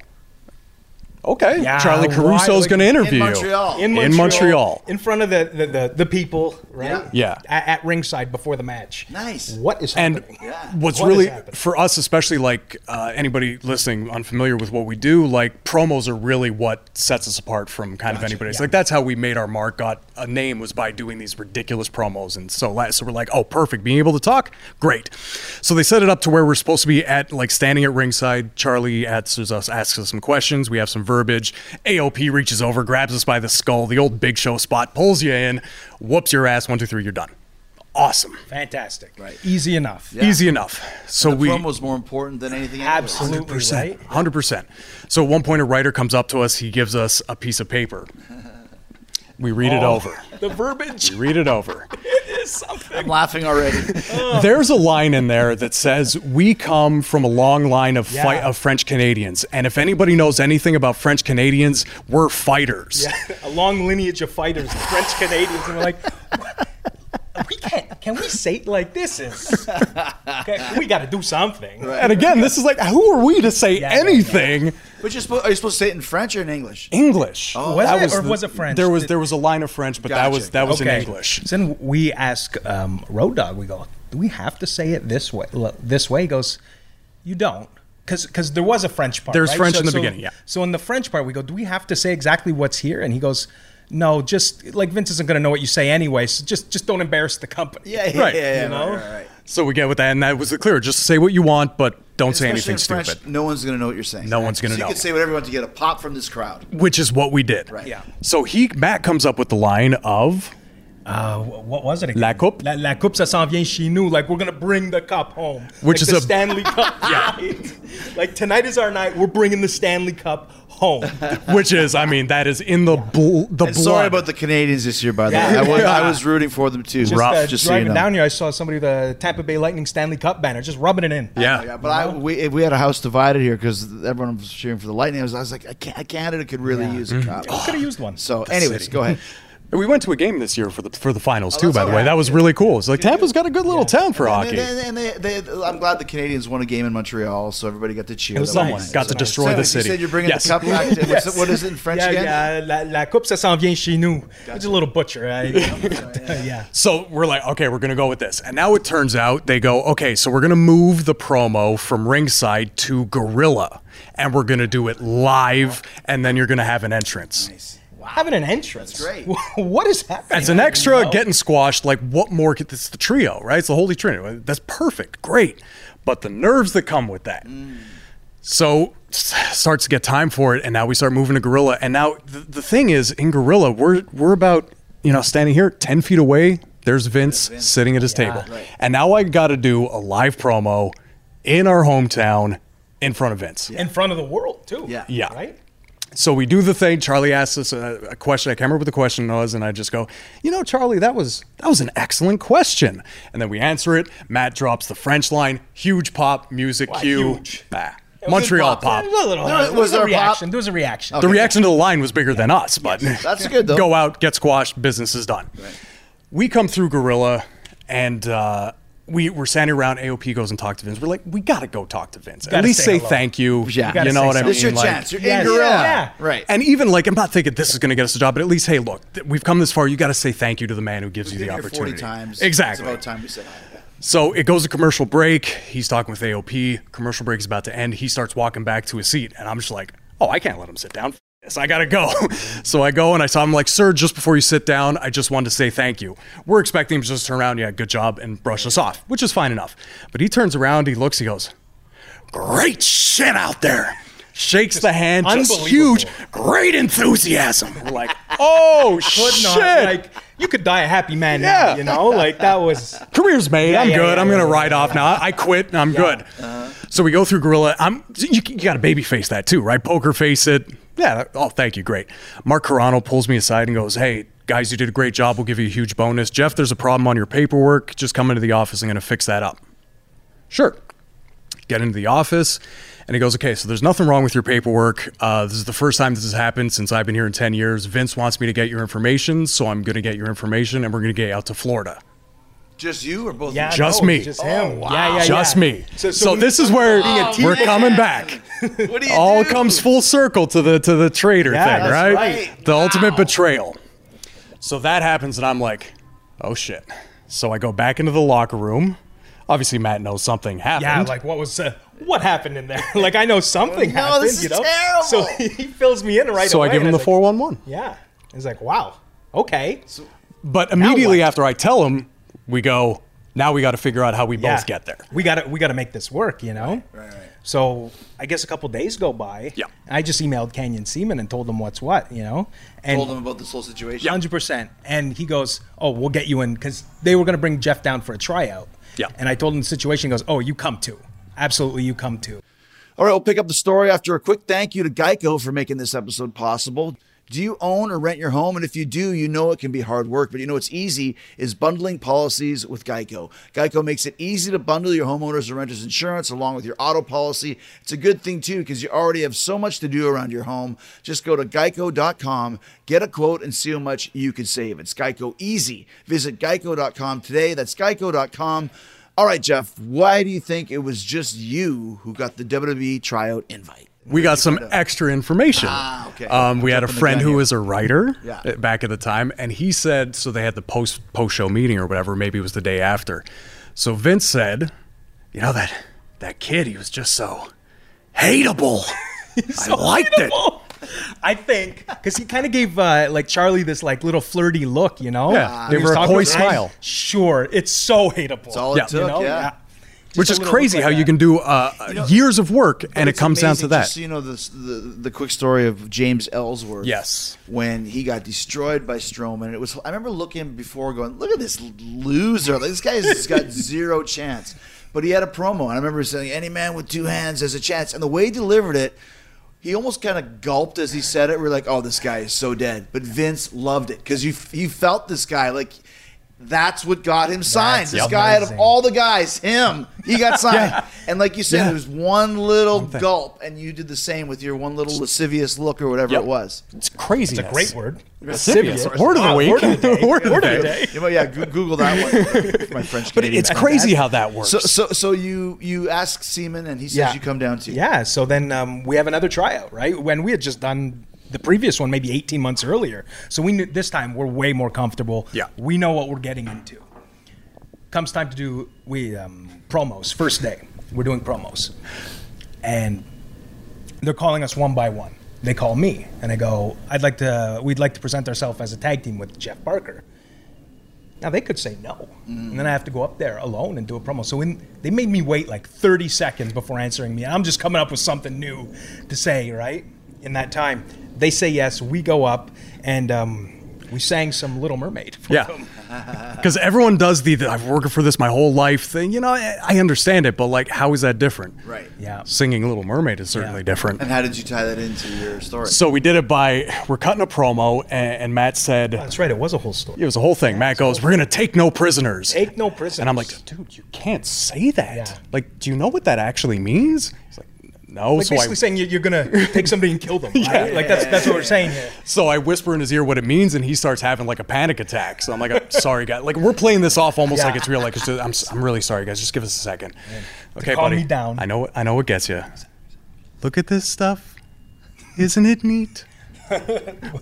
Speaker 3: Okay,
Speaker 2: Yeah,
Speaker 3: Charlie
Speaker 2: Uh, why-
Speaker 3: Caruso's
Speaker 2: like-
Speaker 3: gonna interview
Speaker 1: In
Speaker 3: you.
Speaker 1: Montreal.
Speaker 3: In Montreal.
Speaker 2: in front of the the, the, the people, right?
Speaker 3: Yeah. Yeah.
Speaker 2: At, at ringside before the match.
Speaker 1: Nice.
Speaker 2: What is
Speaker 3: And
Speaker 2: happening?
Speaker 3: what's
Speaker 2: What is
Speaker 3: really
Speaker 2: happening?
Speaker 3: for us, especially like uh, anybody listening unfamiliar with what we do, like promos are really what sets us apart from kind of anybody. It's like that's how we made our mark, got a name was by doing these ridiculous promos, and so la- so we're like, oh, perfect, being able to talk, great. So they set it up to where we're supposed to be at, like standing at ringside. Charlie answers us, asks us some questions. We have some verbiage. AOP reaches over, grabs us by the skull, the old Big Show spot, pulls you in, whoops your ass, one, two, three, you're done. Awesome.
Speaker 2: Fantastic. Right. Easy enough.
Speaker 3: Easy enough. So we
Speaker 1: Promo's more important than anything else.
Speaker 2: Absolutely. Right?
Speaker 3: Hundred percent. So at one point, a writer comes up to us. He gives us a piece of paper. We read
Speaker 2: Oh.
Speaker 3: it over.
Speaker 2: The verbiage
Speaker 3: Read it over.
Speaker 2: is something.
Speaker 1: I'm laughing already.
Speaker 2: Oh.
Speaker 3: There's a line in there that says, "We come from a long line of
Speaker 2: Yeah.
Speaker 3: fight of French Canadians, and if anybody knows anything about French Canadians, we're fighters."
Speaker 2: a long lineage of fighters, French Canadians, and we're like, what? we can't. Can we say like this is? Okay, we got to do something.
Speaker 3: And again, this is like, who are we to say
Speaker 2: Yeah, yeah,
Speaker 3: anything
Speaker 1: but you're supposed, are you supposed to say it in French or in English?
Speaker 3: English?
Speaker 2: Oh. Was
Speaker 3: That
Speaker 2: it, or was it French?
Speaker 3: There was
Speaker 2: Did-
Speaker 3: there was a line of French, but that
Speaker 1: Gotcha,
Speaker 3: was that was
Speaker 2: Okay.
Speaker 3: in English.
Speaker 2: So then we ask um, Road Dog. We go, do we have to say it this way? L- This way He goes, you don't. Because there was a French part.
Speaker 3: There's
Speaker 2: right?
Speaker 3: French in the beginning, yeah.
Speaker 2: So in the French part, we go, do we have to say exactly what's here? And he goes, no, just like Vince isn't going to know what you say anyway. So just just don't embarrass the company.
Speaker 1: Yeah, yeah,
Speaker 3: Right.
Speaker 1: yeah, yeah,
Speaker 2: You know?
Speaker 1: right, right, right.
Speaker 3: So we get with that, and that was the clear. Just say what you want, but don't
Speaker 1: Especially
Speaker 3: say anything
Speaker 1: in
Speaker 3: stupid.
Speaker 1: French, No one's going to know what you're saying.
Speaker 3: No one's gonna
Speaker 1: So
Speaker 3: know.
Speaker 1: You can say whatever you want to get a pop from this crowd.
Speaker 3: which is what we did.
Speaker 1: Right.
Speaker 2: Yeah.
Speaker 3: So he Matt comes up with the line of
Speaker 2: Uh, wh- what was it again?
Speaker 3: La coupe?
Speaker 2: La, la coupe, ça s'en vient chez nous. Like, we're going to bring the cup home. Like
Speaker 3: Which is
Speaker 2: the
Speaker 3: a-
Speaker 2: Stanley Cup. yeah. Like, tonight is our night. We're bringing the Stanley Cup home.
Speaker 3: which is I mean that is in the bl- the
Speaker 1: And
Speaker 3: blood.
Speaker 1: sorry about the Canadians this year, by the
Speaker 2: Yeah.
Speaker 1: way. I was,
Speaker 2: Yeah.
Speaker 1: I was rooting for them too.
Speaker 2: just, uh,
Speaker 1: just so you
Speaker 2: driving
Speaker 1: know.
Speaker 2: down here, I saw somebody with a Tampa Bay Lightning Stanley Cup banner, just rubbing it in.
Speaker 3: yeah.
Speaker 1: Yeah, but I, we we had a house divided here because everyone was cheering for the Lightning. I was, I was like, I can't, Canada could really use
Speaker 3: Mm-hmm.
Speaker 1: a cop.
Speaker 3: Oh,
Speaker 2: could have used one.
Speaker 1: So, anyways, go ahead.
Speaker 3: We went to a game this year for the for the finals too.
Speaker 1: Oh, that's
Speaker 3: By
Speaker 1: all
Speaker 3: the way,
Speaker 1: right.
Speaker 3: that was really cool. It's like Tampa's got a good little town for
Speaker 1: And,
Speaker 3: hockey.
Speaker 1: they, and they, they, I'm glad the Canadians won a game in Montreal, so everybody got to cheer.
Speaker 2: was
Speaker 1: That
Speaker 2: nice.
Speaker 1: won.
Speaker 3: got
Speaker 2: That's
Speaker 3: to
Speaker 2: what I
Speaker 3: destroy
Speaker 1: Sam,
Speaker 3: the
Speaker 1: you
Speaker 3: city.
Speaker 1: said you're bringing
Speaker 3: Yes.
Speaker 1: the cup. back to- what's- What is it in French
Speaker 2: yeah,
Speaker 1: again?
Speaker 2: yeah, la, la coupe, ça s'en vient chez nous. It's a little butcher, right? yeah.
Speaker 3: So we're like, okay, we're gonna go with this. And now it turns out they go, okay, so we're gonna move the promo from ringside to Gorilla, and we're gonna do it live, and then you're gonna have an entrance.
Speaker 2: Having an entrance.
Speaker 1: That's great.
Speaker 2: what is happening?
Speaker 3: As an extra
Speaker 2: No.
Speaker 3: getting squashed, like what more could this the trio, right? It's the holy trinity. That's perfect, great. But the nerves that come with that. So s- starts to get time for it, and now we start moving to gorilla. And now the, the thing is, in gorilla, we're we're about you know standing here ten feet away. There's Vince, sitting at his table, and now I got to do a live promo in our hometown in front of Vince.
Speaker 2: In front of the world, too.
Speaker 1: Yeah.
Speaker 3: Yeah.
Speaker 2: Right?
Speaker 3: So we do the thing. Charlie asks us a, a question. I can't remember what the question was, and I just go, "You know, Charlie, that was that was an excellent question." And then we answer it. Matt drops the French line. Huge pop music
Speaker 2: Wow,
Speaker 3: cue.
Speaker 2: huge.
Speaker 3: Bah. Montreal
Speaker 1: good
Speaker 3: pop.
Speaker 2: There was a little-
Speaker 1: There was-
Speaker 2: there was
Speaker 1: there
Speaker 2: a
Speaker 1: a pop?
Speaker 2: reaction. There was a reaction.
Speaker 3: The reaction to the line was bigger than us, but
Speaker 1: That's good, though.
Speaker 3: Go out, get squashed, business is done. We come through Gorilla, and uh, we were standing around. AOP goes and talks to Vince. We're like, we gotta go talk to Vince. At
Speaker 2: gotta
Speaker 3: least
Speaker 2: say
Speaker 3: say,
Speaker 2: hello.
Speaker 3: thank you.
Speaker 1: Yeah. You
Speaker 3: you,
Speaker 1: gotta
Speaker 3: know
Speaker 2: say
Speaker 3: what I
Speaker 2: something.
Speaker 3: mean.
Speaker 1: This is your
Speaker 3: Like-
Speaker 1: chance. You're
Speaker 2: Yes.
Speaker 1: in gorilla.
Speaker 2: Yeah.
Speaker 1: Right.
Speaker 3: and even like, I'm not thinking this is going to get us a job, but at least, hey, look, th- we've come this far. You got to say thank you to the man who gives you the
Speaker 1: Been here
Speaker 3: opportunity.
Speaker 1: 40 times.
Speaker 3: Exactly.
Speaker 1: It's about time we said hi.
Speaker 3: So it goes to commercial break. He's talking with AOP. Commercial break is about to end. He starts walking back to his seat, and I'm just like, oh, I can't let him sit down. F- This, I gotta go. so I go and I saw him like, sir, just before you sit down, I just wanted to say thank you. We're expecting him to just turn around, yeah, good job, and brush us off, which is fine enough. But he turns around, he looks, he goes, great shit out there. Shakes the hand, just
Speaker 2: unbelievable.
Speaker 3: huge, great enthusiasm. We're like, oh shit!
Speaker 2: But not like you could die a happy man now,
Speaker 3: Yeah.
Speaker 2: you know? Like that was
Speaker 3: career's made. I'm
Speaker 2: yeah,
Speaker 3: good.
Speaker 2: yeah,
Speaker 3: I'm
Speaker 2: yeah,
Speaker 3: gonna
Speaker 2: yeah, Uh-huh.
Speaker 3: ride off now. I quit. and I'm good. So we go through gorilla. I'm. You, you got to baby face that too, right? Poker face it. Yeah. that- Oh, thank you. Great. Mark Carano pulls me aside and goes, "Hey." Guys, you did a great job. We'll give you a huge bonus. Jeff, there's a problem on your paperwork. Just come into the office. I'm going to fix that up. Sure. Get into the office. And he goes, Okay, so there's nothing wrong with your paperwork. Uh, this is the first time this has happened since I've been here in 10 years. Vince wants me to get your information, so I'm going to get your information and we're going to get you out to Florida.
Speaker 1: Just you or both?
Speaker 2: yeah,
Speaker 1: of you?
Speaker 3: Just
Speaker 2: no,
Speaker 3: me.
Speaker 2: Just him.
Speaker 1: wow.
Speaker 2: Yeah, yeah,
Speaker 3: just
Speaker 2: yeah.
Speaker 3: me.
Speaker 2: So-
Speaker 3: So,
Speaker 2: so we- Oh,
Speaker 3: this is where
Speaker 1: Being a
Speaker 3: we're
Speaker 1: team.
Speaker 3: coming back.
Speaker 1: What do you
Speaker 3: All
Speaker 1: do?
Speaker 3: comes full circle to the to the traitor
Speaker 2: Yeah,
Speaker 3: thing,
Speaker 2: that's
Speaker 3: right?
Speaker 1: right.
Speaker 3: The ultimate betrayal. So that happens, and I'm like, oh shit. So I go back into the locker room. Obviously, Matt knows something happened.
Speaker 2: Yeah, like what was uh, what happened in there? like I know something
Speaker 1: No,
Speaker 2: happened.
Speaker 1: this
Speaker 2: you
Speaker 1: is
Speaker 2: know?
Speaker 1: terrible.
Speaker 2: So he fills me in right
Speaker 3: so
Speaker 2: away.
Speaker 3: I give
Speaker 2: and
Speaker 3: him the
Speaker 2: was like,
Speaker 3: four one one.
Speaker 2: Yeah. He's like, wow. Okay.
Speaker 3: But immediately
Speaker 2: what?
Speaker 3: after I tell him, we go. Now we got to figure out how we
Speaker 2: Yeah.
Speaker 3: both get there.
Speaker 2: We gotta we gotta make this work, you know?
Speaker 1: right.
Speaker 2: So I guess a couple days go by.
Speaker 3: Yeah.
Speaker 2: And I just emailed Canyon Seaman and told him what's what, you know? And
Speaker 1: Told him about this whole situation.
Speaker 2: hundred percent. And he goes, "Oh, we'll get you in," because they were going to bring Jeff down for a tryout.
Speaker 3: Yeah.
Speaker 2: And I told him the situation. He goes, "Oh, you come to, absolutely, you come to."
Speaker 1: All right, we'll pick up the story after a quick thank you to Geico for making this episode possible. Do you own or rent your home? And if you do, you know it can be hard work, but you know it's easy is bundling policies with Geico. Geico makes it easy to bundle your homeowners or renters insurance along with your auto policy. It's a good thing too because you already have so much to do around your home. Just go to geico.com, get a quote and see how much you can save. It's Geico easy. Visit geico.com today. That's geico.com. All right, Jeff, why do you think it was just you who got the WWE tryout invite?
Speaker 3: we got some extra information.
Speaker 1: Ah, okay.
Speaker 3: Um, we had a friend who was a writer
Speaker 1: Yeah.
Speaker 3: uh, back at the time, and he said so they had the post post show meeting or whatever. Maybe it was the day after. So Vince said, "You know that that kid, he was just so hateable. I liked it.
Speaker 2: I think because he kind of gave uh, like Charlie this like little flirty look, you know?
Speaker 3: Yeah,
Speaker 2: When
Speaker 3: they
Speaker 2: he was
Speaker 3: were a
Speaker 2: talking
Speaker 3: coy
Speaker 2: with-
Speaker 3: smile.
Speaker 2: Sure, it's so hateable. It's
Speaker 1: all it took, yeah.
Speaker 3: Which is crazy how you can do uh, years of work and it
Speaker 1: It's
Speaker 3: comes down to
Speaker 1: amazing,
Speaker 3: that.
Speaker 1: Just so you know, this, the the quick story of James Ellsworth.
Speaker 3: Yes.
Speaker 1: when he got destroyed by Strowman, it was. I remember looking before, going, "Look at this loser! Like, this guy's got zero chance." But he had a promo, and I remember saying, "Any man with two hands has a chance." And the way he delivered it, he almost kind of gulped as he said it. We're like, "Oh, this guy is so dead." But Vince loved it because you you felt this guy like. That's what got him signed.
Speaker 2: That's
Speaker 1: this guy, out of
Speaker 2: amazing.
Speaker 1: all the guys, him, he got signed. And like you said,
Speaker 3: Yeah.
Speaker 1: it was one little
Speaker 3: thing.
Speaker 1: gulp, and you did the same with your one little lascivious look or whatever
Speaker 3: Yep.
Speaker 1: it was.
Speaker 3: It's crazy.
Speaker 2: It's a great word.
Speaker 3: Lascivious.
Speaker 2: Lascivious.
Speaker 3: Word of the
Speaker 2: Wow,
Speaker 3: week.
Speaker 2: word of the day.
Speaker 3: Word of the
Speaker 2: Word of the
Speaker 3: day.
Speaker 2: day.
Speaker 1: You know, yeah, go- Google that one. My French,
Speaker 3: But
Speaker 1: Canadian
Speaker 3: it's
Speaker 1: friend.
Speaker 3: crazy how that works.
Speaker 1: So, so, so you you ask Seaman, and he says
Speaker 2: Yeah.
Speaker 1: you come down to you.
Speaker 2: Yeah. So then um, we have another tryout, right? When we had just done the previous one, maybe 18 months earlier. So we knew this time we're way more comfortable.
Speaker 3: Yeah.
Speaker 2: We know what we're getting into. Comes time to do we um, promos. First day, we're doing promos, and they're calling us one by one. They call me, and I go, "I'd like to. We'd like to present ourselves as a tag team with Jeff Barker." Now they could say no, and then I have to go up there alone and do a promo. So in, they made me wait like 30 seconds before answering me, and I'm just coming up with something new to say. Right in that time, they say yes. We go up, and um, we sang some Little Mermaid. For them.
Speaker 3: Yeah. Because everyone does the, the I've worked for this my whole life thing. You know, I, I understand it, but like, how is that different?
Speaker 1: Right.
Speaker 2: yeah.
Speaker 3: Singing Little Mermaid is certainly
Speaker 2: Yeah.
Speaker 3: different.
Speaker 1: And how did you tie that into your story?
Speaker 3: So we did it by, we're cutting a promo, and, and Matt said,
Speaker 2: That's right. It was a whole story.
Speaker 3: it was a whole thing. Matt goes, we're going to take no prisoners.
Speaker 2: Take no prisoners.
Speaker 3: And I'm like, dude, you can't say that.
Speaker 2: Yeah.
Speaker 3: Like, do you know what that actually means? He's like, No,
Speaker 2: Like
Speaker 3: so
Speaker 2: basically
Speaker 3: I
Speaker 2: saying you- you're gonna take somebody and kill them, right? like that's that's what we're saying here.
Speaker 3: so I whisper in his ear what it means, and he starts having like a panic attack. So I'm like, I'm sorry, guy. Like we're playing this off almost
Speaker 2: Yeah.
Speaker 3: like it's real. Like it's just, I'm, s- I'm really sorry, guys. Just give us a second. Okay,
Speaker 2: calm
Speaker 3: buddy.
Speaker 2: me down.
Speaker 3: I know, I know what gets you. Look at this stuff. Isn't it neat?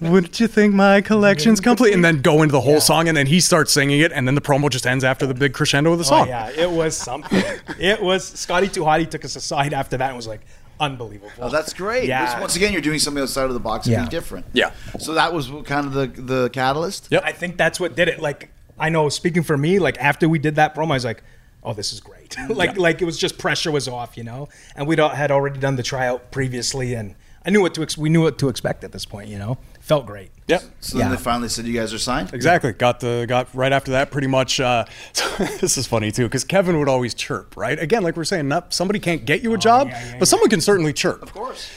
Speaker 3: Wouldn't you think my collection's complete? And then go into the whole song, and then he starts singing it, and then the promo just ends after the big crescendo of the song.
Speaker 2: Oh, yeah, it was something. it was Scotty Tuhati took us aside after that and was like, unbelievable.
Speaker 1: Oh, that's great.
Speaker 2: Yeah.
Speaker 1: Because Once again, you're doing something outside of the box and
Speaker 2: Yeah.
Speaker 1: be different.
Speaker 3: Yeah.
Speaker 1: So that was what kind of the the catalyst.
Speaker 3: Yep.
Speaker 2: I think that's what did it. Like I know, speaking for me, like after we did that promo, I was like, "Oh, this is great." like like it was just pressure was off, you know. And we had already done the tryout previously, and I knew what to ex- we knew what to expect at this point, you know. Felt great.
Speaker 3: Yep.
Speaker 1: So then
Speaker 2: Yeah.
Speaker 1: they finally said you guys are signed.
Speaker 3: Exactly. Got the got right after that. Pretty much. Uh, this is funny too because Kevin would always chirp. Right. Again, like we're saying, not, somebody can't get you a job,
Speaker 2: yeah, yeah,
Speaker 3: but someone can certainly chirp.
Speaker 1: Of course.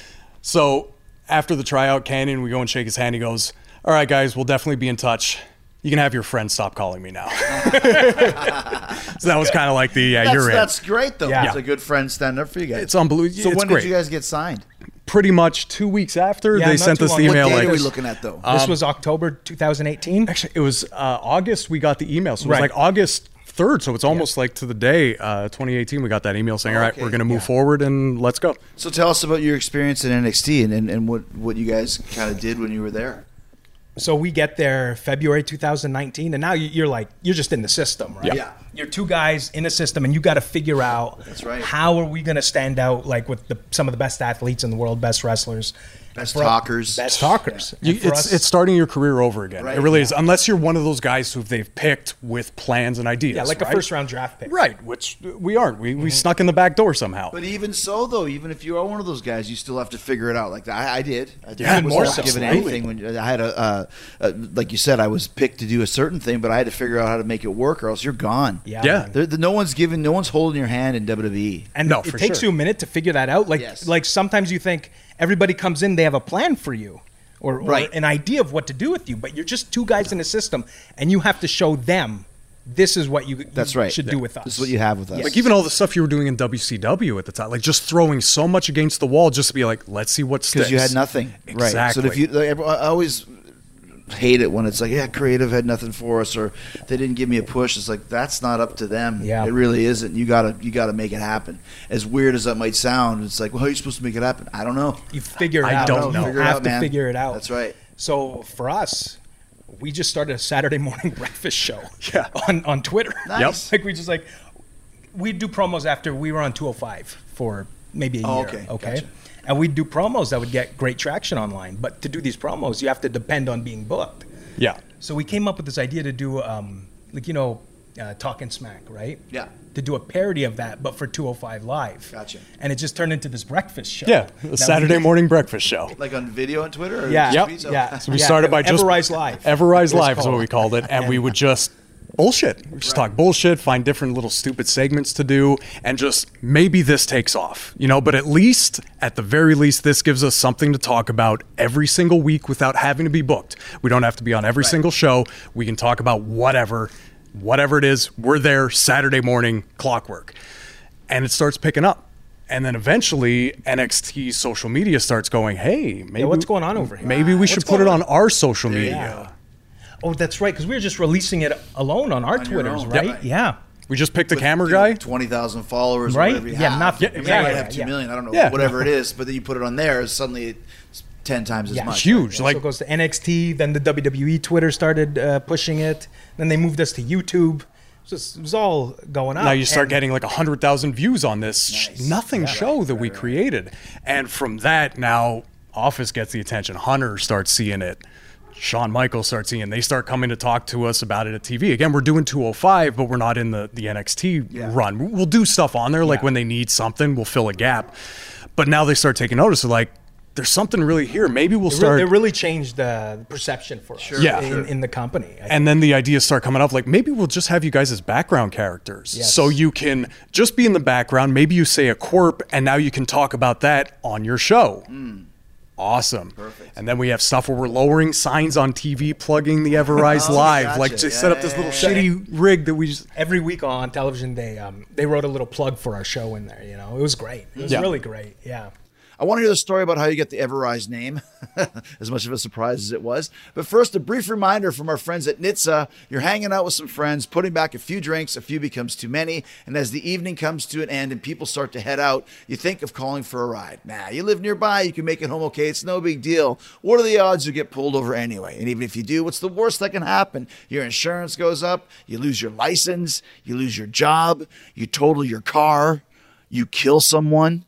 Speaker 3: So after the tryout, Canyon, we go and shake his hand. He goes, "All right, guys, we'll definitely be in touch. You can have your friends stop calling me now." so that was kind of like the yeah,
Speaker 1: That's,
Speaker 3: you're in.
Speaker 1: that's great though.
Speaker 2: Yeah.
Speaker 1: It's a good friend stand up for you guys.
Speaker 3: It's unbelievable.
Speaker 1: So
Speaker 3: it's
Speaker 1: when
Speaker 3: great.
Speaker 1: did you guys get signed?
Speaker 3: Pretty much two weeks after
Speaker 2: Yeah,
Speaker 3: they
Speaker 2: not
Speaker 3: sent
Speaker 2: too
Speaker 3: us the
Speaker 2: long. What
Speaker 3: email.
Speaker 1: Date
Speaker 3: like, uh,
Speaker 1: are we looking at though?
Speaker 2: This was October 2018.
Speaker 3: Actually, it was uh, August. We got the email, so it was
Speaker 2: Right.
Speaker 3: like August third. So it's almost like to the day, uh, 2018. We got that email saying, "All right,
Speaker 1: Okay,
Speaker 3: we're going to move forward and let's go."
Speaker 1: so tell us about your experience in NXT and, and, and what what you guys kind of did when you were there.
Speaker 2: So we get there February 2019, and now you- you're like you're just in the system, right?
Speaker 3: Yeah.
Speaker 1: Yeah.
Speaker 2: You're two guys in a system, and you got to figure out
Speaker 1: That's right.
Speaker 2: how are we going to stand out, like with the, some of the best athletes in the world, best wrestlers,
Speaker 1: Best
Speaker 2: And for-
Speaker 1: talkers.
Speaker 2: best talkers.
Speaker 3: You,
Speaker 2: And for
Speaker 3: it's
Speaker 2: us-
Speaker 3: it's starting your career over again.
Speaker 1: Right,
Speaker 3: it really is, unless you're one of those guys who they've picked with plans and ideas.
Speaker 2: yeah, like
Speaker 3: right?
Speaker 2: a first round draft pick.
Speaker 3: Right, which we aren't. We, we snuck in the back door somehow.
Speaker 1: But even so, though, even if you are one of those guys, you still have to figure it out. Like I, I did. I did.
Speaker 3: Yeah,
Speaker 1: I was
Speaker 3: more
Speaker 1: not
Speaker 3: so.
Speaker 1: given
Speaker 3: Absolutely.
Speaker 1: anything when I had a, uh, uh, like you said, I was picked to do a certain thing, but I had to figure out how to make it work, or else you're gone.
Speaker 2: Yeah.
Speaker 3: Yeah.
Speaker 1: There, the, no one's giving, no one's holding your hand in E. WWE.
Speaker 2: And
Speaker 3: No,
Speaker 2: it
Speaker 3: for
Speaker 2: takes
Speaker 3: sure.
Speaker 2: you a minute to figure that out. Like
Speaker 1: Yes.
Speaker 2: like sometimes you think everybody comes in, they have a plan for you. Or, or
Speaker 1: Right.
Speaker 2: an idea of what to do with you, but you're just two guys in a system, and you have to show them this is what you
Speaker 1: That's
Speaker 2: you
Speaker 1: right.
Speaker 2: should do with us.
Speaker 1: This is what you have with us.
Speaker 3: Like even all the stuff you were doing in WCW at the time, like just throwing so much against the wall, just to be like, let's see what sticks.
Speaker 1: because you had nothing, right? So
Speaker 3: Exactly.
Speaker 1: if you, like, everyone- I always hate it when it's like, yeah, creative had nothing for us, or they didn't give me a push. It's like that's not up to them.
Speaker 2: Yeah.
Speaker 1: it really isn't. You gotta, you gotta make it happen. As weird as that might sound, it's like, well, how are you supposed to make it happen? I don't know.
Speaker 2: You figure it
Speaker 3: I
Speaker 2: out.
Speaker 3: don't know.
Speaker 2: You
Speaker 1: Figure it
Speaker 2: have
Speaker 1: out,
Speaker 2: to
Speaker 1: man.
Speaker 2: figure it out.
Speaker 1: That's right.
Speaker 2: So for us, we just started a Saturday morning breakfast show yeah. on, on Twitter.
Speaker 1: Nice.
Speaker 2: Like we just like we'd do promos after we were on 205 for maybe a
Speaker 1: Oh,
Speaker 2: year.
Speaker 1: okay.
Speaker 2: Okay.
Speaker 1: Gotcha.
Speaker 2: And we'd do promos that would get great traction online. But to do these promos, you have to depend on being booked.
Speaker 3: Yeah.
Speaker 2: So we came up with this idea to do um, like you know, uh, talking smack, right?
Speaker 1: Yeah.
Speaker 2: To do a parody of that, but for 205 Live.
Speaker 1: Gotcha.
Speaker 2: And it just turned into this breakfast show.
Speaker 3: Yeah.
Speaker 2: that
Speaker 3: The
Speaker 2: we
Speaker 3: Saturday
Speaker 2: did.
Speaker 3: morning breakfast show.
Speaker 1: Like on video on Twitter. Or
Speaker 2: Yeah.
Speaker 1: just
Speaker 3: Yep.
Speaker 1: tweets?
Speaker 2: Yeah.
Speaker 1: Okay.
Speaker 3: So we started by just
Speaker 2: Everrise Live.
Speaker 3: Everrise
Speaker 2: It was
Speaker 3: Live is what
Speaker 2: called.
Speaker 3: we called it, and we would just bullshit. We just talk bullshit, find different little stupid segments to do, and just maybe this takes off, you know. But at least, at the very least, this gives us something to talk about every single week without having to be booked. We don't have to be on every single show. We can talk about whatever, whatever it is. We're there Saturday morning, clockwork, and it starts picking up. And then eventually, NXT social media starts going, "Hey, maybe
Speaker 2: what's going on over here?
Speaker 3: Maybe we
Speaker 2: What's
Speaker 3: should put it
Speaker 2: going
Speaker 3: on our social media."
Speaker 2: Oh, that's right, because we were just releasing it alone on our
Speaker 1: your
Speaker 2: Twitters,
Speaker 1: own,
Speaker 2: right?
Speaker 1: right.
Speaker 2: Yeah.
Speaker 3: We just picked the camera
Speaker 1: you know,
Speaker 3: guy.
Speaker 1: twenty thousand followers,
Speaker 2: Right?
Speaker 1: Whatever you
Speaker 2: Yeah,
Speaker 1: have.
Speaker 2: nothing.
Speaker 1: I mean,
Speaker 2: Yeah,
Speaker 1: you might
Speaker 2: yeah,
Speaker 1: have two
Speaker 2: yeah.
Speaker 1: million. I don't know,
Speaker 3: Yeah.
Speaker 1: whatever it is. But then you put it on there, suddenly it's ten times as
Speaker 2: Yeah.
Speaker 1: much.
Speaker 3: Huge.
Speaker 2: So
Speaker 3: Like
Speaker 2: it goes to NXT, then the WWE Twitter started uh, pushing it, then they moved us to YouTube. So it's- it was all going on.
Speaker 3: now you start
Speaker 2: and
Speaker 3: getting like 100,000 views on this sh- nothing show that we created. And from that now Office gets the attention. Hunter starts seeing it. Shawn Michaels starts seeing. They start coming to talk to us about it at TV. Again, we're doing 205, but we're not in the the NXT run. We- We'll do stuff on there like when they need something, we'll fill a gap. But now they start taking notice. They're like there's something really here. Maybe we'll
Speaker 2: It re-
Speaker 3: start
Speaker 2: it really changed the perception for us
Speaker 3: Yeah.
Speaker 2: in,
Speaker 3: sure.
Speaker 2: in the company. I
Speaker 3: and then the ideas start coming up like maybe we'll just have you guys as background characters
Speaker 2: Yes.
Speaker 3: so you can just be in the background maybe you say a quirp and now you can talk about that on your show
Speaker 1: Hmm.
Speaker 3: awesome perfect and then we have stuff where we're lowering signs on tv plugging the everrise live
Speaker 1: Oh, gotcha.
Speaker 3: like just set up this little shitty rig that we just
Speaker 2: every week on television they um, they wrote a little plug for our show in there you know it was great it was
Speaker 3: Yeah.
Speaker 2: really great yeah
Speaker 1: I want to hear the story about how you got the Everrise name, as much of a surprise as it was. But first, a brief reminder from our friends at Nitsa. You're hanging out with some friends, putting back a few drinks, a few becomes too many. And as the evening comes to an end and people start to head out, you think of calling for a ride. Nah, you live nearby, you can make it home okay. It's no big deal. What are the odds you get pulled over anyway? And even if you do, what's the worst that can happen? Your insurance goes up, you lose your license, you lose your job, you total your car, you kill someone.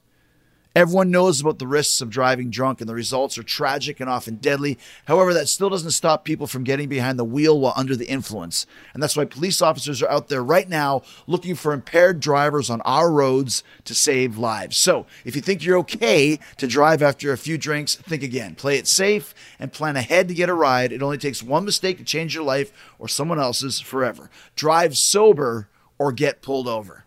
Speaker 1: Everyone knows about the risks of driving drunk, and the results are tragic and often deadly. However, that still doesn't stop people from getting behind the wheel while under the influence. And that's why police officers are out there right now looking for impaired drivers on our roads to save lives. So if you think you're okay to drive after a few drinks, think again. Play it safe and plan ahead to get a ride. It only takes one mistake to change your life or someone else's forever. Drive sober or get pulled over.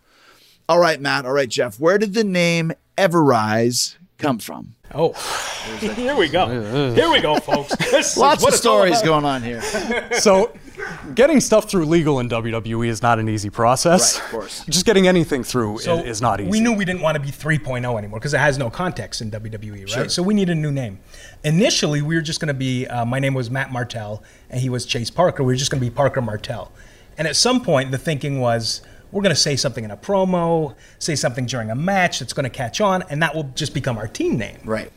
Speaker 1: All right, Matt. All right, Jeff. Where did the name Everrise come from?
Speaker 2: Oh, here we go. Here we go, folks. This is
Speaker 1: Lots
Speaker 2: what
Speaker 1: of
Speaker 2: it's all
Speaker 1: stories
Speaker 2: about.
Speaker 1: going on here.
Speaker 3: so getting stuff through legal in WWE is not an easy process.
Speaker 1: Right, of course.
Speaker 3: Just getting anything through i-
Speaker 2: So
Speaker 3: is, not easy.
Speaker 2: We knew we didn't want to be 3.0 anymore because it has no context in WWE, right? So we need a new name. Initially, we were just going to be, uh, my name was Matt Martell and he was Chase Parker. We were just going to be Parker Martell. And at some point, the thinking was, we're going to say something in a promo, say something during a match that's going to catch on, and that will just become our team name.
Speaker 1: Right.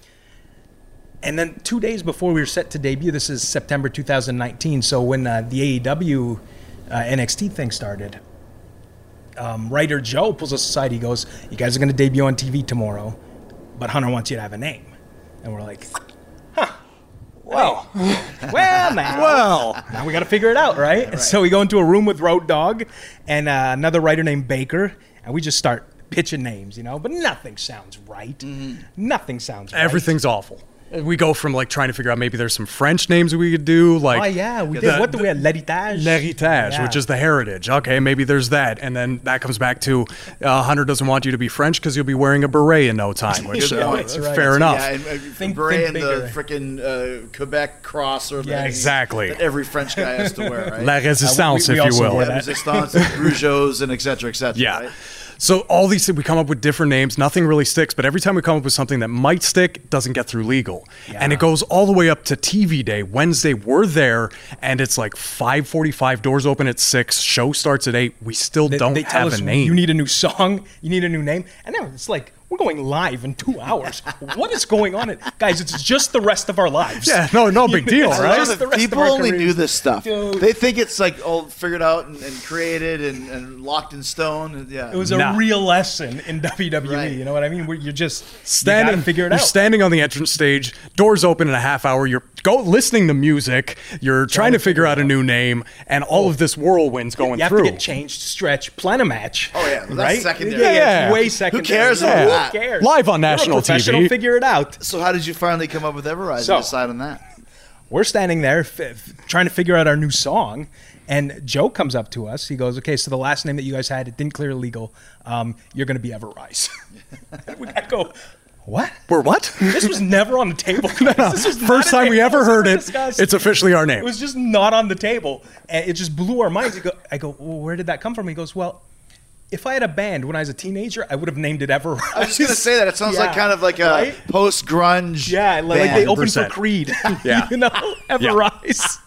Speaker 2: And then two days before we were set to debut, this is September 2019. So when uh, the AEW uh, NXT thing started, um, writer Joe pulls us aside. He goes, "You guys are going to debut on TV tomorrow, but Hunter wants you to have a name." And we're like, "Huh? Well, well, now, well, now we got to figure it out, right? So we go into a room with Road Dog and uh, another writer named Baker, and we just start pitching names, you know. But nothing sounds right. Nothing sounds right.
Speaker 3: Everything's awful. We go from like trying to figure out maybe there's some French names we could do, like
Speaker 2: Oh yeah, we
Speaker 3: the-
Speaker 2: did. What do
Speaker 3: the-
Speaker 2: we have? L'héritage.
Speaker 3: L'héritage,
Speaker 2: Yeah.
Speaker 3: which is the heritage. Okay, maybe there's that, and then that comes back to uh, Hunter doesn't want you to be French because you'll be wearing a beret in no time. Which,
Speaker 1: Good
Speaker 3: uh,
Speaker 1: point.
Speaker 3: fair
Speaker 2: Right.
Speaker 3: enough.
Speaker 1: Yeah, and, uh,
Speaker 2: Oh. Think-
Speaker 1: beret
Speaker 2: think
Speaker 1: and the
Speaker 2: bigger.
Speaker 1: freaking uh, Quebec cross or the
Speaker 2: Yeah,
Speaker 3: exactly.
Speaker 1: that every French guy has to wear, right?
Speaker 3: La resistance,
Speaker 2: we- we
Speaker 3: if you
Speaker 2: also
Speaker 3: will.
Speaker 2: wore
Speaker 1: Yeah, Resistance, and Rougeaus, and et cetera, et cetera.
Speaker 3: Yeah.
Speaker 1: Right?
Speaker 3: So all these things, we come up with different names. Nothing really sticks, but every time we come up with something that might stick, it doesn't get through legal, and it goes all the way up to TV day. Wednesday, we're there, and it's like five forty-five. Doors open at six. Show starts at eight. We still
Speaker 2: They,
Speaker 3: don't
Speaker 2: they tell
Speaker 3: have
Speaker 2: us
Speaker 3: a name.
Speaker 2: you need a new song, you need a new name, and now it's like we're going live in two hours. what is going on, in, guys? It's just the rest of our lives.
Speaker 3: yeah, no, no big deal,
Speaker 2: It's
Speaker 1: I love
Speaker 3: right?
Speaker 2: Just
Speaker 1: that
Speaker 2: the rest of
Speaker 1: people
Speaker 2: our
Speaker 1: only
Speaker 2: careers.
Speaker 1: knew this stuff.
Speaker 2: Dude.
Speaker 1: They think it's like all figured out and, and created and, and locked in stone. and- yeah.
Speaker 2: It was a
Speaker 3: Nah.
Speaker 2: real lesson in WWE.
Speaker 1: Right.
Speaker 2: You know what I mean? Where you're just
Speaker 3: standing,
Speaker 2: standing, you gotta figure it
Speaker 3: you're
Speaker 2: out.
Speaker 3: standing on the entrance stage. Doors open in a half hour. You're go listening to music. You're trying, to figure out a new name, and all of this whirlwinds going
Speaker 2: you have
Speaker 3: through.
Speaker 2: to get changed, stretch, plan a match.
Speaker 1: Oh, yeah, that's
Speaker 2: right.
Speaker 1: secondary.
Speaker 2: Yeah, yeah,
Speaker 3: Yeah.
Speaker 2: it's way secondary.
Speaker 1: cares
Speaker 2: Who
Speaker 1: about that?
Speaker 2: cares?
Speaker 3: Live on
Speaker 2: You're a
Speaker 3: national
Speaker 2: professional,
Speaker 3: TV.
Speaker 2: Figure it out.
Speaker 1: so how did you finally come up with Everrise
Speaker 2: So-
Speaker 1: and decide on that?
Speaker 2: we're standing there f- f- trying to figure out our new song and joe comes up to us he goes okay so the last name that you guys had it didn't clear legal um, you're going to be everrise we gotta go what
Speaker 3: We're what?
Speaker 2: this was never on the table guys. This was not
Speaker 3: First
Speaker 2: a
Speaker 3: time we
Speaker 2: table.
Speaker 3: ever
Speaker 2: This was
Speaker 3: heard
Speaker 2: not
Speaker 3: it.
Speaker 2: discussed.
Speaker 3: It's officially our name.
Speaker 2: it was just not on the table and it just blew our minds I go, I go well, where did that come from he goes well if i had a band when i was a teenager i would have named it everrise
Speaker 1: I was just gonna say that it sounds like
Speaker 2: Yeah.
Speaker 1: kind of like a
Speaker 2: Right?
Speaker 1: post grunge.
Speaker 2: yeah like, like they opened for
Speaker 3: 100%.
Speaker 2: creed
Speaker 3: Yeah.
Speaker 2: you know everrise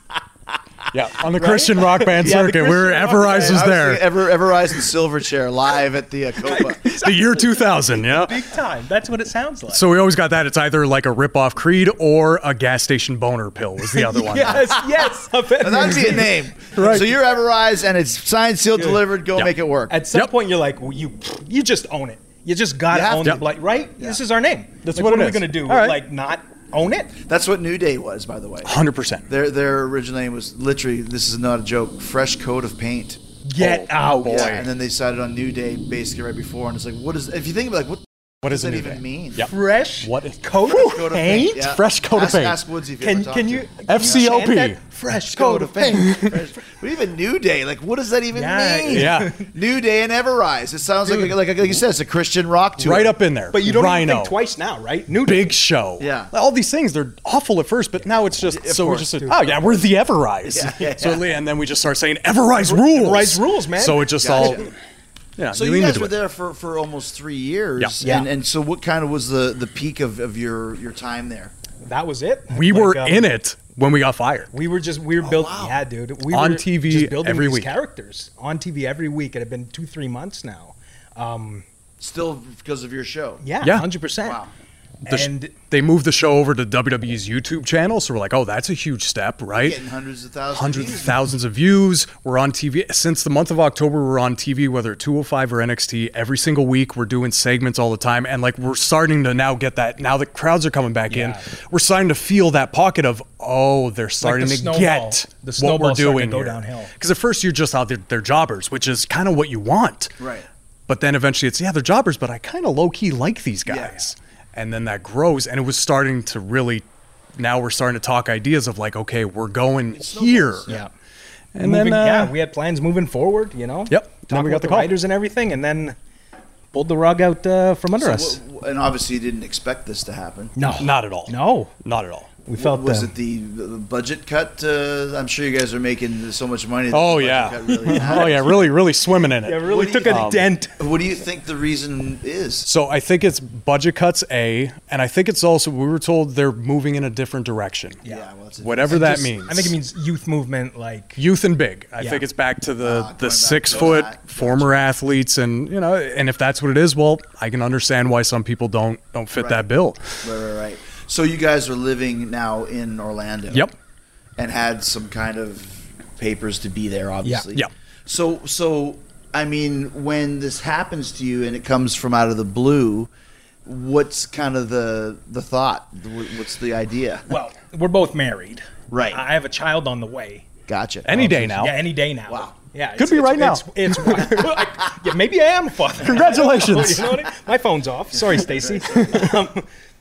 Speaker 3: yeah, on the Christian rock band
Speaker 2: Yeah, the
Speaker 3: circuit, we were
Speaker 2: Christian rock
Speaker 3: Everrise
Speaker 2: band.
Speaker 3: was
Speaker 1: I was thinking
Speaker 3: there.
Speaker 1: Ever Everrise and Silverchair live at the uh, Copa.
Speaker 3: the year 2000, yeah.
Speaker 2: big time that's what it sounds like
Speaker 3: So we always got that. It's either like a rip-off Creed or a gas station boner pill was the other one.
Speaker 2: yes, yes.
Speaker 1: And that'd be a name.
Speaker 3: Right.
Speaker 1: So you're Everrise, and it's signed, sealed, delivered. Go
Speaker 3: Yeah.
Speaker 1: make it work.
Speaker 2: At some
Speaker 3: Yep.
Speaker 2: point, you're like, well, you you just own it. You just got
Speaker 1: You have
Speaker 2: to own
Speaker 1: to.
Speaker 2: the blight, right? This is our name.
Speaker 3: That's
Speaker 2: Like,
Speaker 3: what
Speaker 2: are
Speaker 3: it
Speaker 2: we
Speaker 3: is.
Speaker 2: gonna do?
Speaker 3: All right. Oh,
Speaker 2: Like not own it?
Speaker 1: That's what New Day was, by the way.
Speaker 3: 100%.
Speaker 1: Their their original name was literally this is not a joke. Fresh coat of paint.
Speaker 2: Get
Speaker 3: oh,
Speaker 2: out.
Speaker 1: Yeah, and then they decided on New Day basically right before, and it's like, what is? If you think about it, like, what
Speaker 3: What
Speaker 1: does
Speaker 3: is
Speaker 1: that
Speaker 3: it
Speaker 1: even mean?
Speaker 3: Yep.
Speaker 2: Fresh
Speaker 3: What is-
Speaker 2: coat
Speaker 3: Whew.
Speaker 2: of
Speaker 1: Coat of
Speaker 2: paint?
Speaker 1: yeah.
Speaker 3: Fresh coat of
Speaker 1: ask,
Speaker 3: paint.
Speaker 1: Ask Woods if you
Speaker 2: Can
Speaker 1: ever
Speaker 2: can
Speaker 1: talked
Speaker 2: you
Speaker 1: to him.
Speaker 2: can you
Speaker 3: FCOP.
Speaker 2: chant that? Fresh coat of paint?
Speaker 1: Fresh- but even New Day, like, what does that even
Speaker 2: Yeah,
Speaker 1: mean?
Speaker 3: yeah.
Speaker 1: New Day and Everrise. It sounds like, like like you said, it's a Christian rock tour.
Speaker 3: Right up in there.
Speaker 2: But you don't even
Speaker 3: Rhino.
Speaker 2: think twice now, right? New
Speaker 3: Big show.
Speaker 1: Yeah.
Speaker 3: All these things, they're awful at first, but now it's just, so
Speaker 1: course,
Speaker 3: we're just, oh yeah, we're the Everrise. So, and then we just start saying Everrise rules.
Speaker 2: Everrise rules, man.
Speaker 3: So it just all, Yeah,
Speaker 1: So
Speaker 3: you
Speaker 1: you
Speaker 3: lean
Speaker 1: guys
Speaker 3: into
Speaker 1: were
Speaker 3: it.
Speaker 1: there for, for almost three years,
Speaker 2: Yeah.
Speaker 1: and and so what kind of was the, the peak of, of your, your time there?
Speaker 2: That was it.
Speaker 3: We
Speaker 2: Like,
Speaker 3: were
Speaker 2: um,
Speaker 3: in it when we got fired.
Speaker 2: We were just we were building
Speaker 1: wow.
Speaker 2: yeah, dude. We
Speaker 3: On
Speaker 2: were
Speaker 3: TV
Speaker 2: just building
Speaker 3: every
Speaker 2: these
Speaker 3: week.
Speaker 2: characters on TV every week. It had been two three months now. Um,
Speaker 1: Still because of your show.
Speaker 2: yeah,
Speaker 3: Yeah.
Speaker 2: hundred percent.
Speaker 1: Wow.
Speaker 3: The sh-
Speaker 2: And
Speaker 3: they moved the show over to WWE's YouTube channel, so we're like, oh, that's a huge step, right?
Speaker 1: Getting hundreds of thousands. of
Speaker 3: Hundreds of
Speaker 1: views.
Speaker 3: thousands of views. We're on TV since the month of October. We're on TV, whether 205 or NXT, every single week. We're doing segments all the time, and like we're starting to now get that. Now the crowds are coming back
Speaker 2: Yeah.
Speaker 3: in. We're starting to feel that pocket of oh, they're starting to
Speaker 2: snowball.
Speaker 3: get
Speaker 2: The
Speaker 3: what we're
Speaker 2: snowball's starting to
Speaker 3: doing.
Speaker 2: go downhill.
Speaker 3: Because at first you're just out there, they're jobbers, which is kind of what you want,
Speaker 1: Right.
Speaker 3: But then eventually it's yeah, they're jobbers, but I kind of low key like these
Speaker 1: Yeah.
Speaker 3: guys. And then that grows, and it was starting to really. Now we're starting to talk ideas of like, okay, we're going here.
Speaker 2: yeah.
Speaker 3: And
Speaker 2: moving,
Speaker 3: then uh,
Speaker 2: yeah, we had plans moving forward, you know.
Speaker 3: Yep. Then
Speaker 2: Talking we
Speaker 3: we got
Speaker 2: got the
Speaker 3: the call.
Speaker 2: writers and everything, and then pulled the rug out uh, from under
Speaker 1: So
Speaker 2: us.
Speaker 1: what- and obviously, you didn't expect this to happen.
Speaker 2: no,
Speaker 3: Not at all.
Speaker 2: No,
Speaker 3: Not at all.
Speaker 2: we felt
Speaker 1: was
Speaker 2: the-
Speaker 1: it the, the budget cut? Uh, I'm sure you guys are making so much money. That
Speaker 3: Oh
Speaker 1: the budget
Speaker 3: yeah.
Speaker 1: cut really
Speaker 3: oh yeah. Really, really swimming in it.
Speaker 2: Yeah, really
Speaker 1: do
Speaker 2: took
Speaker 1: you-
Speaker 2: a
Speaker 1: um,
Speaker 2: dent.
Speaker 1: What do you think the reason is?
Speaker 3: So I think it's budget cuts a, and I think it's also we were told they're moving in a different direction.
Speaker 2: Yeah.
Speaker 1: well, it's a-
Speaker 3: Whatever that
Speaker 2: Just-
Speaker 3: means.
Speaker 2: I think it means youth movement, like
Speaker 3: youth and big. I
Speaker 2: Yeah.
Speaker 3: think it's back to
Speaker 1: Ah,
Speaker 3: the
Speaker 1: going back to
Speaker 3: the
Speaker 1: those
Speaker 3: six foot
Speaker 1: high-
Speaker 3: former athletes, and you know, and if that's what it is, well, I can understand why some people don't don't fit
Speaker 1: Right.
Speaker 3: that bill.
Speaker 1: Right, right, right. So you guys are living now in Orlando.
Speaker 3: Yep.
Speaker 1: And had some kind of papers to be there, obviously.
Speaker 3: yeah.
Speaker 1: So, so I mean, when this happens to you and it comes from out of the blue, what's kind of the the thought? Wh- What's the idea?
Speaker 2: well, we're both married.
Speaker 1: Right.
Speaker 2: I have a child on the way.
Speaker 1: Gotcha.
Speaker 3: Any day now.
Speaker 2: Yeah, any day now.
Speaker 1: Wow.
Speaker 2: Yeah, it's-
Speaker 3: Could be
Speaker 2: it's-
Speaker 3: right now.
Speaker 2: It's, it's well, I- yeah, maybe I am a father.
Speaker 3: Congratulations.
Speaker 2: You know what I mean? My phone's off. Sorry, Stacy. um,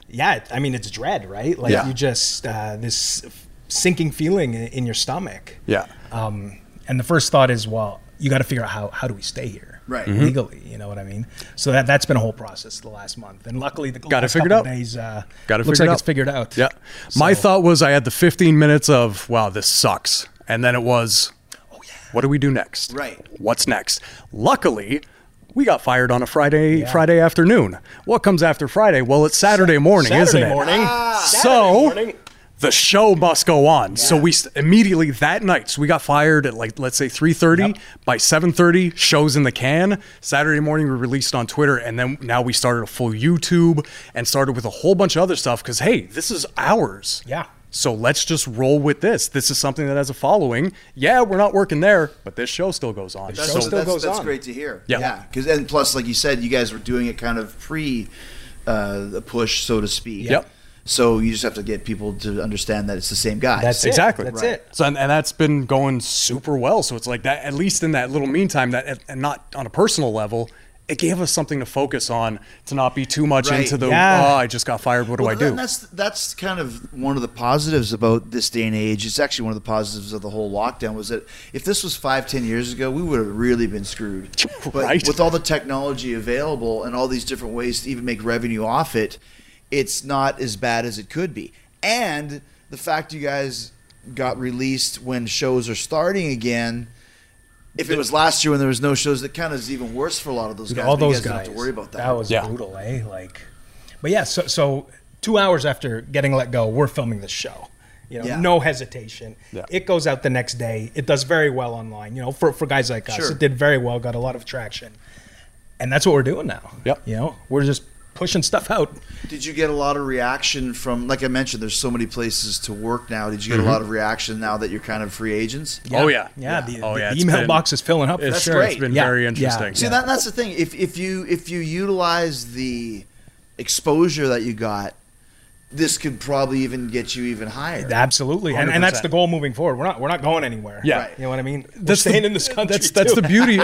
Speaker 2: yeah, it- I mean it's dread, right? Like
Speaker 3: Yeah.
Speaker 2: you just uh, this sinking feeling in, in your stomach.
Speaker 3: Yeah.
Speaker 2: Um, and the first thought is, well, you got to figure out how how do we stay here,
Speaker 1: Right.
Speaker 3: Mm-hmm.
Speaker 1: Mhm.
Speaker 2: Legally, you know what I mean. So that that's been a whole process the last month, and luckily the
Speaker 3: Got it
Speaker 2: last
Speaker 3: figured
Speaker 2: couple
Speaker 3: out.
Speaker 2: Days, uh,
Speaker 3: Got it
Speaker 2: looks
Speaker 3: figured
Speaker 2: like
Speaker 3: out.
Speaker 2: it's figured out.
Speaker 3: Yeah. My
Speaker 2: So-
Speaker 3: thought was I had the 15 minutes of, wow, this sucks. And then it was, oh, yeah. what do we do next?
Speaker 1: Right.
Speaker 3: What's next? Luckily, we got fired on a Friday
Speaker 2: Yeah.
Speaker 3: Friday afternoon. What comes after Friday? Well, it's Saturday morning,
Speaker 2: Saturday
Speaker 3: isn't it?
Speaker 2: morning.
Speaker 3: so
Speaker 2: morning.
Speaker 3: the show must go on. So we st- immediately that night, so we got fired at like let's say 3:30. By 7:30, shows in the can. Saturday morning we released on Twitter and then now we started a full YouTube and started with a whole bunch of other stuff cuz hey, this is ours.
Speaker 2: Yeah.
Speaker 3: So let's just roll with this. This is something that has a following. Yeah, we're not working there, but this show still goes on.
Speaker 1: That's,
Speaker 2: show
Speaker 3: So
Speaker 2: still
Speaker 1: that's,
Speaker 2: goes
Speaker 1: that's
Speaker 2: on.
Speaker 1: great to hear.
Speaker 3: Yeah.
Speaker 1: Yeah. Because and plus, like you said, you guys were doing it kind of pre uh, the push, so to speak.
Speaker 3: Yep.
Speaker 1: So you just have to get people to understand that it's the same guy.
Speaker 2: That's it.
Speaker 3: Exactly.
Speaker 2: That's
Speaker 1: Right.
Speaker 2: it.
Speaker 3: So and, and that's been going super well. So it's like that. At least in that little meantime, that and not on a personal level, it gave us something to focus on to not be too much
Speaker 1: Right.
Speaker 3: into the.
Speaker 2: Yeah.
Speaker 3: Oh, I just got fired. What do I
Speaker 1: Well,
Speaker 3: do?
Speaker 1: and That's that's kind of one of the positives about this day and age. It's actually one of the positives of the whole lockdown was that if this was five, ten years ago, we would have really been screwed. But
Speaker 3: Right.
Speaker 1: with all the technology available and all these different ways to even make revenue off it, it's not as bad as it could be. And the fact you guys got released when shows are starting again. If it was last year when there was no shows, that kind of is even worse for a lot of those guys.
Speaker 2: all
Speaker 1: but you
Speaker 2: those
Speaker 1: guys don't
Speaker 2: guys.
Speaker 1: have to worry about that.
Speaker 2: That was
Speaker 3: Yeah.
Speaker 2: brutal, eh? Like, but yeah. So, so two hours after getting let go, we're filming this show. You know,
Speaker 1: Yeah.
Speaker 2: no hesitation.
Speaker 3: Yeah.
Speaker 2: It goes out the next day. It does very well online. You know, for for guys like us,
Speaker 1: Sure.
Speaker 2: it did very well. Got a lot of traction, and that's what we're doing now.
Speaker 3: Yep.
Speaker 2: You know, we're just pushing stuff out.
Speaker 1: Did you get a lot of reaction from, like I mentioned, there's so many places to work now. Did you get a lot of reaction now that you're kind of free agents?
Speaker 3: Oh, yeah.
Speaker 2: Yeah.
Speaker 3: Yeah.
Speaker 2: The,
Speaker 3: Oh,
Speaker 2: the
Speaker 3: yeah, it's
Speaker 2: email
Speaker 3: been-
Speaker 2: box is filling up. for
Speaker 3: It's-
Speaker 2: sure.
Speaker 1: it's
Speaker 3: been
Speaker 2: Yeah,
Speaker 3: very
Speaker 2: yeah,
Speaker 3: interesting.
Speaker 1: See,
Speaker 2: yeah.
Speaker 1: that, that's the thing. If, if you if you utilize the exposure that you got, this could probably even get you even higher.
Speaker 2: Absolutely, and, and that's
Speaker 3: 100%.
Speaker 2: the goal moving forward. We're not we're not going anywhere.
Speaker 3: Yeah.
Speaker 2: Right. you know what I mean. We're
Speaker 3: That's the-
Speaker 2: staying in this country.
Speaker 3: That's that's the
Speaker 2: too.
Speaker 3: beauty.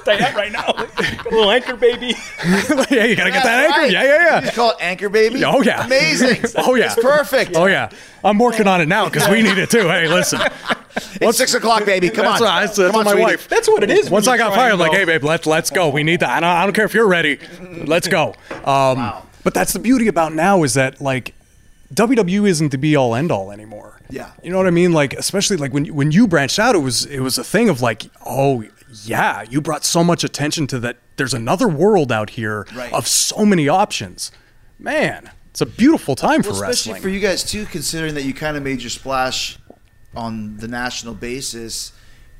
Speaker 2: Stay up right now, Got a little anchor baby.
Speaker 3: yeah, you gotta
Speaker 1: That's
Speaker 3: get that anchor.
Speaker 1: right.
Speaker 3: Yeah,
Speaker 1: You
Speaker 3: yeah, yeah.
Speaker 1: just call it anchor baby.
Speaker 3: Oh yeah.
Speaker 1: amazing.
Speaker 3: oh yeah.
Speaker 1: it's perfect.
Speaker 3: Oh yeah. I'm working on it now because we need it too. Hey, listen.
Speaker 1: It's six o'clock, baby. Come
Speaker 3: That's
Speaker 1: on,
Speaker 3: what I said
Speaker 1: come
Speaker 3: to
Speaker 1: on,
Speaker 3: my
Speaker 1: sweetie.
Speaker 3: wife.
Speaker 2: That's what it is. when
Speaker 3: Once
Speaker 2: you
Speaker 3: I got
Speaker 2: try
Speaker 3: fired,
Speaker 2: and
Speaker 3: like,
Speaker 2: go-
Speaker 3: hey, babe, let's let's go. We need that. I don't, I don't care if you're ready. Let's go. Um, But that's the beauty about now is that like WWE isn't the be all end all anymore.
Speaker 1: Yeah.
Speaker 3: you know what I mean. Like especially like when when you branched out, it was it was a thing of like, oh yeah, you brought so much attention to that. There's another world out here
Speaker 1: Right.
Speaker 3: of so many options. Man, it's a beautiful time for
Speaker 1: Well, especially
Speaker 3: wrestling.
Speaker 1: for you guys too, considering that you kind of made your splash on the national basis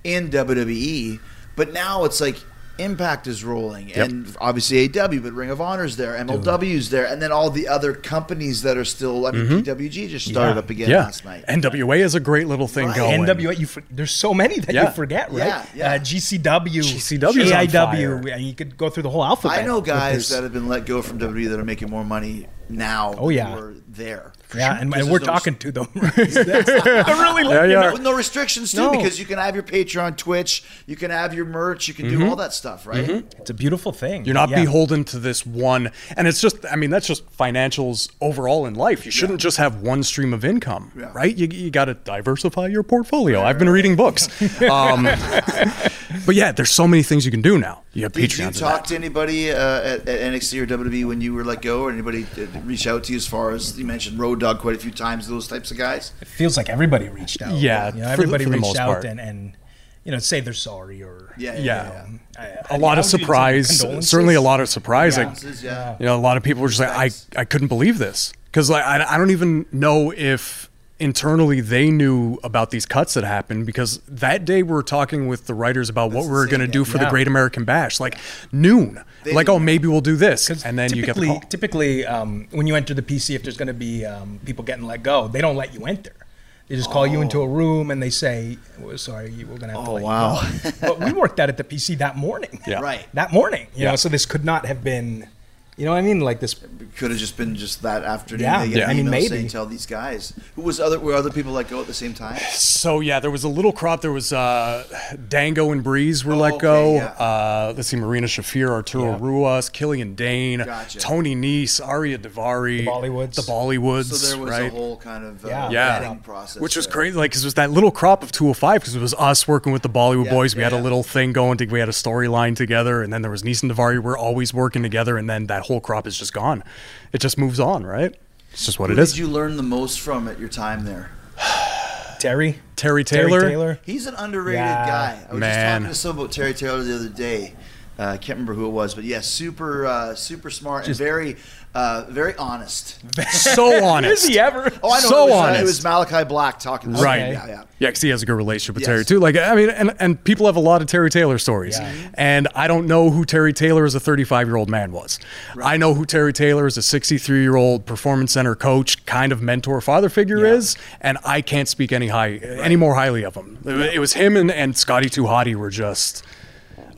Speaker 1: in WWE, but now it's like Impact is rolling, and obviously AW, but Ring of Honor's there, MLW's there, and then all the other companies that are still. I mean,
Speaker 2: Mm-hmm.
Speaker 1: PWG just started up again
Speaker 3: yeah.
Speaker 1: last night.
Speaker 3: NWA is a great little thing
Speaker 1: Right.
Speaker 3: going.
Speaker 2: NWA, you for, there's so many that
Speaker 3: Yeah.
Speaker 2: you forget, right?
Speaker 1: Yeah, yeah.
Speaker 2: Uh, GCW,
Speaker 3: GCW 's on
Speaker 2: AIW,
Speaker 3: fire.
Speaker 2: and you could go through the whole alphabet.
Speaker 1: I know
Speaker 2: But
Speaker 1: guys
Speaker 2: there's-
Speaker 1: that have been let go from WWE that are making more money now.
Speaker 2: Oh,
Speaker 1: than
Speaker 2: yeah.
Speaker 1: were there.
Speaker 2: yeah, and, and
Speaker 1: Because
Speaker 2: we're
Speaker 1: there's no-
Speaker 2: talking to them. I really like
Speaker 3: There you
Speaker 2: you know,
Speaker 3: are.
Speaker 1: with no restrictions too,
Speaker 2: No.
Speaker 1: because you can have your Patreon, Twitch, you can have your merch, you can
Speaker 3: Mm-hmm.
Speaker 1: do all that stuff, right?
Speaker 2: It's a beautiful thing.
Speaker 3: You're not
Speaker 2: Yeah.
Speaker 3: beholden to this one. And it's just, I mean, that's just financials overall in life. You shouldn't just have one stream of income,
Speaker 1: Yeah.
Speaker 3: right? You, you got to diversify your portfolio. I've been reading books. Um, but yeah, there's so many things you can do now. You have
Speaker 1: Did
Speaker 3: Patreon.
Speaker 1: you
Speaker 3: for
Speaker 1: talk
Speaker 3: that.
Speaker 1: to anybody uh, at, at NXT or WWE when you were let go, or anybody that reached out to you as far as you mentioned Road Dog quite a few times, those types of guys?
Speaker 2: It feels like everybody reached out.
Speaker 3: Yeah,
Speaker 2: You know,
Speaker 3: for the-
Speaker 2: everybody
Speaker 3: for the most
Speaker 2: reached out
Speaker 3: part.
Speaker 2: and, and you know say they're sorry or
Speaker 1: Yeah,
Speaker 3: Yeah.
Speaker 2: I-
Speaker 3: A
Speaker 2: I- I
Speaker 3: lot of
Speaker 2: would do some
Speaker 3: surprise.
Speaker 2: condolences.
Speaker 3: Certainly a lot of surprise.
Speaker 1: Yeah.
Speaker 3: Like,
Speaker 1: Yeah.
Speaker 3: you know, a lot of people were just like, I, I couldn't believe this. Because like, I, I don't even know if internally they knew about these cuts that happened because that day we were talking with the writers about what we were
Speaker 1: insane,
Speaker 3: going to
Speaker 1: yeah.
Speaker 3: do for the
Speaker 2: Yeah.
Speaker 3: Great American Bash, like noon. like,
Speaker 1: didn't
Speaker 3: oh, maybe we'll do this.
Speaker 2: 'Cause
Speaker 3: And then you get the
Speaker 2: typically,
Speaker 3: call.
Speaker 2: typically um, when you enter the PC, if there's going to be um, people getting let go, they don't let you enter. They just call you into
Speaker 3: Oh.
Speaker 2: a room and they say, "We're "Sorry, you- we're going to have to
Speaker 1: Oh,
Speaker 2: let
Speaker 1: wow.
Speaker 2: you go." but we worked out at the PC that morning.
Speaker 3: Yeah.
Speaker 1: Right.
Speaker 2: That morning, you
Speaker 3: Yeah.
Speaker 2: know. So this could not have been, you know, what I mean, like this.
Speaker 1: Could have just been just that afternoon.
Speaker 2: Yeah.
Speaker 1: They get
Speaker 2: Yeah.
Speaker 1: an
Speaker 2: I mean,
Speaker 1: email
Speaker 2: maybe.
Speaker 1: saying, tell these guys. Who was other? Were other people let go at the same time?
Speaker 3: So yeah, there was a little crop. There was uh, Dango and Breeze were let
Speaker 1: Oh, okay,
Speaker 3: go.
Speaker 1: yeah.
Speaker 3: Uh, let's see, Marina Shafir, Arturo Ruas, Killian Dane,
Speaker 1: Gotcha.
Speaker 3: Tony Nese, Aria Davari, the
Speaker 2: Bollywoods.
Speaker 3: the Bollywoods,
Speaker 1: So there was
Speaker 3: right?
Speaker 1: a whole kind of uh,
Speaker 2: Yeah.
Speaker 3: Yeah.
Speaker 1: vetting process,
Speaker 3: Which was
Speaker 1: there.
Speaker 3: crazy, like because it was that little crop of 205, because it was us working with the Bollywood
Speaker 1: Yeah,
Speaker 3: boys. We
Speaker 1: yeah,
Speaker 3: had a
Speaker 1: yeah.
Speaker 3: little thing going, to, we had a storyline together, and then there was Nice and Davari. We're always working together, and then that whole crop is just gone. It just moves on, right? It's just what
Speaker 1: Who
Speaker 3: it is.
Speaker 1: did you learn the most from at your time there?
Speaker 2: Terry.
Speaker 3: Terry
Speaker 2: Terry
Speaker 3: Taylor.
Speaker 2: Taylor.
Speaker 1: He's an underrated
Speaker 2: Yeah.
Speaker 1: guy. I was just
Speaker 3: Man.
Speaker 1: talking to someone about Terry Taylor the other day. Uh, I can't remember who it was, but yeah, super, uh, super smart and very, uh, very honest.
Speaker 3: So honest.
Speaker 2: Is he ever?
Speaker 1: Oh, I know.
Speaker 3: So
Speaker 1: it was, uh,
Speaker 3: honest.
Speaker 1: it was Malachi Black talking.
Speaker 3: Right.
Speaker 1: Okay,
Speaker 3: Yeah,
Speaker 1: Yeah, yeah.
Speaker 3: because he has a good relationship with
Speaker 1: Yes.
Speaker 3: Terry too. Like, I mean, and, and people have a lot of Terry Taylor stories.
Speaker 2: Yeah.
Speaker 3: And I don't know who Terry Taylor as a 35 year old man was. I know who Terry Taylor as a 63 year old performance center coach, kind of mentor, father figure is. And I can't speak any high, any more highly of him. It was him and, and Scotty Tuhati were just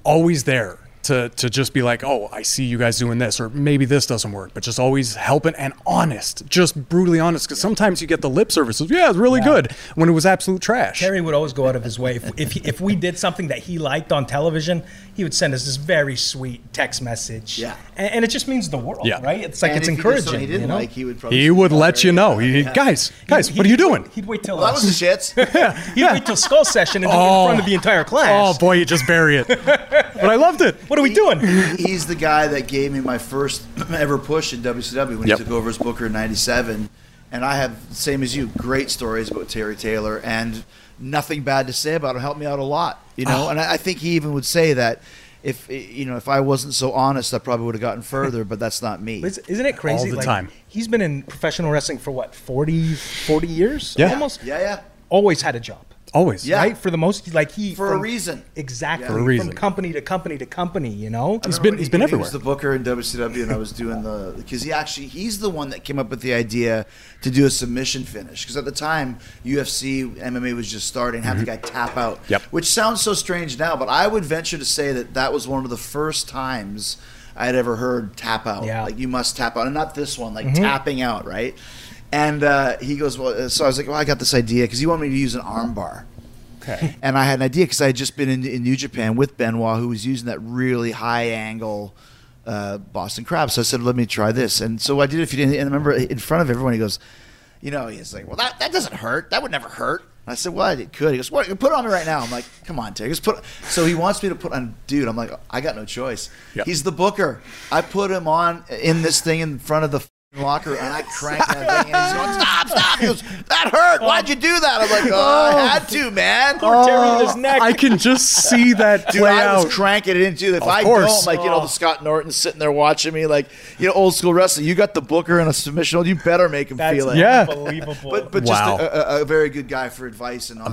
Speaker 3: always there. To, to just be like, oh, I see you guys doing this, or maybe this doesn't work, but just always helping and honest, just brutally honest. Because sometimes you get the lip service of, yeah, it's really good, when it was absolute trash.
Speaker 2: Terry would always go out of his way. If if, he, if we did something that he liked on television, he would send us this very sweet text message.
Speaker 1: Yeah.
Speaker 2: and, and it just means the world,
Speaker 3: Yeah.
Speaker 2: right? It's like
Speaker 1: And
Speaker 2: it's
Speaker 1: if he did something
Speaker 2: encouraging.
Speaker 1: He didn't
Speaker 2: you know?
Speaker 1: like. He would probably.
Speaker 3: He would let you know.
Speaker 1: Yeah.
Speaker 3: He, Guys, guys,
Speaker 2: He'd-
Speaker 3: what are you
Speaker 2: he'd
Speaker 3: doing?
Speaker 2: wait- He'd wait till
Speaker 1: Well, that was
Speaker 2: us-
Speaker 1: the shits.
Speaker 2: He'd wait till skull session and do it in front of the entire class.
Speaker 3: Oh boy, you just bury it. but I loved it.
Speaker 2: what are we doing?
Speaker 1: He's the guy that gave me my first ever push in WCW when
Speaker 3: Yep.
Speaker 1: he took over as Booker in '97, and I have same as you, great stories about Terry Taylor and nothing bad to say about him. Helped me out a lot, you know. And I, I think he even would say that if you know if I wasn't so honest, I probably would have gotten further. But that's not me.
Speaker 2: Is- Isn't it crazy?
Speaker 3: the
Speaker 2: like,
Speaker 3: time.
Speaker 2: He's been in professional wrestling for what 40, 40 years?
Speaker 3: Yeah.
Speaker 2: almost.
Speaker 1: Yeah, yeah.
Speaker 2: Always had a job.
Speaker 3: Always.
Speaker 1: Yeah.
Speaker 2: Right for the most, like he
Speaker 1: For a reason.
Speaker 2: exactly
Speaker 1: Yeah. For a
Speaker 3: reason.
Speaker 2: from company to company to company. You know,
Speaker 1: I
Speaker 3: He's
Speaker 1: remember
Speaker 3: been-
Speaker 1: when
Speaker 3: he's been
Speaker 1: when He was the
Speaker 3: everywhere.
Speaker 1: booker in WCW, and I was doing the because he actually he's the one that came up with the idea to do a submission finish. Because at the time, UFC MMA was just starting, have the guy tap out,
Speaker 3: Mm-hmm. Yep.
Speaker 1: which sounds so strange now, but I would venture to say that that was one of the first times I had ever heard tap out.
Speaker 2: Yeah.
Speaker 1: Like you must tap out, and not this one, like
Speaker 3: Mm-hmm.
Speaker 1: tapping out, right? And uh, he goes, well, uh, so I was like, well, I got this idea because he wanted me to use an arm bar.
Speaker 2: okay.
Speaker 1: And I had an idea because I had just been in, in New Japan with Benoit, who was using that really high angle uh, Boston Crab. So I said, let me try this. And so I did a few days. And I remember in front of everyone, he goes, you know, he's like, well, that, that doesn't hurt. That would never hurt. And I said, well, it could. He goes, what? Put it on me right now. I'm like, come on, Terry. Just put. So he wants me to put on, dude. I'm like, I got no choice.
Speaker 3: Yeah.
Speaker 1: He's the booker. I put him on in this thing in front of the
Speaker 4: locker and I cranked that thing. And he's going,
Speaker 1: Stop, stop. He goes, that hurt. Why'd you do that? I'm like, oh, I had to, man.
Speaker 2: tearing
Speaker 1: Oh,
Speaker 2: his neck.
Speaker 3: I can just see that
Speaker 1: Dude,
Speaker 3: play
Speaker 1: I
Speaker 3: out.
Speaker 1: was cranking it into. If I
Speaker 3: course. Oh.
Speaker 1: don't, like you know, the Scott Norton sitting there watching me, like you know, old school wrestling. You got the Booker and a submission. You better make him
Speaker 2: That's
Speaker 1: feel it.
Speaker 3: Yeah.
Speaker 2: unbelievable.
Speaker 1: But but
Speaker 3: Wow.
Speaker 1: just a, a, a very good guy for advice and all that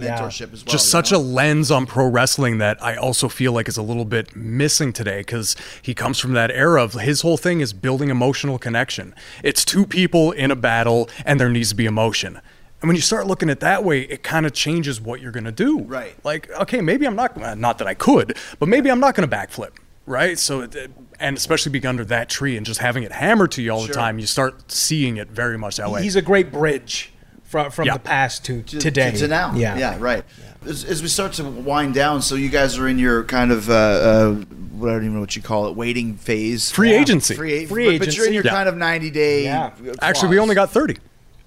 Speaker 1: mentorship
Speaker 3: Yeah.
Speaker 1: as well.
Speaker 3: just such a lens on pro wrestling that I also feel like is a little bit missing today because he comes from that era of his whole thing is building emotional connection. It's two people in a battle and there needs to be emotion. And when you start looking at it that way, it kind of changes what you're going to do.
Speaker 1: Right.
Speaker 3: Like, okay, maybe I'm not, uh, not that I could, but maybe I'm not going to backflip. Right. So, it- it- and especially being under that tree and just having it hammered to you all the time, you start seeing it very much that way.
Speaker 2: he's a great bridge from from
Speaker 3: Yeah.
Speaker 2: the past to,
Speaker 1: to,
Speaker 2: today
Speaker 1: to, to now.
Speaker 2: Yeah,
Speaker 1: yeah, right. As, as we start to wind down, so you guys are in your kind of uh, uh, what I don't even know what you call it, waiting phase,
Speaker 3: Free agency.
Speaker 1: free, a-
Speaker 2: Free
Speaker 1: but- But you're in
Speaker 2: agency.
Speaker 1: your
Speaker 3: Yeah.
Speaker 1: kind of ninety day.
Speaker 2: Yeah.
Speaker 3: Actually, we only got 30.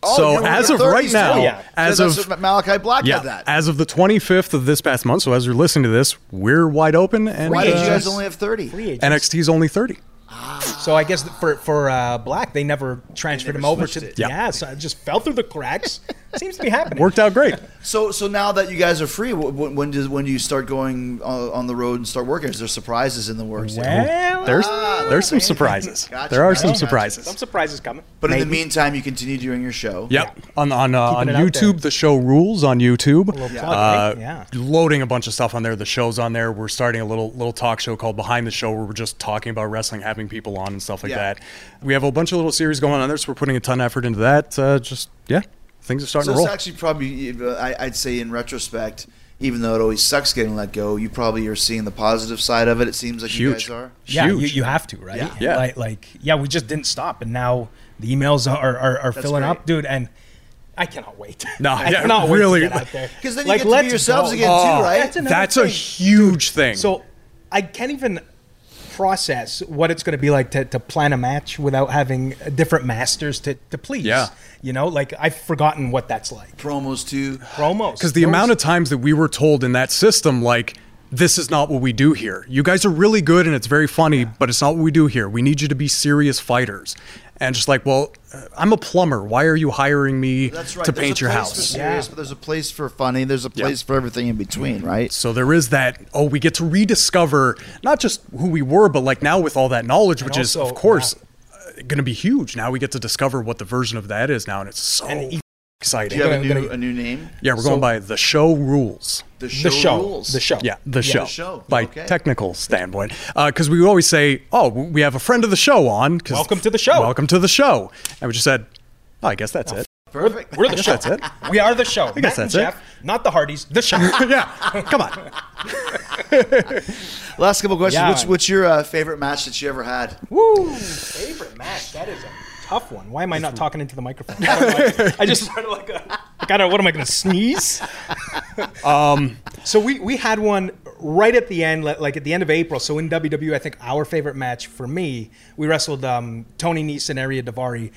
Speaker 1: Oh, you
Speaker 3: so
Speaker 1: only
Speaker 3: as
Speaker 1: got
Speaker 3: of right
Speaker 1: 30s
Speaker 3: now,
Speaker 1: too.
Speaker 2: Yeah.
Speaker 3: as
Speaker 1: So
Speaker 3: of
Speaker 1: that's what Malachi Black
Speaker 3: yeah,
Speaker 1: had that.
Speaker 3: as of the 25th of this past month. So as you're listening to this, we're wide open, and
Speaker 1: Why did you guys
Speaker 2: uh,
Speaker 1: only have thirty?
Speaker 2: Free agent.
Speaker 3: NXT's only 30.
Speaker 2: So I guess that for for uh, Black, they never transferred
Speaker 1: never
Speaker 2: him over
Speaker 1: switched
Speaker 2: to.
Speaker 1: it.
Speaker 3: Yeah.
Speaker 2: Yeah. so it just fell through the cracks. Seems to be happening.
Speaker 3: Worked out great.
Speaker 1: So, so now that you guys are free, wh- wh- when does when do you start going on, on the road and start working? Is there surprises in the works?
Speaker 2: Well,
Speaker 3: There's
Speaker 1: Ah,
Speaker 3: there's some
Speaker 1: amazing.
Speaker 3: surprises.
Speaker 1: Gotcha,
Speaker 3: There are
Speaker 1: gotcha,
Speaker 3: some
Speaker 1: gotcha.
Speaker 3: surprises.
Speaker 2: some surprises coming.
Speaker 1: But in the
Speaker 2: Maybe.
Speaker 1: meantime, you continue doing your show.
Speaker 3: Yep. On on uh, on
Speaker 2: it out there.
Speaker 3: YouTube, the show rules on YouTube.
Speaker 2: plug,
Speaker 3: Uh,
Speaker 2: right? Yeah.
Speaker 3: Loading a bunch of stuff on there. The show's on there. We're starting a little little talk show called Behind the Show, where we're just talking about wrestling, having people on and stuff like
Speaker 1: Yeah.
Speaker 3: that. We have a bunch of little series going on there, so we're putting a ton of effort into that. Uh, just yeah, things are starting
Speaker 1: So
Speaker 3: to roll.
Speaker 1: it's actually probably, uh, I- I'd say, in retrospect, even though it always sucks getting let go, you probably are seeing the positive side of it. It seems like you
Speaker 3: Huge.
Speaker 1: guys are.
Speaker 2: Yeah, you,
Speaker 3: huge.
Speaker 2: you have to, right?
Speaker 1: Yeah.
Speaker 3: Yeah.
Speaker 2: Like, like, yeah, we just didn't stop, and now the emails are are, are filling
Speaker 1: great.
Speaker 2: up, dude. And I cannot wait.
Speaker 3: No,
Speaker 2: I
Speaker 3: yeah,
Speaker 2: cannot
Speaker 3: really.
Speaker 2: wait to get out there
Speaker 1: Because then you get to be
Speaker 2: let's
Speaker 1: yourselves
Speaker 2: go.
Speaker 1: again
Speaker 3: Oh,
Speaker 1: too, right?
Speaker 2: That's another
Speaker 3: That's a
Speaker 2: thing.
Speaker 3: huge thing.
Speaker 2: So I can't even process what it's going to be like to, to plan a match without having different masters to, to please.
Speaker 3: Yeah.
Speaker 2: You know, like I've forgotten what that's like.
Speaker 1: Promos too.
Speaker 2: Promos.
Speaker 3: because the amount of times that we were told in that system, like, this is not what we do here. You guys are really good and it's very funny, but it's not what we do here. We need you to be serious fighters. And just like, well, uh, I'm a plumber. Why are you hiring me
Speaker 1: That's right.
Speaker 3: to
Speaker 1: There's
Speaker 3: paint
Speaker 1: a
Speaker 3: your
Speaker 1: place
Speaker 3: house?
Speaker 1: For serious,
Speaker 2: Yeah.
Speaker 1: but there's a place for funny. There's a
Speaker 3: Yeah.
Speaker 1: place for everything in between, right?
Speaker 3: So there is that. Oh, we get to rediscover not just who we were, but like now with all that knowledge, which is
Speaker 2: also,
Speaker 3: of course going to be huge. Now we get to discover what the version of that is now, and it's so
Speaker 2: e-
Speaker 3: exciting.
Speaker 1: Do you have a
Speaker 2: Gonna-
Speaker 1: new
Speaker 2: gonna-
Speaker 1: a new name?
Speaker 3: yeah, we're
Speaker 2: so-
Speaker 3: going by the show rules.
Speaker 1: The show.
Speaker 2: the show.
Speaker 1: Rules.
Speaker 2: The show.
Speaker 3: Yeah, the show.
Speaker 1: show.
Speaker 3: By
Speaker 1: Okay.
Speaker 3: technical standpoint. Because we always say, oh, w- we have a friend of the show on. 'cause-
Speaker 2: Welcome to the show.
Speaker 3: Welcome to the show. And we just said, oh, I guess that's it.
Speaker 1: Perfect.
Speaker 2: We're the
Speaker 3: guess
Speaker 2: show.
Speaker 3: that's it.
Speaker 2: We are the show. I Matt
Speaker 3: guess
Speaker 2: and
Speaker 3: that's it.
Speaker 2: Jeff, not the Hardys, the show.
Speaker 3: yeah, come on.
Speaker 1: Last couple questions.
Speaker 2: Yeah.
Speaker 1: What's what's your uh, favorite match that you ever had?
Speaker 2: Woo! Favorite match. That is a tough one. Why am I not talking into the microphone? I just started like a. I gotta, what am I gonna sneeze?
Speaker 3: Um,
Speaker 2: So we, we had one right at the end, li- like at the end of April. So in WWE, I think our favorite match for me, we wrestled um, Tony Nese and Aria Davari.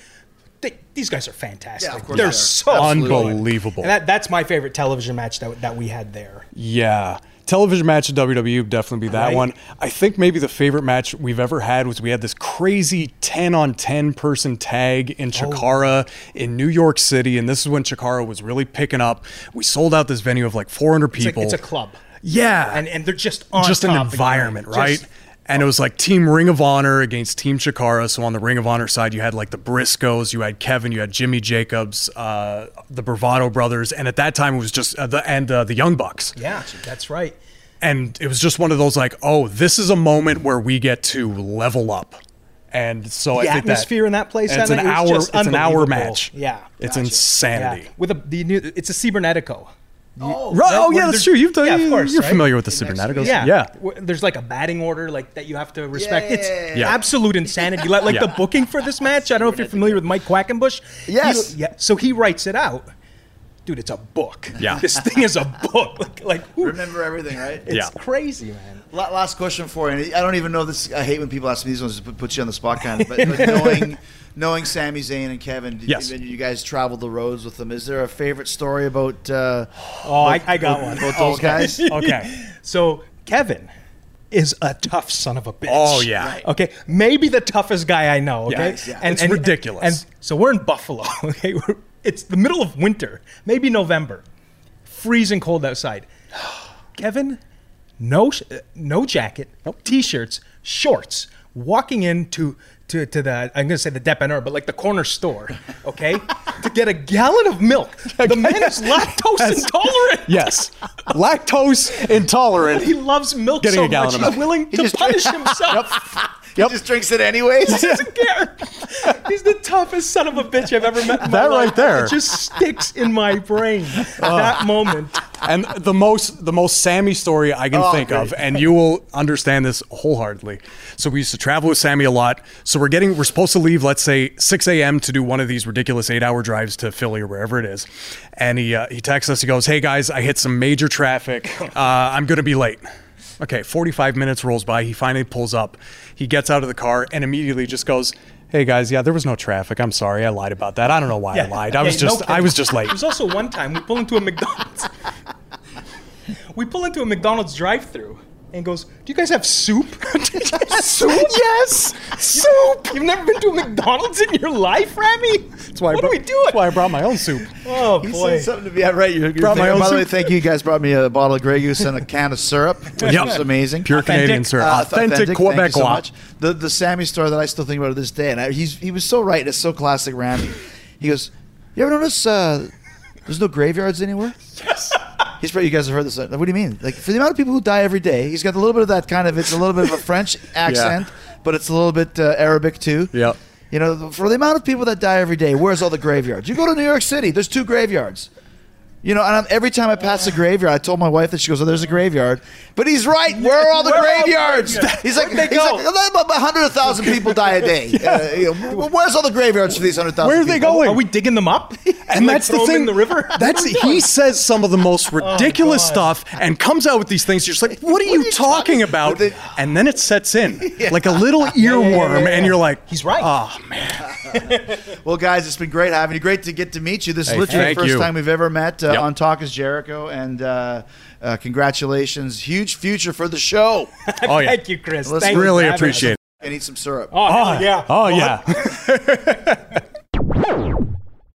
Speaker 2: They, these guys are fantastic.
Speaker 1: Yeah, of course
Speaker 2: They're
Speaker 1: they are.
Speaker 2: so
Speaker 1: Absolutely.
Speaker 3: Unbelievable.
Speaker 2: And that, that's my favorite television match that, that we had there.
Speaker 3: Yeah. Television match at WWE would definitely be that
Speaker 2: Right.
Speaker 3: one. I think maybe the favorite match we've ever had was we had this crazy 10 on 10 person tag in Chikara in New York City. And this is when Chikara was really picking up. We sold out this venue of like 400
Speaker 2: It's,
Speaker 3: people.
Speaker 2: like, it's a club,
Speaker 3: Yeah.
Speaker 2: and and they're just on
Speaker 3: just an
Speaker 2: top of you.
Speaker 3: environment, right?
Speaker 2: Just-
Speaker 3: and it was like Team Ring of Honor against Team Chikara. So on the Ring of Honor side, you had like the Briscoes, you had Kevin, you had Jimmy Jacobs, uh, the Bravado Brothers, and at that time it was just uh, the and uh, the Young Bucks.
Speaker 2: yeah, that's right.
Speaker 3: And it was just one of those like, oh, this is a moment where we get to level up. And so
Speaker 2: The
Speaker 3: I think
Speaker 2: atmosphere
Speaker 3: that,
Speaker 2: in that place.
Speaker 3: and It's
Speaker 2: that
Speaker 3: an
Speaker 2: night was
Speaker 3: hour. It's
Speaker 2: just
Speaker 3: an hour
Speaker 2: unbelievable.
Speaker 3: match.
Speaker 2: Yeah,
Speaker 3: it's
Speaker 2: Gotcha.
Speaker 3: insanity.
Speaker 2: Yeah. With a the new, it's a cibernetico.
Speaker 1: Oh,
Speaker 3: Right, oh
Speaker 2: where
Speaker 3: yeah, that's
Speaker 2: there's-
Speaker 3: true. You've done.
Speaker 2: yeah, of course,
Speaker 3: you're
Speaker 2: right?
Speaker 3: familiar with the
Speaker 1: It makes-
Speaker 3: Cyberneticals.
Speaker 2: Yeah.
Speaker 3: yeah.
Speaker 2: W- There's like a batting order like that you have to respect. It's
Speaker 1: Yeah.
Speaker 2: absolute insanity. Like, like
Speaker 3: Yeah.
Speaker 2: the booking for this match. I don't know if you're familiar with Mike Quackenbush. He-
Speaker 1: Yes.
Speaker 2: yeah. So he writes it out. Dude, it's a book.
Speaker 3: Yeah.
Speaker 2: This thing is a book. Like, like ooh,
Speaker 1: Remember everything, right?
Speaker 2: it's
Speaker 3: Yeah.
Speaker 2: crazy, man.
Speaker 1: La- Last question for you. and I don't even know this. I hate when people ask me these ones. It puts you on the spot, kind of. But, but knowing, knowing Sami Zayn and Kevin, did,
Speaker 3: Yes.
Speaker 1: when you guys traveled the roads with them, is there a favorite story about uh,
Speaker 2: Oh, I, I got one.
Speaker 1: about those guys?
Speaker 3: Okay.
Speaker 2: So Kevin is a tough son of a bitch.
Speaker 3: Oh, yeah. Right.
Speaker 2: Okay. Maybe the toughest guy I know. Okay.
Speaker 3: Yeah, yeah. It's ridiculous.
Speaker 2: And, so we're in Buffalo. Okay. We're, it's the middle of winter, maybe November, freezing cold outside. Kevin, no, sh- uh, no jacket, t-shirts, shorts, walking into to, to the I'm gonna say the depanneur, but like the corner store, okay, to get a gallon of milk. The man is lactose intolerant.
Speaker 3: Yes. Lactose intolerant.
Speaker 2: He loves milk
Speaker 3: Getting
Speaker 2: so
Speaker 3: a gallon
Speaker 2: much.
Speaker 3: of
Speaker 2: He's
Speaker 3: milk.
Speaker 2: willing to punish himself.
Speaker 3: Yep.
Speaker 4: He just drinks it anyways.
Speaker 2: He doesn't care. He's the toughest son of a bitch I've ever met. In my
Speaker 3: That
Speaker 2: life.
Speaker 3: right there.
Speaker 2: It just sticks in my brain. That moment.
Speaker 3: and the most the most Sammy story I
Speaker 2: Oh,
Speaker 3: can think of, and you will understand this wholeheartedly. So we used to travel with Sammy a lot. So we're getting we're supposed to leave, let's say 6 a.m. to do one of these ridiculous eight-hour drives to Philly or wherever it is. And he uh, he texts us. He goes, "Hey guys, I hit some major traffic. Uh, I'm gonna be late." Okay, 45 minutes rolls by. He finally pulls up. He gets out of the car and immediately just goes. Hey guys, yeah, there was no traffic. I'm sorry, I lied about that. I don't know why I lied. I
Speaker 2: Yeah,
Speaker 3: was
Speaker 2: no
Speaker 3: just, I
Speaker 2: kidding.
Speaker 3: was just late.
Speaker 2: There was also one time we pull into a McDonald's. we pull into a McDonald's drive-through and goes, "Do you guys have soup? soup?
Speaker 3: yes,
Speaker 2: Soup? You've never been to a McDonald's in your life, Rami? That's
Speaker 3: why I
Speaker 2: what
Speaker 3: brought-
Speaker 2: are we doing?
Speaker 3: That's why I brought my own soup.
Speaker 2: oh
Speaker 1: He
Speaker 2: boy.
Speaker 1: said something to me. Yeah, right. You're,
Speaker 3: Brought my own
Speaker 1: by the way,
Speaker 3: soup.
Speaker 1: thank you. You guys brought me a bottle of Grey Goose and a can of syrup, which
Speaker 3: Yep.
Speaker 1: was amazing.
Speaker 3: Pure Canadian, sir.
Speaker 1: Uh,
Speaker 3: authentic,
Speaker 1: Thank you
Speaker 3: Quebec
Speaker 1: so
Speaker 3: law.
Speaker 1: much. The the Sammy story that I still think about to this day, and I, he's he was so right. It's so classic Randy. He goes, "You ever notice uh, there's no graveyards anywhere?"
Speaker 2: Yes.
Speaker 1: He's probably you guys have heard this. Like, What do you mean? Like for the amount of people who die every day, he's got a little bit of that kind of. It's a little bit of a French accent, but it's a little bit uh, Arabic too.
Speaker 3: Yeah.
Speaker 1: You know, for the amount of people that die every day, where's all the graveyards? You go to New York City, there's two graveyards. You know, and I'm, every time I pass a graveyard, I told my wife that she goes, "Oh, there's a graveyard," but he's right. Where are all the
Speaker 2: Where are all the
Speaker 1: graveyards?
Speaker 2: graveyards?
Speaker 1: He's like, he's
Speaker 2: Where'd
Speaker 1: like,
Speaker 2: they go?
Speaker 1: about hundred thousand people die a day. Uh, you know, where's all the graveyards for these hundred thousand?
Speaker 3: Where are they going?
Speaker 2: Are we digging them up?
Speaker 3: and
Speaker 2: like,
Speaker 3: that's the
Speaker 2: throw 'em
Speaker 3: thing.
Speaker 2: In the river. Oh
Speaker 3: That's he says some of the most ridiculous
Speaker 2: God.
Speaker 3: stuff and comes out with these things. You're just like, what are you talking about?
Speaker 1: But they-
Speaker 3: and then it sets in like a little earworm, and you're like,
Speaker 2: He's right.
Speaker 3: Oh man,
Speaker 1: Well, guys, it's been great having you. Great to get to meet you. This is literally
Speaker 3: thank
Speaker 1: the first
Speaker 3: you.
Speaker 1: time we've ever met uh,
Speaker 3: Yep.
Speaker 1: on Talk is Jericho, and uh, uh, congratulations! Huge future for the show.
Speaker 3: oh yeah,
Speaker 2: Thank you, Chris.
Speaker 1: Let's
Speaker 2: Thank you
Speaker 3: really
Speaker 2: for having us.
Speaker 3: Oh, appreciate. it.
Speaker 1: I need some syrup.
Speaker 2: Oh, hell yeah.
Speaker 3: Oh yeah,